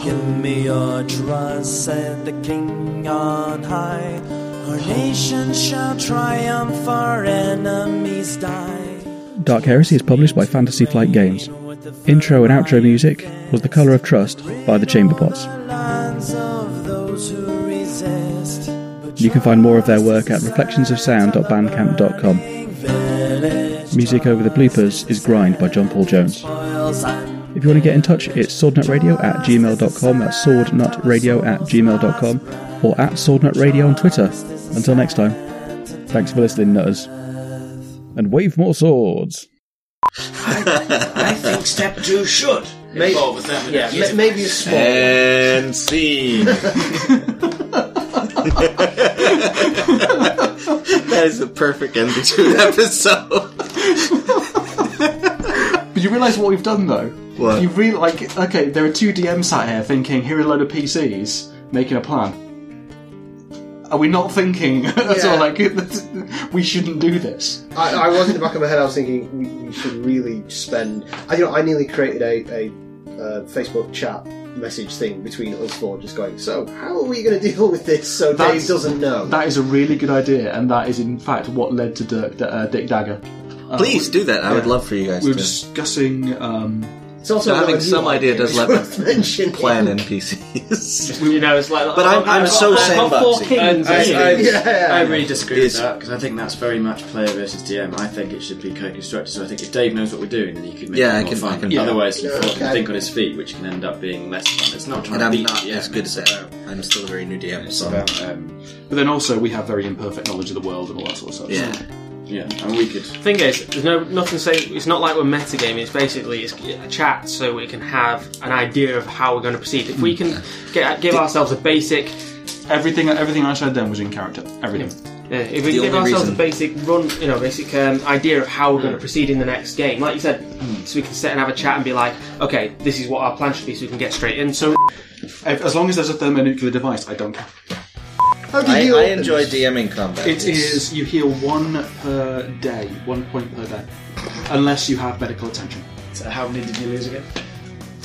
[SPEAKER 38] Give me your trust, said the king on high. Our nation shall triumph, our enemies die.
[SPEAKER 1] Dark Heresy is published by Fantasy Flight Games. Intro and outro music was The Colour of Trust by the Chamberbots.
[SPEAKER 38] Lines of those who resist.
[SPEAKER 1] You can find more of their work at reflectionsofsound.bandcamp.com. Music over the bloopers is Grind by John Paul Jones. If you want to get in touch, it's swordnutradio at gmail.com, that's swordnutradio at gmail.com, or at swordnutradio on Twitter. Until next time, thanks for listening, nutters. And wave more swords!
[SPEAKER 5] I think step two should involve a thermonuclear.
[SPEAKER 11] yeah, ma- maybe a small one.
[SPEAKER 37] And scene. that is the perfect ending to an episode.
[SPEAKER 39] But you realise what we've done though?
[SPEAKER 37] What?
[SPEAKER 39] You really like okay, there are two DMs sat here thinking, here are a load of PCs making a plan. Are we not thinking that's all like we shouldn't do this?
[SPEAKER 11] I, I was in the back of my head. I was thinking we, we should really spend. I you know I nearly created a, a uh, Facebook chat message thing between us four, just going. So how are we going to deal with this? So Dave
[SPEAKER 39] That's-
[SPEAKER 11] doesn't know.
[SPEAKER 39] That is a really good idea, and that is in fact what led to Dirk, uh, Dick Dagger. Uh,
[SPEAKER 37] Please do that. I would
[SPEAKER 39] yeah.
[SPEAKER 37] love for you guys
[SPEAKER 39] We were
[SPEAKER 37] to.
[SPEAKER 39] discussing um,
[SPEAKER 7] It's also
[SPEAKER 6] So having
[SPEAKER 7] not a new
[SPEAKER 6] some idea does let
[SPEAKER 7] It's worth
[SPEAKER 6] them
[SPEAKER 7] mentioning.
[SPEAKER 6] plan NPCs.
[SPEAKER 7] You know, it's like.
[SPEAKER 6] But I'm- I'm so
[SPEAKER 7] I've
[SPEAKER 6] Sam
[SPEAKER 7] got four
[SPEAKER 6] Bugsy.
[SPEAKER 7] kings.
[SPEAKER 6] I- I-
[SPEAKER 7] Yeah.
[SPEAKER 6] I-
[SPEAKER 11] I really disagree with
[SPEAKER 6] It's-
[SPEAKER 11] that because I think that's very much player versus DM. I think it should be co-constructed. So I think if Dave knows what we're doing, then he could make
[SPEAKER 6] Yeah, I
[SPEAKER 11] it more
[SPEAKER 6] can- I
[SPEAKER 11] fun.
[SPEAKER 6] can- yeah.
[SPEAKER 11] Otherwise, he
[SPEAKER 6] Okay.
[SPEAKER 11] can think on his feet, which can end up being less fun. It's not
[SPEAKER 6] And
[SPEAKER 11] trying to
[SPEAKER 6] I'm
[SPEAKER 11] beat
[SPEAKER 6] not
[SPEAKER 11] the DM,
[SPEAKER 6] as good as
[SPEAKER 11] it's
[SPEAKER 6] that. I'm still a very new DM. So.
[SPEAKER 11] about, um,
[SPEAKER 7] But then also, we have very imperfect knowledge of the world and all that sort of stuff.
[SPEAKER 11] Yeah. Yeah, and we could.
[SPEAKER 40] Thing is, there's no nothing say. It's not like we're metagaming. It's basically it's a chat, so we can have an idea of how we're going to proceed. If we
[SPEAKER 11] Hmm.
[SPEAKER 40] can get give ourselves a basic,
[SPEAKER 7] Everything, everything I said then was in character. Everything.
[SPEAKER 40] yeah, uh, if we give ourselves a basic run, you know, basic um, idea of how
[SPEAKER 11] Mm.
[SPEAKER 40] we're going to proceed in the next game, like you said, so we can sit and have a chat and be like, okay, this is what our plan should be, so we can get straight in. So
[SPEAKER 7] If- as long as there's a thermonuclear device, I don't care.
[SPEAKER 40] How do
[SPEAKER 6] I,
[SPEAKER 40] you
[SPEAKER 6] I
[SPEAKER 40] open
[SPEAKER 6] enjoy
[SPEAKER 7] this?
[SPEAKER 6] DMing combat.
[SPEAKER 7] It is you heal one per day, one point per day, unless you have medical attention. So how many did you lose again?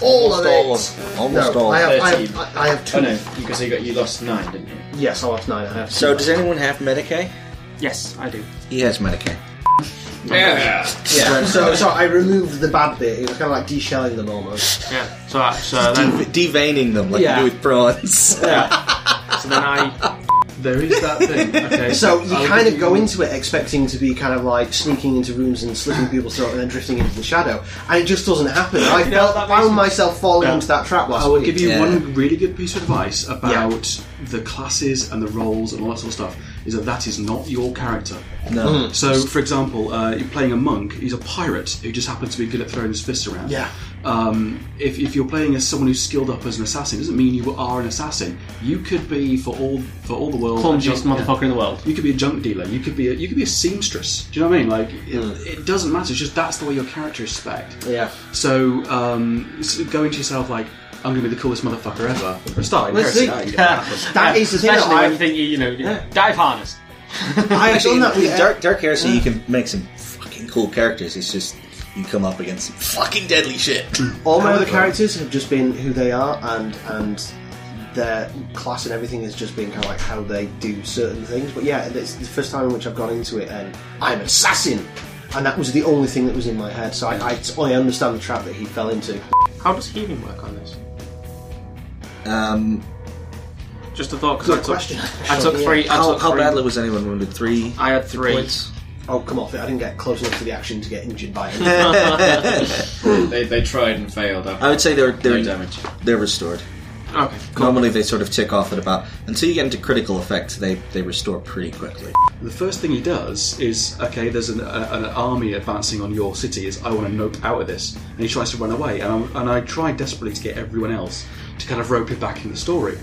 [SPEAKER 11] All
[SPEAKER 7] of
[SPEAKER 11] Almost
[SPEAKER 7] it.
[SPEAKER 11] all of- almost
[SPEAKER 7] No,
[SPEAKER 11] all.
[SPEAKER 7] I have- I have-
[SPEAKER 11] 13.
[SPEAKER 7] I- I have two.
[SPEAKER 11] Oh, no, because you got you lost nine, didn't you?
[SPEAKER 7] Yes, I lost nine. I have.
[SPEAKER 6] So does anyone have Medicaid?
[SPEAKER 40] Yes, I do.
[SPEAKER 6] He has Medicaid.
[SPEAKER 40] Yeah.
[SPEAKER 5] Yeah, so, so I removed the bad bit. It was kind of like deshelling them almost.
[SPEAKER 40] Yeah. So, I, so then,
[SPEAKER 6] De- deveining them like
[SPEAKER 5] Yeah.
[SPEAKER 6] you do with prawns.
[SPEAKER 40] Yeah. so then I.
[SPEAKER 7] There is that thing. Okay.
[SPEAKER 5] So you
[SPEAKER 7] I'll
[SPEAKER 5] kind
[SPEAKER 7] give
[SPEAKER 5] of go into it expecting to be kind of like sneaking into rooms and slipping people's throat and then drifting into the shadow, and it just doesn't happen. I
[SPEAKER 7] You know,
[SPEAKER 5] felt,
[SPEAKER 7] that makes
[SPEAKER 5] found
[SPEAKER 7] me-
[SPEAKER 5] myself falling
[SPEAKER 7] Yeah.
[SPEAKER 5] into that trap last
[SPEAKER 7] I will
[SPEAKER 5] week.
[SPEAKER 7] give you one really good piece of advice about the classes and the roles and all that sort of stuff. Is that that is not your character.
[SPEAKER 6] No. Mm.
[SPEAKER 7] So, for example, uh, you're playing a monk. He's a pirate who just happens to be good at throwing his fists around.
[SPEAKER 5] Yeah.
[SPEAKER 7] Um, if, if you're playing as someone who's skilled up as an assassin, it doesn't mean you are an assassin. You could be for all for all the world
[SPEAKER 40] Clumsiest
[SPEAKER 7] a junk-
[SPEAKER 40] motherfucker in the world.
[SPEAKER 7] You could be a junk dealer. You could be a, you could be a seamstress. Do you know what I mean? Like it,
[SPEAKER 40] Hmm.
[SPEAKER 7] it doesn't matter. It's just that's the way your character is spec.
[SPEAKER 5] Yeah.
[SPEAKER 7] So, um, s- going to yourself like, I'm going to be the coolest motherfucker ever. For a start, in
[SPEAKER 5] Let's
[SPEAKER 7] heresy,
[SPEAKER 5] see.
[SPEAKER 7] that ain't gonna
[SPEAKER 5] Yeah.
[SPEAKER 7] happen.
[SPEAKER 5] That is the thing.
[SPEAKER 40] Especially
[SPEAKER 5] I
[SPEAKER 40] when think you, you know, dive harness.
[SPEAKER 6] I
[SPEAKER 5] I've
[SPEAKER 6] actually
[SPEAKER 5] done that
[SPEAKER 6] with
[SPEAKER 5] with
[SPEAKER 6] Dark Dark Heresy. You can make some fucking cool characters. It's just you come up against some fucking deadly shit.
[SPEAKER 5] All my other
[SPEAKER 6] However-
[SPEAKER 5] characters have just been who they are, and and their class and everything has just been kind of like how they do certain things. But yeah, it's the first time in which I've gone into it, and I'm an assassin, and that was the only thing that was in my head. So I, I, I understand the trap that he fell into.
[SPEAKER 40] How does healing work on this?
[SPEAKER 6] Um,
[SPEAKER 40] Just a thought. 'cause
[SPEAKER 5] Good
[SPEAKER 40] I took,
[SPEAKER 5] question.
[SPEAKER 40] I took
[SPEAKER 5] Yeah.
[SPEAKER 40] three. I
[SPEAKER 5] How-
[SPEAKER 40] took
[SPEAKER 5] how
[SPEAKER 40] three.
[SPEAKER 5] badly
[SPEAKER 6] was anyone wounded? Three.
[SPEAKER 40] I had three.
[SPEAKER 5] Oh come off it! I didn't get close enough to the action to get injured by it.
[SPEAKER 11] they, they tried and failed.
[SPEAKER 6] I would say they're they're
[SPEAKER 11] No damage.
[SPEAKER 6] they're restored.
[SPEAKER 40] Okay.
[SPEAKER 6] Normally they sort of tick off at about until you get into critical effects. They they restore pretty quickly.
[SPEAKER 7] The first thing he does is okay. There's an, a, an army advancing on your city. Is I want to nope out of this, and he tries to run away. And, I'm, and I try desperately to get everyone else to kind of rope it back in the story.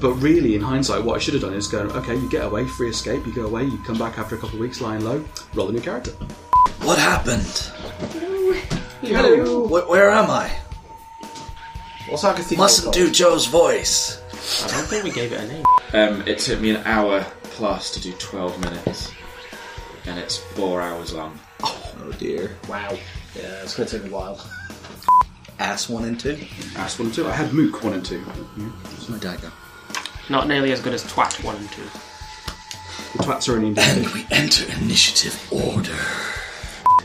[SPEAKER 7] But really, in hindsight, what I should have done is go, okay, you get away, free escape, you go away, you come back after a couple of weeks, lying low, roll a new character.
[SPEAKER 6] What happened? Hello. Where, where am I?
[SPEAKER 5] What's our cathedral
[SPEAKER 6] Mustn't
[SPEAKER 5] called?
[SPEAKER 6] do Joe's voice.
[SPEAKER 40] I don't think we gave it a name.
[SPEAKER 11] Um, it took me an hour plus to do 12 minutes, and it's four hours long.
[SPEAKER 6] Oh dear.
[SPEAKER 5] Wow. Yeah, it's going to take a while.
[SPEAKER 6] Ass one and two.
[SPEAKER 7] Ass one and two. I had Mook one and two.
[SPEAKER 6] Where's my die go?
[SPEAKER 40] Not nearly as good as twat one and two.
[SPEAKER 7] The twats are an
[SPEAKER 6] And we enter initiative order.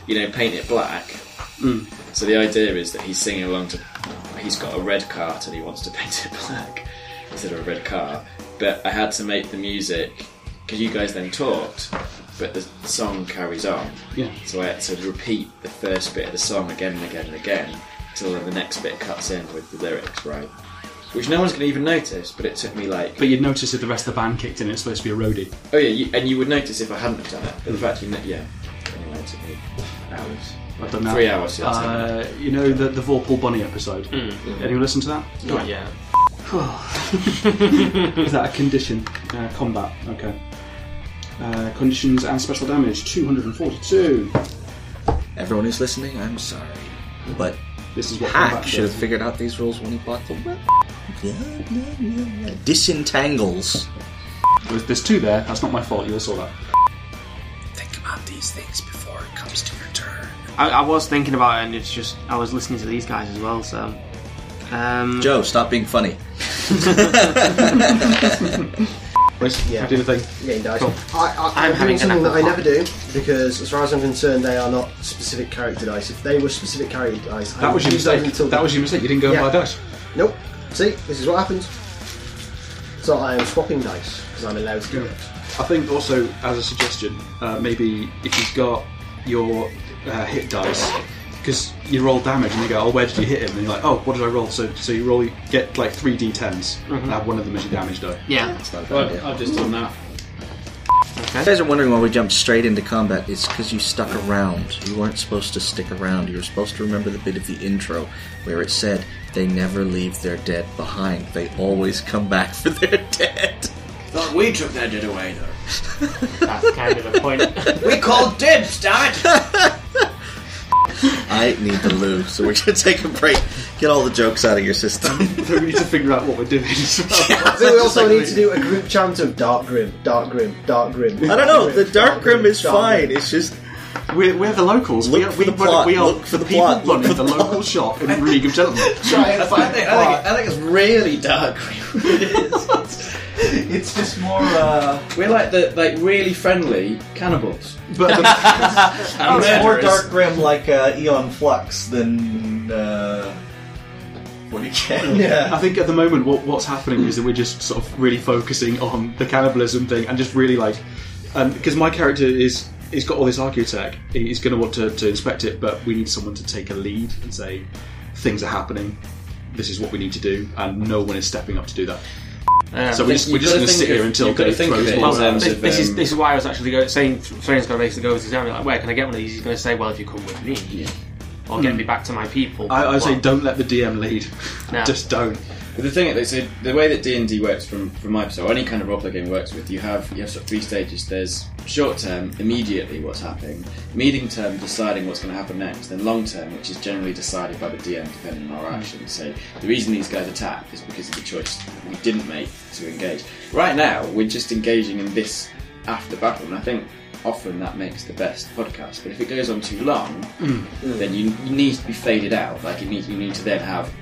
[SPEAKER 11] You know, paint it black.
[SPEAKER 7] Mm.
[SPEAKER 11] So the idea is that he's singing along to. He's got a red cart and he wants to paint it black instead of a red car. But I had to make the music because you guys then talked, but the song carries on.
[SPEAKER 7] Yeah.
[SPEAKER 11] So I had to repeat the first bit of the song again and again and again till the next bit cuts in with the lyrics, right? Which no one's going to even notice, but it took me like
[SPEAKER 7] But you'd notice if the rest of the band kicked in, it's supposed to be a roadie.
[SPEAKER 11] Oh yeah, you, and you would notice if I hadn't have done it. But the fact you, kn- yeah, anyway, it took me hours.
[SPEAKER 7] I've done that.
[SPEAKER 11] Three hours. Yeah,
[SPEAKER 7] Uh, you know the the Vorpal Bunny episode. Anyone listen to that?
[SPEAKER 40] Hmm. Not yet.
[SPEAKER 7] Is that a condition? Uh, combat. Okay. Uh, conditions and special damage. Two hundred and forty-two.
[SPEAKER 6] Everyone who's listening, I'm sorry, but
[SPEAKER 7] this is what
[SPEAKER 6] Hack
[SPEAKER 7] combat
[SPEAKER 6] should have
[SPEAKER 7] does.
[SPEAKER 6] figured out these rules when he bought them. Disentangles.
[SPEAKER 7] There's, there's two there. That's not my fault. You all saw that.
[SPEAKER 6] Think about these things before it comes to your turn.
[SPEAKER 40] I, I was thinking about it, and it's just I was listening to these guys as well. So, um,
[SPEAKER 6] Joe, stop being funny.
[SPEAKER 7] Nice.
[SPEAKER 41] Yeah.
[SPEAKER 7] Do the thing.
[SPEAKER 41] Getting dice.
[SPEAKER 7] Cool.
[SPEAKER 41] I, I,
[SPEAKER 7] I'm
[SPEAKER 41] I'm
[SPEAKER 7] having
[SPEAKER 41] doing
[SPEAKER 7] an
[SPEAKER 41] something that I never
[SPEAKER 7] apple
[SPEAKER 41] do because, as far as I'm concerned, they are not specific character dice. If they were specific character dice, I
[SPEAKER 7] That was
[SPEAKER 41] would
[SPEAKER 7] your
[SPEAKER 41] use those
[SPEAKER 7] mistake.
[SPEAKER 41] Until
[SPEAKER 7] That was your mistake. You didn't go and
[SPEAKER 41] yeah.
[SPEAKER 7] buy dice.
[SPEAKER 41] Nope. See, this is what happens. So I am swapping dice because I'm allowed to do it.
[SPEAKER 7] I think also as a suggestion, uh, maybe if you've got your uh, hit dice, because you roll damage and you go, oh, where did you hit him? And you're like, oh, what did I roll? So, so you roll, get like three d10s
[SPEAKER 6] Mm-hmm.
[SPEAKER 7] and have one of them as your damage die.
[SPEAKER 1] Yeah.
[SPEAKER 7] That's not a bad
[SPEAKER 1] Well,
[SPEAKER 7] idea.
[SPEAKER 1] I've just done that.
[SPEAKER 6] If you guys are wondering why we jumped straight into combat, it's because you stuck around. You weren't supposed to stick around. You were supposed to remember the bit of the intro where it said, they never leave their dead behind. They always come back for their dead.
[SPEAKER 1] Thought we took their dead away, though.
[SPEAKER 11] That's kind of a point.
[SPEAKER 1] we called dibs, damn it!
[SPEAKER 6] I need the loo, so we're going to take a break. Get all the jokes out of your system.
[SPEAKER 7] we need to figure out what we're doing.
[SPEAKER 41] So we also need to do a group chant of Dark Grim, Dark Grim, Dark Grim.
[SPEAKER 6] I don't know, the Dark Grim is fine. It's just.
[SPEAKER 7] We're, we're the locals. we are, we run, we are the, people running the, local shop in League of Gentlemen.
[SPEAKER 42] Try and
[SPEAKER 1] I
[SPEAKER 42] find
[SPEAKER 1] think,
[SPEAKER 42] the
[SPEAKER 1] I,
[SPEAKER 42] plot.
[SPEAKER 1] think, I think it's really dark. it is. It's just more. Uh, we're like the like really friendly cannibals.
[SPEAKER 7] But
[SPEAKER 42] Oh, it's more
[SPEAKER 1] murderers.
[SPEAKER 42] Dark Grim like uh, Eon Flux than. Uh, what do you get?
[SPEAKER 7] I think at the moment what, what's happening is that we're just sort of really focusing on the cannibalism thing and just really like because my character is he's got all this architech he's going to want to, to inspect it but we need someone to take a lead and say things are happening this is what we need to do and no one is stepping up to do that
[SPEAKER 11] Yeah.
[SPEAKER 7] so we're just, we're just going to sit here until Dave throws
[SPEAKER 11] Well,
[SPEAKER 7] one out.
[SPEAKER 11] this, this is this is why I was actually go, saying Flame's going to basically go with his example. Like, where can I get one of these? He's going to say, well, if you come with me, or get
[SPEAKER 7] Hmm.
[SPEAKER 11] me back to my people.
[SPEAKER 7] I, I say
[SPEAKER 11] Well,
[SPEAKER 7] don't let the DM lead
[SPEAKER 11] No.
[SPEAKER 7] just don't
[SPEAKER 1] But the thing is, so the way that D and D works, from from my perspective, or any kind of roleplay game works with, you have you have sort of three stages. There's short term, immediately what's happening. Medium term, deciding what's going to happen next. Then long term, which is generally decided by the DM depending on our actions. So the reason these guys attack is because of the choice we didn't make to engage. Right now, we're just engaging in this after battle, and I think often that makes the best podcast. But if it goes on too long, then you, you need to be faded out. Like you need you need to then have.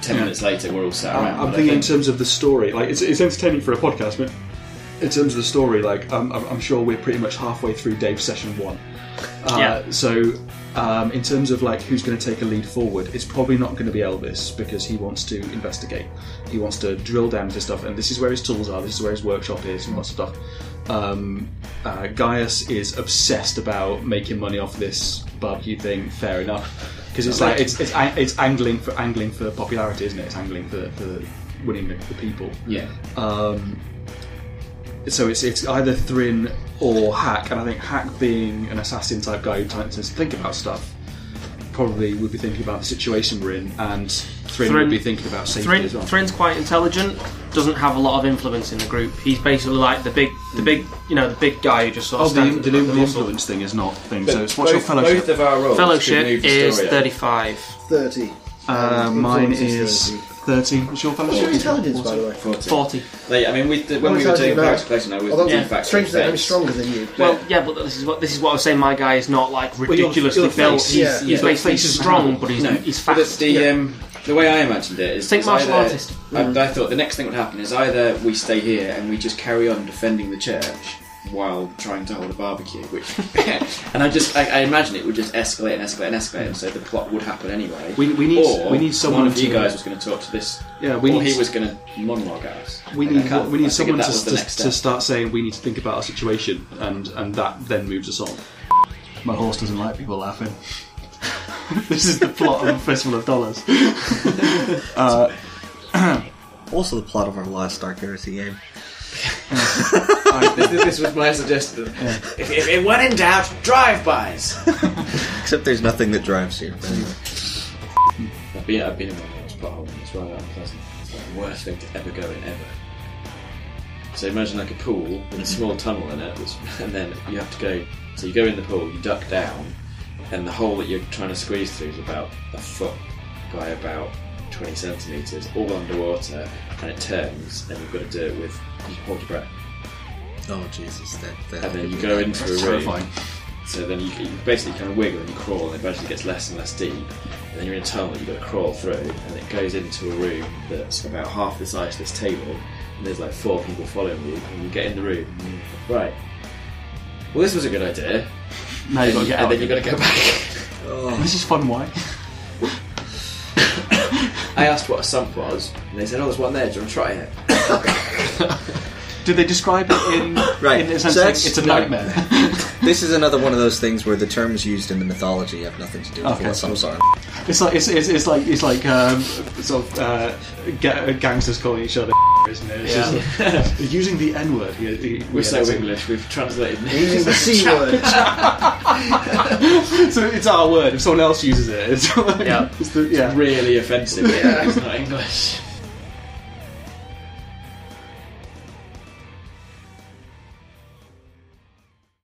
[SPEAKER 1] Ten
[SPEAKER 7] Yeah.
[SPEAKER 1] minutes later, we're all sat around.
[SPEAKER 7] I'm
[SPEAKER 1] but I
[SPEAKER 7] thinking in
[SPEAKER 1] think-
[SPEAKER 7] terms of the story. Like it's, it's entertaining for a podcast, but in terms of the story, like um, I'm, I'm sure we're pretty much halfway through Dave's session one. Uh,
[SPEAKER 11] Yeah.
[SPEAKER 7] So um, in terms of like who's going to take a lead forward, it's probably not going to be Elvis because he wants to investigate. He wants to drill down into stuff, and this is where his tools are. This is where his workshop is, and lots of stuff. Um, uh, Gaius is obsessed about making money off this barbecue thing. Fair enough, because it's
[SPEAKER 43] Right.
[SPEAKER 7] like it's, it's ang- it's angling for angling for popularity, isn't it? It's angling for, for winning the, the people.
[SPEAKER 1] Yeah.
[SPEAKER 7] Um, so it's it's either Thrin or Hack, and I think Hack being an assassin type guy who tends to think about stuff, probably would be thinking about the situation we're in, and Thrin, would be thinking about safety
[SPEAKER 11] Thrin-
[SPEAKER 7] as well.
[SPEAKER 11] Thrin's quite intelligent. Doesn't have a lot of influence in the group. He's basically like the big, the
[SPEAKER 7] Hmm.
[SPEAKER 11] big, you know, the big guy who just sort of.
[SPEAKER 7] Oh, the,
[SPEAKER 11] stands
[SPEAKER 7] the,
[SPEAKER 11] at
[SPEAKER 7] the
[SPEAKER 11] back of muscle.
[SPEAKER 7] influence thing is not thing.
[SPEAKER 11] But
[SPEAKER 7] So it's what's your
[SPEAKER 11] both-
[SPEAKER 7] fellowship?
[SPEAKER 11] both of our roles Fellowship could move the is story up. 35.
[SPEAKER 41] 30.
[SPEAKER 7] Uh,
[SPEAKER 41] Um,
[SPEAKER 7] mine
[SPEAKER 41] influence
[SPEAKER 7] is thirteen. What's your
[SPEAKER 41] What's
[SPEAKER 7] fellowship?
[SPEAKER 41] your intelligence, by the way?
[SPEAKER 1] 40.
[SPEAKER 11] 40.
[SPEAKER 1] Like, I mean, we, when we were doing character collection, I was
[SPEAKER 41] Although,
[SPEAKER 1] in fact
[SPEAKER 41] strangely, I'm
[SPEAKER 1] faced.
[SPEAKER 41] stronger than you.
[SPEAKER 11] Well, yeah, but this is what this is what I was saying. My guy is not like
[SPEAKER 1] Well, your-
[SPEAKER 11] ridiculously
[SPEAKER 1] your
[SPEAKER 11] built.
[SPEAKER 1] face,
[SPEAKER 11] He's,
[SPEAKER 1] yeah.
[SPEAKER 11] he's
[SPEAKER 1] Your
[SPEAKER 11] basically
[SPEAKER 1] face is
[SPEAKER 11] strong,
[SPEAKER 1] hammered.
[SPEAKER 11] but he's
[SPEAKER 1] No.
[SPEAKER 11] he's
[SPEAKER 1] But
[SPEAKER 11] fast.
[SPEAKER 1] it's the, um, the way I imagined it is,
[SPEAKER 11] Think
[SPEAKER 1] is
[SPEAKER 11] martial
[SPEAKER 1] either-
[SPEAKER 11] artist.
[SPEAKER 1] I, I thought the next thing would happen is either we stay here and we just carry on defending the church while trying to hold a barbecue, which and I just I, I imagine it would just escalate and escalate and escalate, and so the plot would happen anyway.
[SPEAKER 7] We- we need-
[SPEAKER 1] or
[SPEAKER 7] we need someone
[SPEAKER 1] One of you
[SPEAKER 7] to-
[SPEAKER 1] guys was going to talk to this.
[SPEAKER 7] Yeah, we
[SPEAKER 1] or
[SPEAKER 7] need-
[SPEAKER 1] he was going to monologue at us.
[SPEAKER 7] We
[SPEAKER 1] Like, I
[SPEAKER 7] need
[SPEAKER 1] can't-
[SPEAKER 7] we
[SPEAKER 1] I figured
[SPEAKER 7] need someone
[SPEAKER 1] that
[SPEAKER 7] to,
[SPEAKER 1] was the
[SPEAKER 7] to,
[SPEAKER 1] next
[SPEAKER 7] to
[SPEAKER 1] step.
[SPEAKER 7] start saying we need to think about our situation, and and that then moves us on. My horse doesn't like people laughing. this is the plot of a festival of dollars. uh,
[SPEAKER 6] also, the plot of our last Dark Heresy game.
[SPEAKER 1] Alright, this, this was my suggestion. If, if it went in doubt, drive-bys.
[SPEAKER 6] Except there's nothing that drives here. but anyway.
[SPEAKER 1] I've been, I've been in one of those potholes. It's rather unpleasant. It's like the worst thing to ever go in ever. So imagine like a pool with a small tunnel in it, which, and then you have to go. So you go in the pool, you duck down, and the hole that you're trying to squeeze through is about a foot by about 20 centimeters, all underwater, and it turns, and you've got to do it with you hold your breath.
[SPEAKER 6] Oh Jesus! That, that
[SPEAKER 1] and then you go into a room.
[SPEAKER 6] That's terrifying.
[SPEAKER 1] So then you, you basically kind of wiggle and you crawl, and it gradually gets less and less deep. And then you're in a tunnel you've got to crawl through, and it goes into a room that's about half the size of this table. And
[SPEAKER 11] and there's like four people following you, and you get in the room. and you- Right. Well, this was a good idea.
[SPEAKER 7] Now you've got to
[SPEAKER 11] And-
[SPEAKER 7] get
[SPEAKER 11] and
[SPEAKER 7] out.
[SPEAKER 11] then you've got to go back.
[SPEAKER 7] This is fun. Why?
[SPEAKER 11] I asked what a sump was, and they said, "Oh, there's one there. Do you want to try it?"
[SPEAKER 7] Do they describe it in
[SPEAKER 6] Right.
[SPEAKER 7] In a sense,
[SPEAKER 6] so
[SPEAKER 7] like,
[SPEAKER 6] that's-
[SPEAKER 7] it's a
[SPEAKER 6] no.
[SPEAKER 7] nightmare.
[SPEAKER 6] this is another one of those things where the terms used in the mythology have nothing to do with
[SPEAKER 7] Okay,
[SPEAKER 6] what sums are.
[SPEAKER 7] It's like it's, it's, it's like it's like um, sort of uh, ga- gangsters calling each other, isn't it? It's
[SPEAKER 11] Yeah.
[SPEAKER 7] just- using the N word.
[SPEAKER 11] We're so English. We've translated
[SPEAKER 7] Using the C word. so it's our word. If someone else uses it, it's, yeah. it's, the, yeah.
[SPEAKER 11] really offensive. Yeah, it's not English.